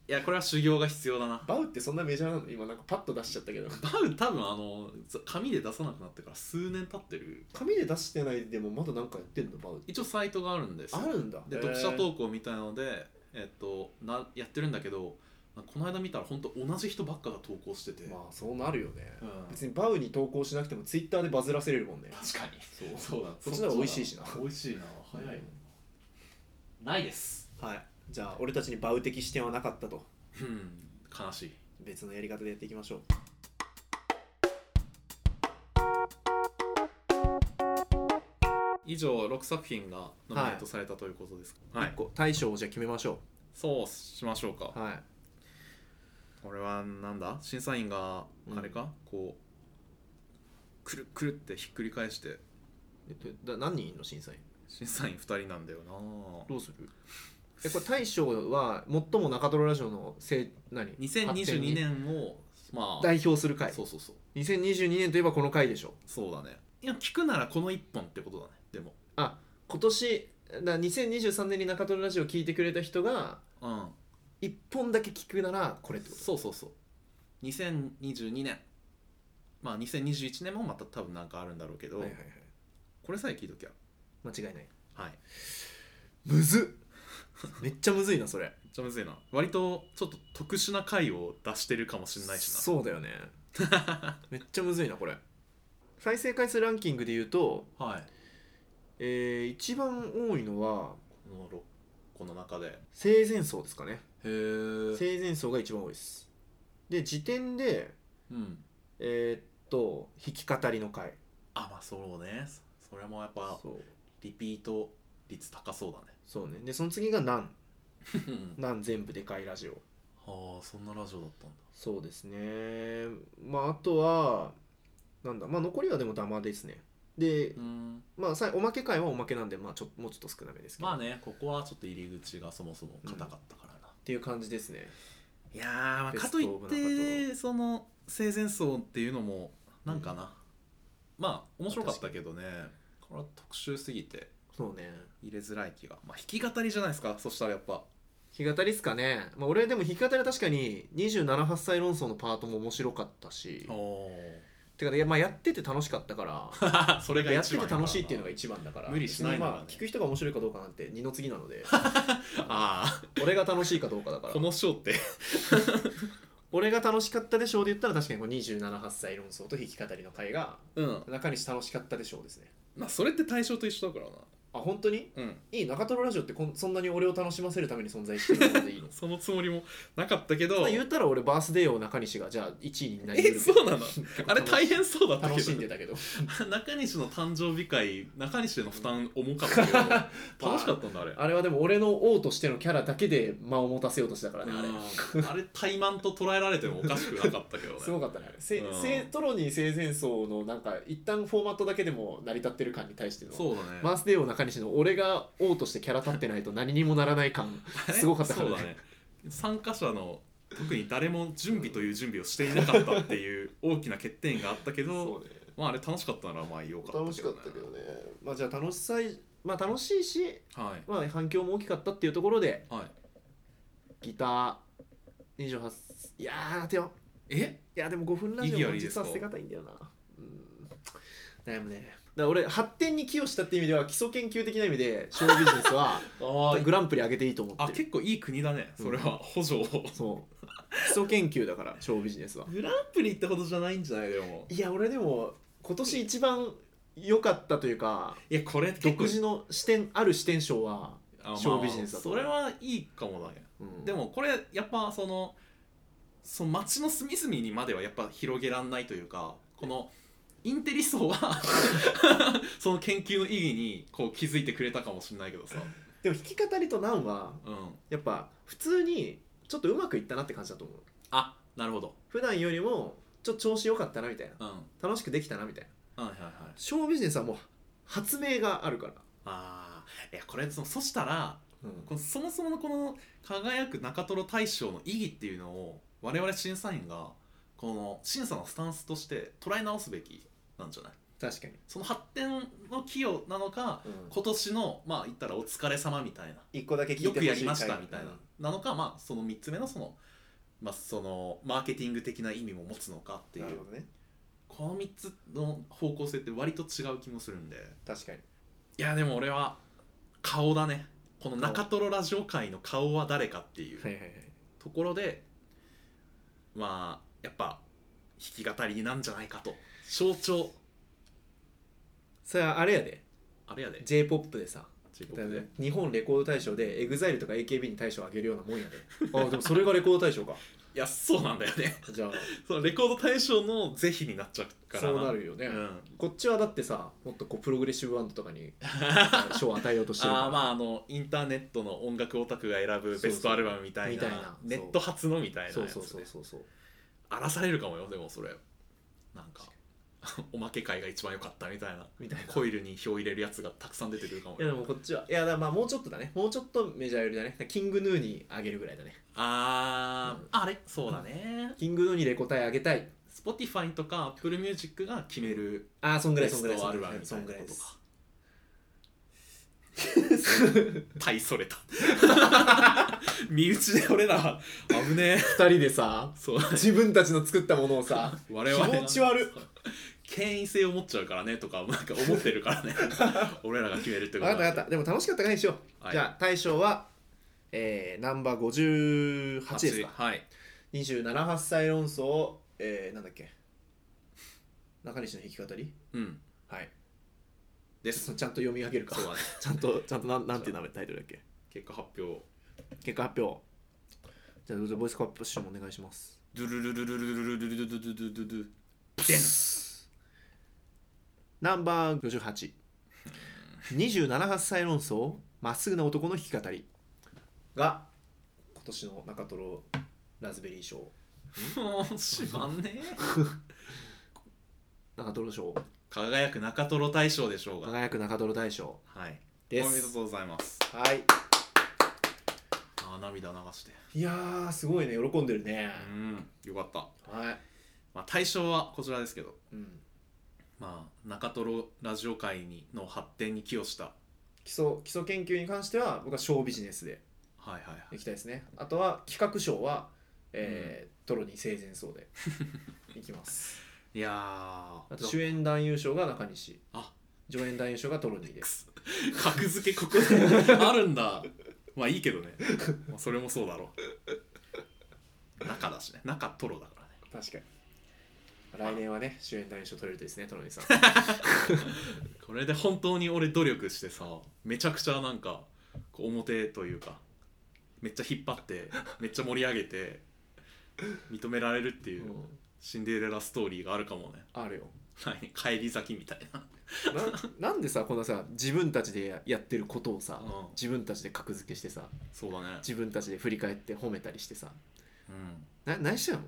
Speaker 1: いやこれは修行が必要だな
Speaker 2: バウってそんなメジャーなの今なんかパッと出しちゃったけど
Speaker 1: バウ多分あの紙で出さなくなってから数年経ってる
Speaker 2: 紙で出してないでもまだなんかやってんのバウって
Speaker 1: 一応サイトがあるんですよ
Speaker 2: あるんだ
Speaker 1: で
Speaker 2: へー
Speaker 1: 読者投稿みたいなので、えっと、なやってるんだけどこの間見たら本当同じ人ばっかが投稿してて、
Speaker 2: まあそうなるよね、
Speaker 1: うん
Speaker 2: 別にバウに投稿しなくてもツイッターでバズらせれるもんね
Speaker 1: 確かにそうだ
Speaker 2: そっちの方が美味しいしな
Speaker 1: 美味しいな早いもんなないです
Speaker 2: はいじゃあ俺たちにバウ的視点はなかったと
Speaker 1: うん悲しい
Speaker 2: 別のやり方でやっていきましょう
Speaker 1: 以上6作品がノミネートされたということですかはい、
Speaker 2: 一個大賞をじゃあ決めましょ
Speaker 1: そうしましょうか、
Speaker 2: うはい
Speaker 1: これはなんだ審査員があれか、こうくるくるってひっくり返して
Speaker 2: えっとだ何人いんの審査員
Speaker 1: 審査員2人なんだよな
Speaker 2: どうするえこれ大賞は最も中トロラジオのせい何発展
Speaker 1: 2022
Speaker 2: に
Speaker 1: 年をまあ
Speaker 2: 代表する回
Speaker 1: そうそうそう
Speaker 2: 2022年といえばこの回でしょ
Speaker 1: そうだねいや聞くならこの1本ってことだねでも
Speaker 2: あ今年だ2023年に中トロラジオを聞いてくれた人が
Speaker 1: うん
Speaker 2: 1本だけ聞くならこれってこと
Speaker 1: そうそうそう2022年まあ2021年もまた多分なんかあるんだろうけど、
Speaker 2: い
Speaker 1: これさえ聞いときゃ
Speaker 2: 間違いない
Speaker 1: はい
Speaker 2: むずっめっちゃむずいなそれ
Speaker 1: めっちゃむずいな割とちょっと特殊な回を出してるかもしれないしな
Speaker 2: そうだよ ねめっちゃむずいなこれ再生回数ランキングで言うと、
Speaker 1: はい
Speaker 2: えー一番多いのは
Speaker 1: この6個の中でへ
Speaker 2: 生前層ですかね
Speaker 1: え
Speaker 2: 生前層が一番多いですで時点で
Speaker 1: うん
Speaker 2: えーっと弾き語りの回
Speaker 1: あまあそうねそそれもやっぱ
Speaker 2: そう
Speaker 1: リピート率高そうだね
Speaker 2: そうねでその次が「なん」「
Speaker 1: うん
Speaker 2: なん全部でかいラジオ
Speaker 1: はあそんなラジオだったん」
Speaker 2: そうですねまああとはなんだまあ残りはでもダマですねで
Speaker 1: だうん
Speaker 2: まあさおまけ回はおまけなんでまあちょもうちょっと少なめですけど、
Speaker 1: まあねここはちょっと入り口がそもそも硬かったからな、
Speaker 2: っていう感じですね
Speaker 1: いやー、まあ
Speaker 2: ベ
Speaker 1: か
Speaker 2: ス
Speaker 1: とい
Speaker 2: トオブ
Speaker 1: っ
Speaker 2: なか
Speaker 1: てその生前葬っていうのもなんかな、まあ面白かったけどねこれは特集すぎて
Speaker 2: そうね
Speaker 1: 入れづらい気がまあ弾き語りじゃないですかそしたらやっぱ
Speaker 2: 弾き語りっすかね、まあ、俺でも弾き語りは確かに278歳論争のパートも面白かったし
Speaker 1: お
Speaker 2: てかね、まあ、やってて楽しかったから
Speaker 1: それが
Speaker 2: やっ
Speaker 1: 一
Speaker 2: て
Speaker 1: 番
Speaker 2: て楽しいっていうのが一番だから
Speaker 1: 無理しないのがね
Speaker 2: まあ聞く人が面白いかどうかなんて二の次なので
Speaker 1: あ
Speaker 2: 俺が楽しいかどうかだか
Speaker 1: あ
Speaker 2: ら
Speaker 1: この章って
Speaker 2: 俺が楽しかったでしょうで言ったら確かにこう278歳論争と弾き語りの会が
Speaker 1: うん
Speaker 2: 中西楽しかったでしょうですね
Speaker 1: まあそれって対象と一緒だから
Speaker 2: あ本当に
Speaker 1: なうん
Speaker 2: いい中トロラジオってこんそんなに俺を楽しませるために存在してるのでいい の
Speaker 1: そのつもりもなかったけど
Speaker 2: まあ言ったら俺バースデーを中西がじゃあ1位になり
Speaker 1: えそう なのあれ大変そうだった
Speaker 2: 楽
Speaker 1: け
Speaker 2: しん
Speaker 1: ど
Speaker 2: でたけど
Speaker 1: 中西の誕生日会中西への負担重かったけど楽しかったんだあれ
Speaker 2: あれはでも俺の王としてのキャラだけで間を持たせようとしたからねあれ
Speaker 1: うんあれ怠慢と捉えられてもおかしくなかったけどね
Speaker 2: すごかったねあれせ、
Speaker 1: うん
Speaker 2: せトロニー生前層のなんか一旦フォーマットだけでも成り立ってる感に対しての
Speaker 1: そうだね、
Speaker 2: マースデーを中西の俺が王としてキャラ立ってないと何にもならない感すごかったか
Speaker 1: そ
Speaker 2: ら
Speaker 1: うだ
Speaker 2: ね
Speaker 1: ね参加者の特に誰も準備という準備をしていなかったっていう大きな欠点があったけど、
Speaker 2: ね
Speaker 1: まああれ楽しかったならまあよかったけど、ね、
Speaker 6: 楽しかったけどね
Speaker 2: まあじゃあ楽しさいまあ楽しいし、
Speaker 1: はい
Speaker 2: まあ、反響も大きかったっていうところで
Speaker 1: はい
Speaker 2: ギター28いやー待てよ
Speaker 1: え
Speaker 2: いやでも5分ラジ
Speaker 1: 意義
Speaker 2: オ
Speaker 1: あ
Speaker 2: も
Speaker 1: りです
Speaker 2: 実
Speaker 1: か
Speaker 2: は捨てがたいんだよなうん悩むねだから俺発展に寄与したって意味では基礎研究的な意味で小ビジネス は
Speaker 1: あ
Speaker 2: グランプリ上げていいと思
Speaker 1: あ
Speaker 2: ってる
Speaker 1: 結構いい国だねそれは補助を、
Speaker 2: そう基礎研究だから小ビジネスは
Speaker 1: グランプリってことじゃないんじゃないでも
Speaker 2: いや俺でも今年一番良かったというか
Speaker 1: いやこれ結
Speaker 2: 独
Speaker 1: 構
Speaker 2: 自の視点ある視点賞は、
Speaker 1: あまあ
Speaker 2: ショービジネスだと
Speaker 1: それはいいかもだね
Speaker 2: うん
Speaker 1: でもこれやっぱそのその街の隅々にまではやっぱ広げらんないというかこのインテリ層は その研究の意義にこう気づいてくれたかもしれないけどさ、
Speaker 2: でも弾き語りとなんは
Speaker 1: うん、
Speaker 2: やっぱ普通にちょっとうまくいったなって感じだと思う
Speaker 1: あなるほど、
Speaker 2: 普段よりもちょっと調子良かったなみたいな
Speaker 1: うん、はい
Speaker 2: 楽しくできたなみたいな
Speaker 1: はいはい
Speaker 2: ショービジネスはもう発明があるから、
Speaker 1: あーいやこれそのそしたら
Speaker 2: うん
Speaker 1: このそもそものこの輝く中トロ大賞の意義っていうのを我々審査員がこの審査のスタンスとして捉え直すべきなんじゃない
Speaker 2: 確かに、
Speaker 1: その発展の寄与なのか今年のまあ言ったらお疲れ様みたいな
Speaker 2: 一個だけ聞いて
Speaker 1: よ
Speaker 2: ほしい
Speaker 1: くやりました
Speaker 2: 回
Speaker 1: みたいな、なのかまあその3つ目のその,、まあ、そのマーケティング的な意味も持つのかっていう
Speaker 2: なるほどね
Speaker 1: この3つの方向性って割と違う気もするんで
Speaker 2: 確かに
Speaker 1: いやでも俺は顔だねこの中トロラジオ界の顔は誰かっていう
Speaker 2: はいはいはい
Speaker 1: ところでまあやっぱ弾き語りなんじゃないかと象徴
Speaker 2: それはあれやで
Speaker 1: あれやで
Speaker 2: j p o p でさ
Speaker 1: 中
Speaker 2: だ
Speaker 1: 国
Speaker 2: よ
Speaker 1: で
Speaker 2: ね日本レコード大賞で EXILE とか AKB に大賞あげるようなもんやで あでもそれがレコード大賞か
Speaker 1: いやそうなんだよね
Speaker 2: じゃあ
Speaker 1: そのレコード大賞の是非になっちゃうから
Speaker 2: そうなるよね、
Speaker 1: うん
Speaker 2: こっちはだってさもっとこうプログレッシブバンドとか にあの賞を与えようとしてるから
Speaker 1: あーまああのインターネットの音楽オタクが選ぶベストアルバムみたいな
Speaker 2: そうそうみたいな
Speaker 1: ネット初のみたいなやつ
Speaker 2: そ
Speaker 1: ね
Speaker 2: うそうそうそうそう
Speaker 1: 荒らされるかもよでもそれなんかおまけ会が一番良かったみたいな
Speaker 2: みたいな
Speaker 1: コイルに票入れるやつがたくさん出てくるかも
Speaker 2: いやで
Speaker 1: よ
Speaker 2: もこっちはいやだからまあもうちょっとだねもうちょっとメジャー寄りだねキングヌーにあげるぐらいだね
Speaker 1: あー、あれそうだね
Speaker 2: キングヌーにレコ大あげたい
Speaker 1: Spotify とか AppleMusic が決める
Speaker 2: ああそんぐら
Speaker 1: ベ
Speaker 2: いそん
Speaker 1: ス
Speaker 2: ぐらい
Speaker 1: ト
Speaker 2: そ
Speaker 1: ア
Speaker 2: ん
Speaker 1: ル
Speaker 2: ぐ
Speaker 1: バ
Speaker 2: ら
Speaker 1: ム
Speaker 2: い
Speaker 1: み
Speaker 2: そ
Speaker 1: たい
Speaker 2: ん
Speaker 1: な
Speaker 2: ぐ
Speaker 1: こ
Speaker 2: らい
Speaker 1: と
Speaker 2: です
Speaker 1: か大そ れた身内で俺ら危ねえ
Speaker 2: 二人でさ
Speaker 1: そう
Speaker 2: 自分たちの作ったものをさ
Speaker 1: 我々
Speaker 2: 気持ち悪
Speaker 1: 権威性を持っちゃうからねとかなんか思ってるからね俺らが決めるって
Speaker 2: 分
Speaker 1: こと
Speaker 2: かった分かったでも楽しかったからにしよう、
Speaker 1: はい
Speaker 2: じゃあ大賞はえー、ナンバー58ですか
Speaker 1: はい
Speaker 2: 278歳論争えー、なんだっけ中西の弾き語り
Speaker 1: うん
Speaker 2: はい
Speaker 1: です
Speaker 2: そちゃんと読み上げるか
Speaker 1: そうだね
Speaker 2: ちゃんとちゃんとなんなんていう名前タイトルだっけ
Speaker 1: 結果発表
Speaker 2: 結果発表じゃあボイスカップッシュもお願いします
Speaker 1: ドゥルルルルルルルルルルルルルルでん
Speaker 2: ナンバー58 27歳論争まっすぐな男の弾き語りが今年の中トロラズベリー賞
Speaker 1: もうしまんねえ
Speaker 2: 中トロ賞
Speaker 1: 輝く中トロ大賞でしょうが
Speaker 2: 輝く中トロ大賞
Speaker 1: はい
Speaker 2: で
Speaker 1: おめですとうございます
Speaker 2: はい
Speaker 1: あー涙流して
Speaker 2: いやーすごいね喜んでるね
Speaker 1: うんよかった、
Speaker 2: はい、
Speaker 1: まあ、大賞はこちらですけど
Speaker 2: うん、
Speaker 1: まあ中トロラジオ界にの発展に寄与した
Speaker 2: 基礎基礎研究に関しては僕は小ビジネスで
Speaker 1: はいはいはい
Speaker 2: いきたいですねあとは企画賞は、えートロに生前葬でいきます
Speaker 1: いやー
Speaker 2: あと主演男優賞が中西
Speaker 1: あ
Speaker 2: 上演男優賞がトロニーです
Speaker 1: 格付けここにあるんだまあいいけどね、まあ、それもそうだろう中だしね中トロだからね
Speaker 2: 確かに来年はね主演男優賞取れるといいですねトロニーさ ん
Speaker 1: これで本当に俺努力してさめちゃくちゃなんかこう表というかめっちゃ引っ張ってめっちゃ盛り上げて認められるっていううんシンデレラストーリーがあるかもね
Speaker 2: あるよ
Speaker 1: はい帰り咲きみたいな
Speaker 2: ななんでさこんなさ自分たちでやってることをさ、
Speaker 1: うん
Speaker 2: 自分たちで格付けしてさ
Speaker 1: そうだね、
Speaker 2: 自分たちで振り返って褒めたりしてさ
Speaker 1: うん、
Speaker 2: な何してんの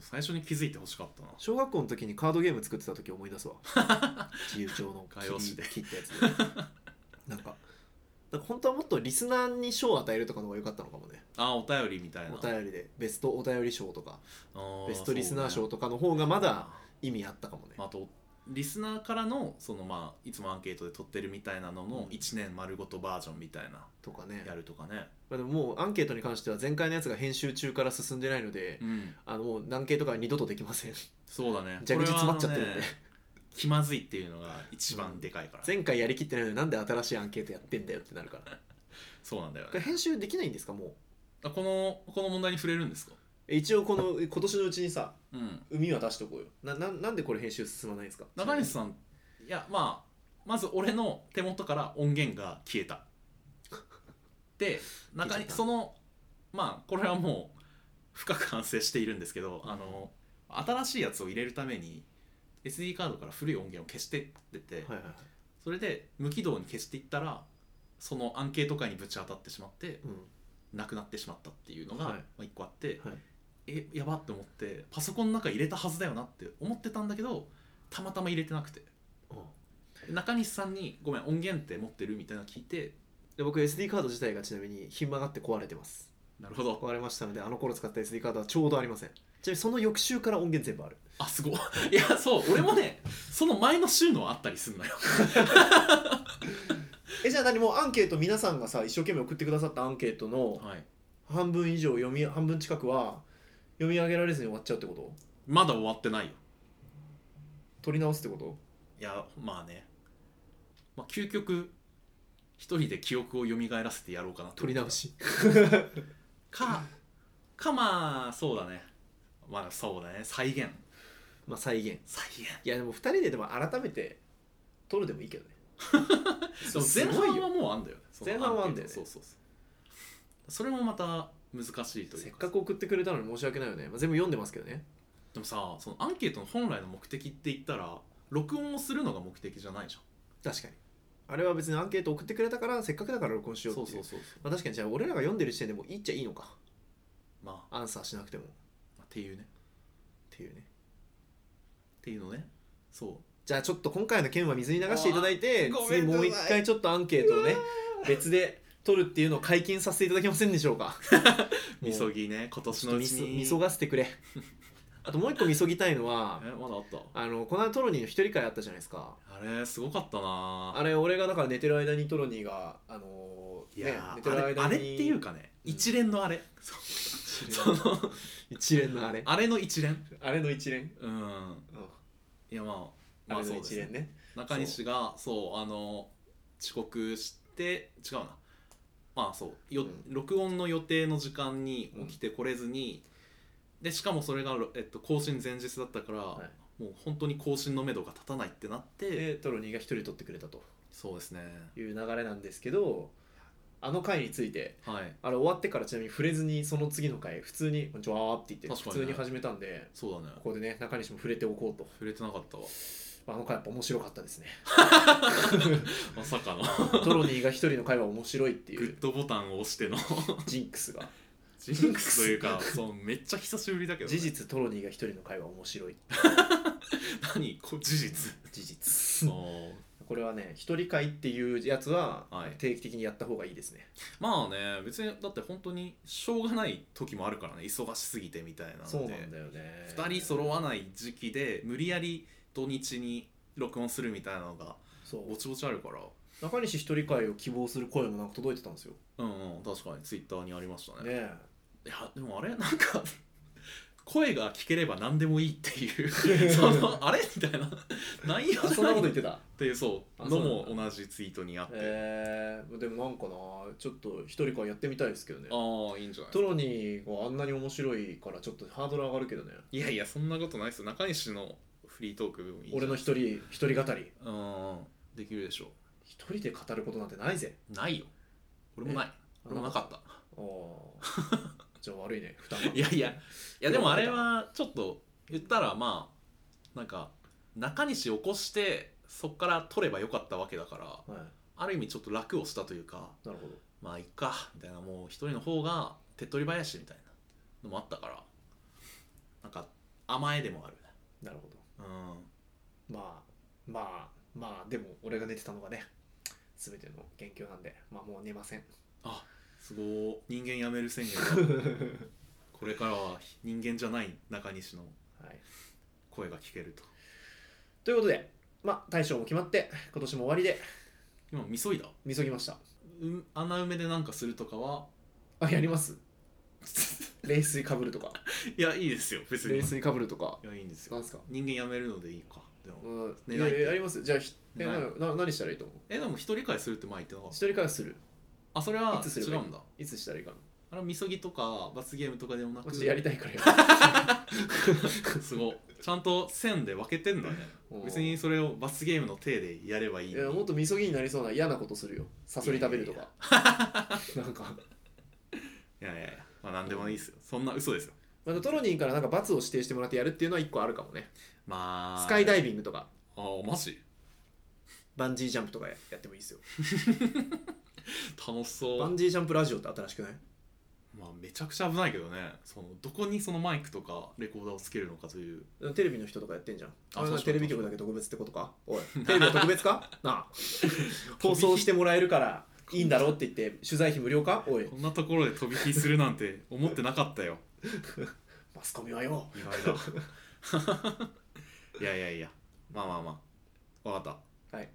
Speaker 1: 最初に気づいてほしかったな
Speaker 2: 小学校の時にカードゲーム作ってた時思い 出すわ自由帳の
Speaker 1: 画用紙で
Speaker 2: 切り切ったやつでなんかなんか本当はもっとリスナーに賞を与えるとかの方が良かったのかもね
Speaker 1: あお便りみたいな
Speaker 2: お便りでベストお便り賞とか
Speaker 1: あー
Speaker 2: ベストリスナー
Speaker 1: そう
Speaker 2: 賞
Speaker 1: ね
Speaker 2: とかの方がまだ意味あったかもね
Speaker 1: あとリスナーからのそのまあいつもアンケートで取ってるみたいなのの1年丸ごとバージョンみたいな
Speaker 2: とかね
Speaker 1: やるとかね、
Speaker 2: まあ、でももうアンケートに関しては前回のやつが編集中から進んでないので、
Speaker 1: うん、
Speaker 2: あのもう何系とかは二度とでき ません
Speaker 1: そうだね
Speaker 2: 蛇口詰まっちゃってるん
Speaker 1: これ
Speaker 2: で
Speaker 1: はね気まずいっていうのが一番でかいから、
Speaker 2: 前回やりきってないのになんで新しいアンケートやってんだよってなるから
Speaker 1: そうなんだよ
Speaker 2: こ れ
Speaker 1: ね
Speaker 2: 編集できないんですかもう
Speaker 1: あこのこの問題に触れるんですか
Speaker 2: え一応この今年のうちにさ
Speaker 1: うん
Speaker 2: 海は出しとこうよなななんでこれ編集進まないんですか
Speaker 1: 中西さんいやまあまず俺の手元から音源が消えたで中
Speaker 2: 消え
Speaker 1: に
Speaker 2: ちゃった
Speaker 1: そのまあこれはもう深く反省しているんですけどあの新しいやつを入れるために SD カードから古い音源を消してってて、
Speaker 2: はいはいはい、
Speaker 1: それで無軌道に消していったらそのアンケート会にぶち当たってしまって
Speaker 2: うん、
Speaker 1: なくなってしまったっていうのが
Speaker 2: はい
Speaker 1: まあ一個あって、
Speaker 2: はい
Speaker 1: えやばって思ってパソコンの中入れたはずだよなって思ってたんだけどたまたま入れてなくて中西さんに「ごめん音源って持ってる?」みたいなの聞いて
Speaker 2: で僕 SD カード自体がちなみにひん曲がって壊れてます
Speaker 1: 「なるほど
Speaker 2: 壊れましたのであの頃使った SD カードはちょうどありませんちなみにその翌週から音源全部ある
Speaker 1: あすごい」 いやそう俺もねその前の週のはあったりすんの よ
Speaker 2: えじゃあ何もうアンケート皆さんがさ一生懸命送ってくださったアンケートの
Speaker 1: はい
Speaker 2: 半分以上読み半分近くは読み上げられずに終わっちゃうってこと
Speaker 1: まだ終わってないよ
Speaker 2: 取り直すってこと
Speaker 1: いやまあねまあ究極一人で記憶を蘇らせてやろうかなと
Speaker 2: 取り直し
Speaker 1: かかまあそうだねまあそうだね再現
Speaker 2: まあ再現
Speaker 1: 再現
Speaker 2: いやでも2人ででも改めて取るでもいいけどね
Speaker 1: でも前
Speaker 2: すご
Speaker 1: 半
Speaker 2: い
Speaker 1: は
Speaker 2: よ
Speaker 1: もうあんだよねその
Speaker 2: 前半はあんだ
Speaker 1: ア
Speaker 2: よね
Speaker 1: ンケートそうそうそうそれもまた難しいという
Speaker 2: せっかく送ってくれたのに申し訳ないよね、まあ、全部読んでますけどね
Speaker 1: でもさそのアンケートの本来の目的って言ったら録音をするのが目的じゃないじゃ
Speaker 2: 確かにあれは別にアンケート送ってくれたからせっかくだから録音しよ
Speaker 1: ん
Speaker 2: うって
Speaker 1: そ
Speaker 2: いうう
Speaker 1: そうそうそう
Speaker 2: まあ、確かにじゃあ俺らが読んでる時点でもういいっちゃいいのか
Speaker 1: まあ、
Speaker 2: アンサーしなくてもっ
Speaker 1: まあっていうね
Speaker 2: ていうね
Speaker 1: っていうのねそう
Speaker 2: じゃあちょっと今回の件は水に流していただいて
Speaker 1: あーごめ
Speaker 2: 次
Speaker 1: んなさ
Speaker 2: も
Speaker 1: いう
Speaker 2: 一回ちょっとアンケートをね別で取るっていうのを解禁させていただけませんでしょうか
Speaker 1: みそぎね今年
Speaker 2: ちょ
Speaker 1: の
Speaker 2: っと
Speaker 1: う
Speaker 2: み
Speaker 1: ち
Speaker 2: そ
Speaker 1: に
Speaker 2: みそがせてくれ あともう一個みそぎたいのは
Speaker 1: えまだあった
Speaker 2: あのこの間トロニーの一人会あったじゃないですか
Speaker 1: あれすごかったな
Speaker 2: あれ俺がだから寝てる間にトロニーがあの
Speaker 1: い
Speaker 2: ー、ね
Speaker 1: や、
Speaker 2: 寝て
Speaker 1: ーあれ
Speaker 2: る
Speaker 1: あ
Speaker 2: 間に
Speaker 1: れっていうかね、
Speaker 2: うん
Speaker 1: 一連のあれそうその
Speaker 2: 一連のあれ
Speaker 1: あれの一連
Speaker 2: あれの一連
Speaker 1: うんいやまあ
Speaker 2: あ
Speaker 1: まあ
Speaker 2: れ
Speaker 1: そう
Speaker 2: の
Speaker 1: で
Speaker 2: 一
Speaker 1: すね
Speaker 2: 連ね
Speaker 1: 中西がそうあの遅刻して違うなまあそうよ、
Speaker 2: うん
Speaker 1: 録音の予定の時間に起きてこれずに、でしかもそれが、えっと、更新前日だったから、
Speaker 2: は
Speaker 1: もう本当に更新のめどが立たないってなって
Speaker 2: でトロニーが一人取ってくれたと
Speaker 1: そうですね
Speaker 2: いう流れなんですけどあの回について
Speaker 1: はい
Speaker 2: あれ終わってからちなみに触れずにその次の回普通に「ジョワー」って言って
Speaker 1: 確
Speaker 2: 普
Speaker 1: かに
Speaker 2: 通
Speaker 1: ね
Speaker 2: に始めたんで、
Speaker 1: そうだね
Speaker 2: ここでね中西も触れておこうと
Speaker 1: 触れてなかったわ
Speaker 2: あの回やっぱ面白かったですね
Speaker 1: まさかの
Speaker 2: トロニーが一人の回は面白いって
Speaker 1: グ
Speaker 2: い
Speaker 1: ッ
Speaker 2: う
Speaker 1: ドボタンを押しての
Speaker 2: ジンクスが
Speaker 1: ジンクスというかそうめっちゃ久しぶりだけどね、
Speaker 2: 事実トロニーが一人の回は面白い
Speaker 1: 何こ事実
Speaker 2: 事
Speaker 1: あ
Speaker 2: 実
Speaker 1: ー
Speaker 2: これはね一人会っていうやつは
Speaker 1: はい
Speaker 2: 定期的にやった方がいいですね、
Speaker 1: まあね別にだって本当にしょうがない時もあるからね忙しすぎてみたいなので
Speaker 2: そうなんだよね
Speaker 1: 2人揃わない時期で無理やり土日に録音するみたいなのが
Speaker 2: そう
Speaker 1: ぼちぼちあるから
Speaker 2: 中西一人会を希望する声もなんか届いてたんですよ
Speaker 1: うんうん確かにツイッターにありましたね
Speaker 2: ね
Speaker 1: い
Speaker 2: え
Speaker 1: やでもあれなんか 声が聞ければ何でもいいって いうそのあれみたいな内容
Speaker 2: あ
Speaker 1: じ
Speaker 2: そ
Speaker 1: ゃ
Speaker 2: ん
Speaker 1: な
Speaker 2: な
Speaker 1: の
Speaker 2: いこと言
Speaker 1: っ
Speaker 2: ってた
Speaker 1: ていうそう
Speaker 2: あ
Speaker 1: の
Speaker 2: そうなんだ
Speaker 1: も同じツイートにあって、
Speaker 2: えー、でもなんかなちょっと一人会やってみたいですけどね
Speaker 1: ああいいんじゃない
Speaker 2: トロニーがあんなに面白いからちょっとハードル上がるけどね
Speaker 1: いやいやそんなことないですよ中西のフリートークでもいいじゃん
Speaker 2: 俺の一人一人語り
Speaker 1: うんうんできるでしょ
Speaker 2: 一人で語ることなんてないぜ
Speaker 1: うないよ俺もない俺もなかった
Speaker 2: ああ じゃあ悪いね負担が
Speaker 1: いやいやいやでもあれはちょっと言ったらまあなんか中西起こしてそっから取ればよかったわけだから
Speaker 2: はい
Speaker 1: ある意味ちょっと楽をしたというか
Speaker 2: なるほど
Speaker 1: まあいっかみたいなもう一人の方が手っ取り早しみたいなのもあったからなんか甘えでもあるね
Speaker 2: なるほど
Speaker 1: うん
Speaker 2: まあまあまあでも俺が寝てたのがね全ての元凶なんでまあもう寝ません
Speaker 1: あすごい人間やめる宣言
Speaker 2: は
Speaker 1: だ
Speaker 2: い
Speaker 1: これからは人間じゃない中西の声が聞けると
Speaker 2: ということでまあ大賞も決まって今年も終わりで
Speaker 1: 今みそいだ
Speaker 2: 見そぎました
Speaker 1: うん穴埋めでなんかするとかは
Speaker 2: あや ります冷水かぶるとか
Speaker 1: いやいいですよ別に
Speaker 2: 冷水かぶるとか
Speaker 1: いやいいんですよ
Speaker 2: なんすか
Speaker 1: 人間やめるのでいいかでも
Speaker 2: うん
Speaker 1: 寝
Speaker 2: い
Speaker 1: な
Speaker 2: や
Speaker 1: い
Speaker 2: いややりますじゃあひえ
Speaker 1: ない
Speaker 2: なな何したらいいと思う
Speaker 1: えでも一人会するって前言ってなかっ
Speaker 2: 一
Speaker 1: た
Speaker 2: 人からする
Speaker 1: あそれはい
Speaker 2: つす
Speaker 1: 違
Speaker 2: ればいい
Speaker 1: うんだ
Speaker 2: いつしたらいいかな
Speaker 1: あれみそぎとか罰ゲームとかでもな
Speaker 2: も
Speaker 1: く
Speaker 2: しやりたい からや
Speaker 1: すごいちゃんと線で分けてんだね
Speaker 2: おー
Speaker 1: 別にそれを罰ゲームの体でやればいい
Speaker 2: るいやもっとみそぎになりそうな嫌なことするよサソリ食べるとかなんか
Speaker 1: いやいやいやまあ何でもいいですよそんな嘘ですよ
Speaker 2: またトロニーからなんか罰を指定してもらってやるっていうのは一個あるかもね
Speaker 1: まあ
Speaker 2: スカイダ
Speaker 1: イ
Speaker 2: イビングとか
Speaker 1: あーマジ
Speaker 2: バンジージャンプとかやってもいいですよ
Speaker 1: 楽しそう
Speaker 2: バンジージャンプラジオって新しくない
Speaker 1: まあめちゃくちゃ危ないけどねそのどこにそのマイクとかレコーダーをつけるのかという
Speaker 2: テレビの人とかやってんじゃん
Speaker 1: あ
Speaker 2: あれ
Speaker 1: 確か
Speaker 2: は
Speaker 1: に
Speaker 2: テレビ局だけ特別ってことかおいテレビは特別か なあ放送してもらえるからいいんだろうって言って取材費無料かおい
Speaker 1: こんなところで飛び火するなんて思ってなかったよ
Speaker 2: マスコミはよ
Speaker 1: 意外だ いやいやいやまあまあまあわかった
Speaker 2: はい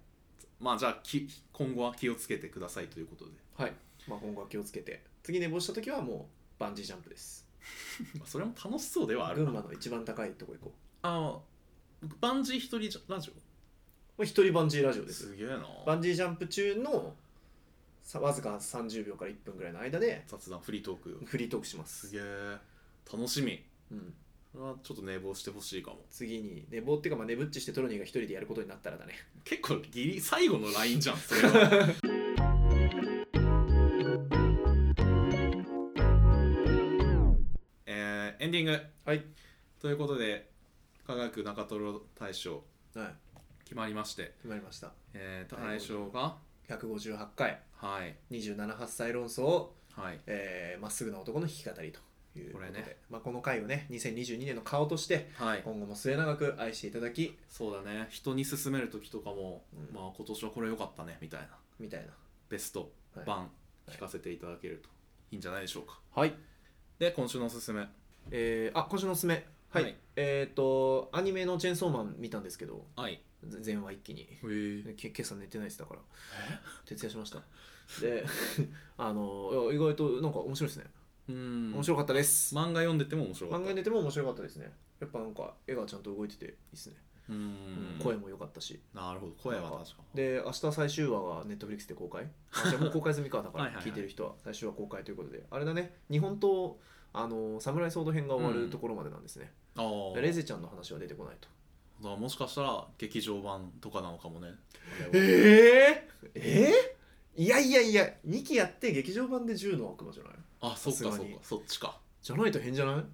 Speaker 1: まあじゃあき今後は気をつけてくださいということで
Speaker 2: はい、まあ、今後は気をつけて次寝坊した時はもうバンジージャンプです
Speaker 1: まあそれも楽しそうではあ
Speaker 2: 群
Speaker 1: るな
Speaker 2: 馬の一番高いとこ行こ
Speaker 1: あバンジー一人じゃラジ
Speaker 2: うもう一人バンジーラジオ
Speaker 1: オ
Speaker 2: です
Speaker 1: すげえな
Speaker 2: バンジージャンプ中のさわずか30秒から1分ぐらいの間で
Speaker 1: 雑談フリートーク
Speaker 2: フリートークしますす、
Speaker 1: げえ楽しみ
Speaker 2: うん、
Speaker 1: これはちょっと寝坊してほしいかも
Speaker 2: 次に寝坊っていうかまあ寝ぶっちしてトロニーが一人でやることになったらだね
Speaker 1: 結構ギリ最後のラインじゃんそれは えーエンディング
Speaker 2: はい
Speaker 1: ということで科学中トロ大賞
Speaker 2: はい
Speaker 1: 決まりまして、
Speaker 2: 決まりました
Speaker 1: えー、
Speaker 2: はい
Speaker 1: 大賞が
Speaker 2: 158回
Speaker 1: はい
Speaker 2: 27発歳論争
Speaker 1: はい
Speaker 2: えーまっすぐな男の弾き語りということで
Speaker 1: これね
Speaker 2: まあ、この回をね2022年の顔として
Speaker 1: はい
Speaker 2: 今後も末永く愛していただき
Speaker 1: そうだね人に勧める時とかも、
Speaker 2: うん
Speaker 1: まあ今年はこれ良かったねみたいな
Speaker 2: みたい
Speaker 1: ベスト
Speaker 2: な、はい、
Speaker 1: 版聞かせていただけるといいんじゃないでしょうか
Speaker 2: はい
Speaker 1: で今週のおすすめ
Speaker 2: えーあ今週のおすすめはい、
Speaker 1: はい
Speaker 2: えっ、とアニメの「チェーンソーマン」見たんですけど
Speaker 1: はい
Speaker 2: ぜ全話一気に
Speaker 1: へー
Speaker 2: け今朝寝てないですだから徹夜しましたで あのいや意外となんか面白いですね
Speaker 1: うん
Speaker 2: 面白かったです、
Speaker 1: 漫画読んでても面白かっ
Speaker 2: 漫
Speaker 1: た
Speaker 2: 画に出ても面白かったですねやっぱなんか絵がちゃんと動いてていいですね、
Speaker 1: うん
Speaker 2: うん声も良かったし
Speaker 1: なるほど声は確か
Speaker 2: で明日最終話がネットフリックスで公開あじゃあも う公開済みかだから
Speaker 1: はいはいはい
Speaker 2: 聞いてる人は最終話公開ということであれだね日本とあの侍ソード編が終わるところまでなんですね、
Speaker 1: ああ
Speaker 2: レゼちゃんの話は出てこないと
Speaker 1: だからもしかしたら劇場版とかなのかもねあれは
Speaker 2: ええええいやいやいや2期やって劇場版で10の悪魔じゃない
Speaker 1: あそっかそっ
Speaker 2: さ
Speaker 1: か
Speaker 2: すがに
Speaker 1: そっちか
Speaker 2: じゃないと変じゃない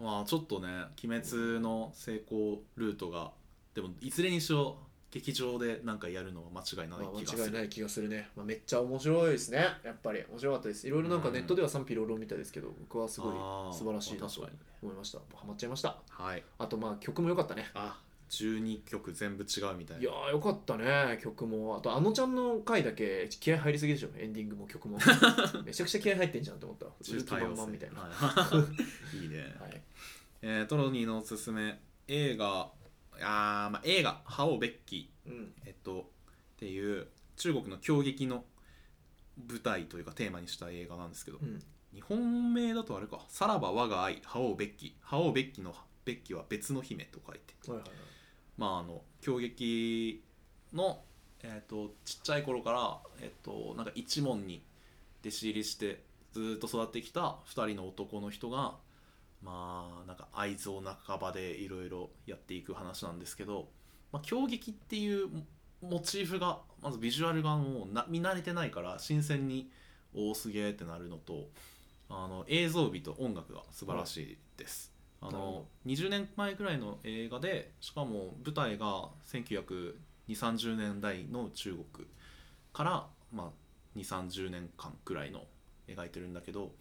Speaker 1: まあちょっとね「鬼滅」の成功ルートがでもいずれにしろ劇場でなんかやるのは間違いない
Speaker 2: まあ、
Speaker 1: 気が
Speaker 2: 間違
Speaker 1: す
Speaker 2: い
Speaker 1: る
Speaker 2: ない気がするね、まあ、めっちゃ面白いですねやっぱり面白かったですいろいろなんかネットでは賛否両論みたいですけど僕はすごい
Speaker 1: あー
Speaker 2: 素晴らしいなと
Speaker 1: 確かに
Speaker 2: 思いましたハマっちゃいました
Speaker 1: はい
Speaker 2: あとまあ曲も良かったね
Speaker 1: あ12曲全部違うみたい
Speaker 2: いや
Speaker 1: な
Speaker 2: ーよかったね曲もあとあのちゃんの回だけ気合入りすぎでしょエンディングも 曲もめちゃくちゃ気合入ってんじゃんと思った売る気満々みたいな、は
Speaker 1: はいいい ね、
Speaker 2: い、
Speaker 1: えートロニーのおすすめ映画あー、まあ、映画「ハオベッキ
Speaker 2: うん
Speaker 1: えっとっていう中国の狂劇の舞台というかテーマにした映画なんですけど、
Speaker 2: うん
Speaker 1: 日本名だとあれか「さらば我が愛覇王ベッキ」「覇王ベッキ」の「ベッキ」は別の姫と書いて
Speaker 2: はいはいはい
Speaker 1: まああの狂劇の、えっとちっちゃい頃から、えっとなんか一門に弟子入りしてずーっと育ってきた2人の男の人がまあなんか愛憎半ばでいろいろやっていく話なんですけど、まあ、狂劇っていうモモチーフがまずビジュアルがもうな見慣れてないから新鮮におおすげえってなるのとあの映像美と音楽が素晴らしいです。あ
Speaker 2: なる
Speaker 1: の
Speaker 2: ほ
Speaker 1: 20年前くらいの映画でしかも舞台が1920、30年代の中国から、まあ、2 3 0年間くらいの描いてるんだけど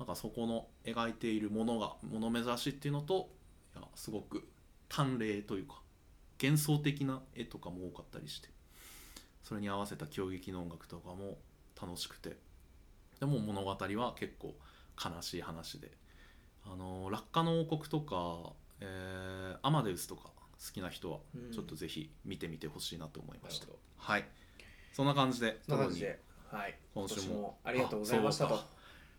Speaker 1: なんかそこの描いているものが物珍しいっていうのといやすごく端麗というか幻想的な絵とかも多かったりしてそれに合わせた狂劇の音楽とかも楽しくてでも物語は結構悲しい話で「あの落下の王国」とか、えーアマデウス」とか好きな人は
Speaker 2: うん
Speaker 1: ちょっとぜひ見てみてほしいなと思いました、
Speaker 2: なるほど
Speaker 1: はいそんな感じで
Speaker 2: そんな感じで、はい、
Speaker 1: 今週も
Speaker 2: ありがとうございましたと
Speaker 1: あそうか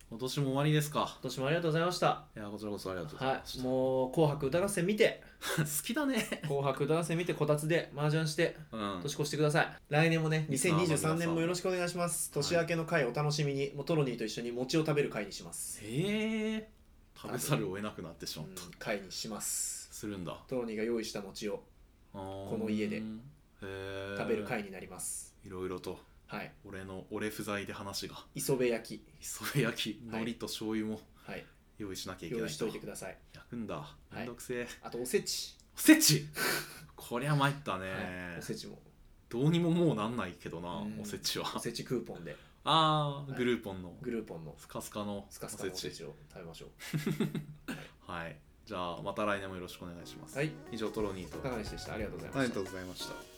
Speaker 1: 今年も終わりですか
Speaker 2: 今年もありがとうございました
Speaker 1: いやこちらこそありがとうござい
Speaker 2: は
Speaker 1: まし
Speaker 2: い
Speaker 1: た、
Speaker 2: もう「紅白歌合戦」見て
Speaker 1: 好きだね
Speaker 2: 「紅白歌合戦」見てこたつで麻雀して
Speaker 1: うん
Speaker 2: 年越してください来年もね
Speaker 1: リスナーの皆さ
Speaker 2: 2023
Speaker 1: ん
Speaker 2: 年もよろしくお願いします
Speaker 1: はい
Speaker 2: 年明けの会お楽しみにもうトロニーと一緒に餅を食べる会にします
Speaker 1: へえ食べざるを得なくなってしまった、
Speaker 2: うん会にします
Speaker 1: するんだ
Speaker 2: トロニーが用意した餅を
Speaker 1: こ
Speaker 2: の家で
Speaker 1: 食
Speaker 2: 食べる会になります
Speaker 1: いろいろと
Speaker 2: はい
Speaker 1: 俺の俺不在で話が
Speaker 2: 磯辺焼き
Speaker 1: 磯辺焼き
Speaker 2: はい
Speaker 1: 海苔と醤油も
Speaker 2: はい
Speaker 1: 用意しなきゃいけない
Speaker 2: 用
Speaker 1: と
Speaker 2: 意しといてください
Speaker 1: 焼くんだ
Speaker 2: い
Speaker 1: めんどくせえ、
Speaker 2: あとおせち、
Speaker 1: おせちこりゃ参ったね、
Speaker 2: はいおせちも
Speaker 1: どうにももうなんないけどな、
Speaker 2: うん
Speaker 1: おせちは
Speaker 2: おせちクーポンで
Speaker 1: あー、
Speaker 2: はい
Speaker 1: グルーポンの
Speaker 2: グルーポンの
Speaker 1: スカスカの
Speaker 2: スカスカのおせちを食べましょう
Speaker 1: はいじゃあまた来年もよろしくお願いします、
Speaker 2: はい
Speaker 1: 以上トロニーと
Speaker 2: 高梨でしたありがとうございま
Speaker 1: あ
Speaker 2: し
Speaker 1: り
Speaker 2: た
Speaker 1: がとうございました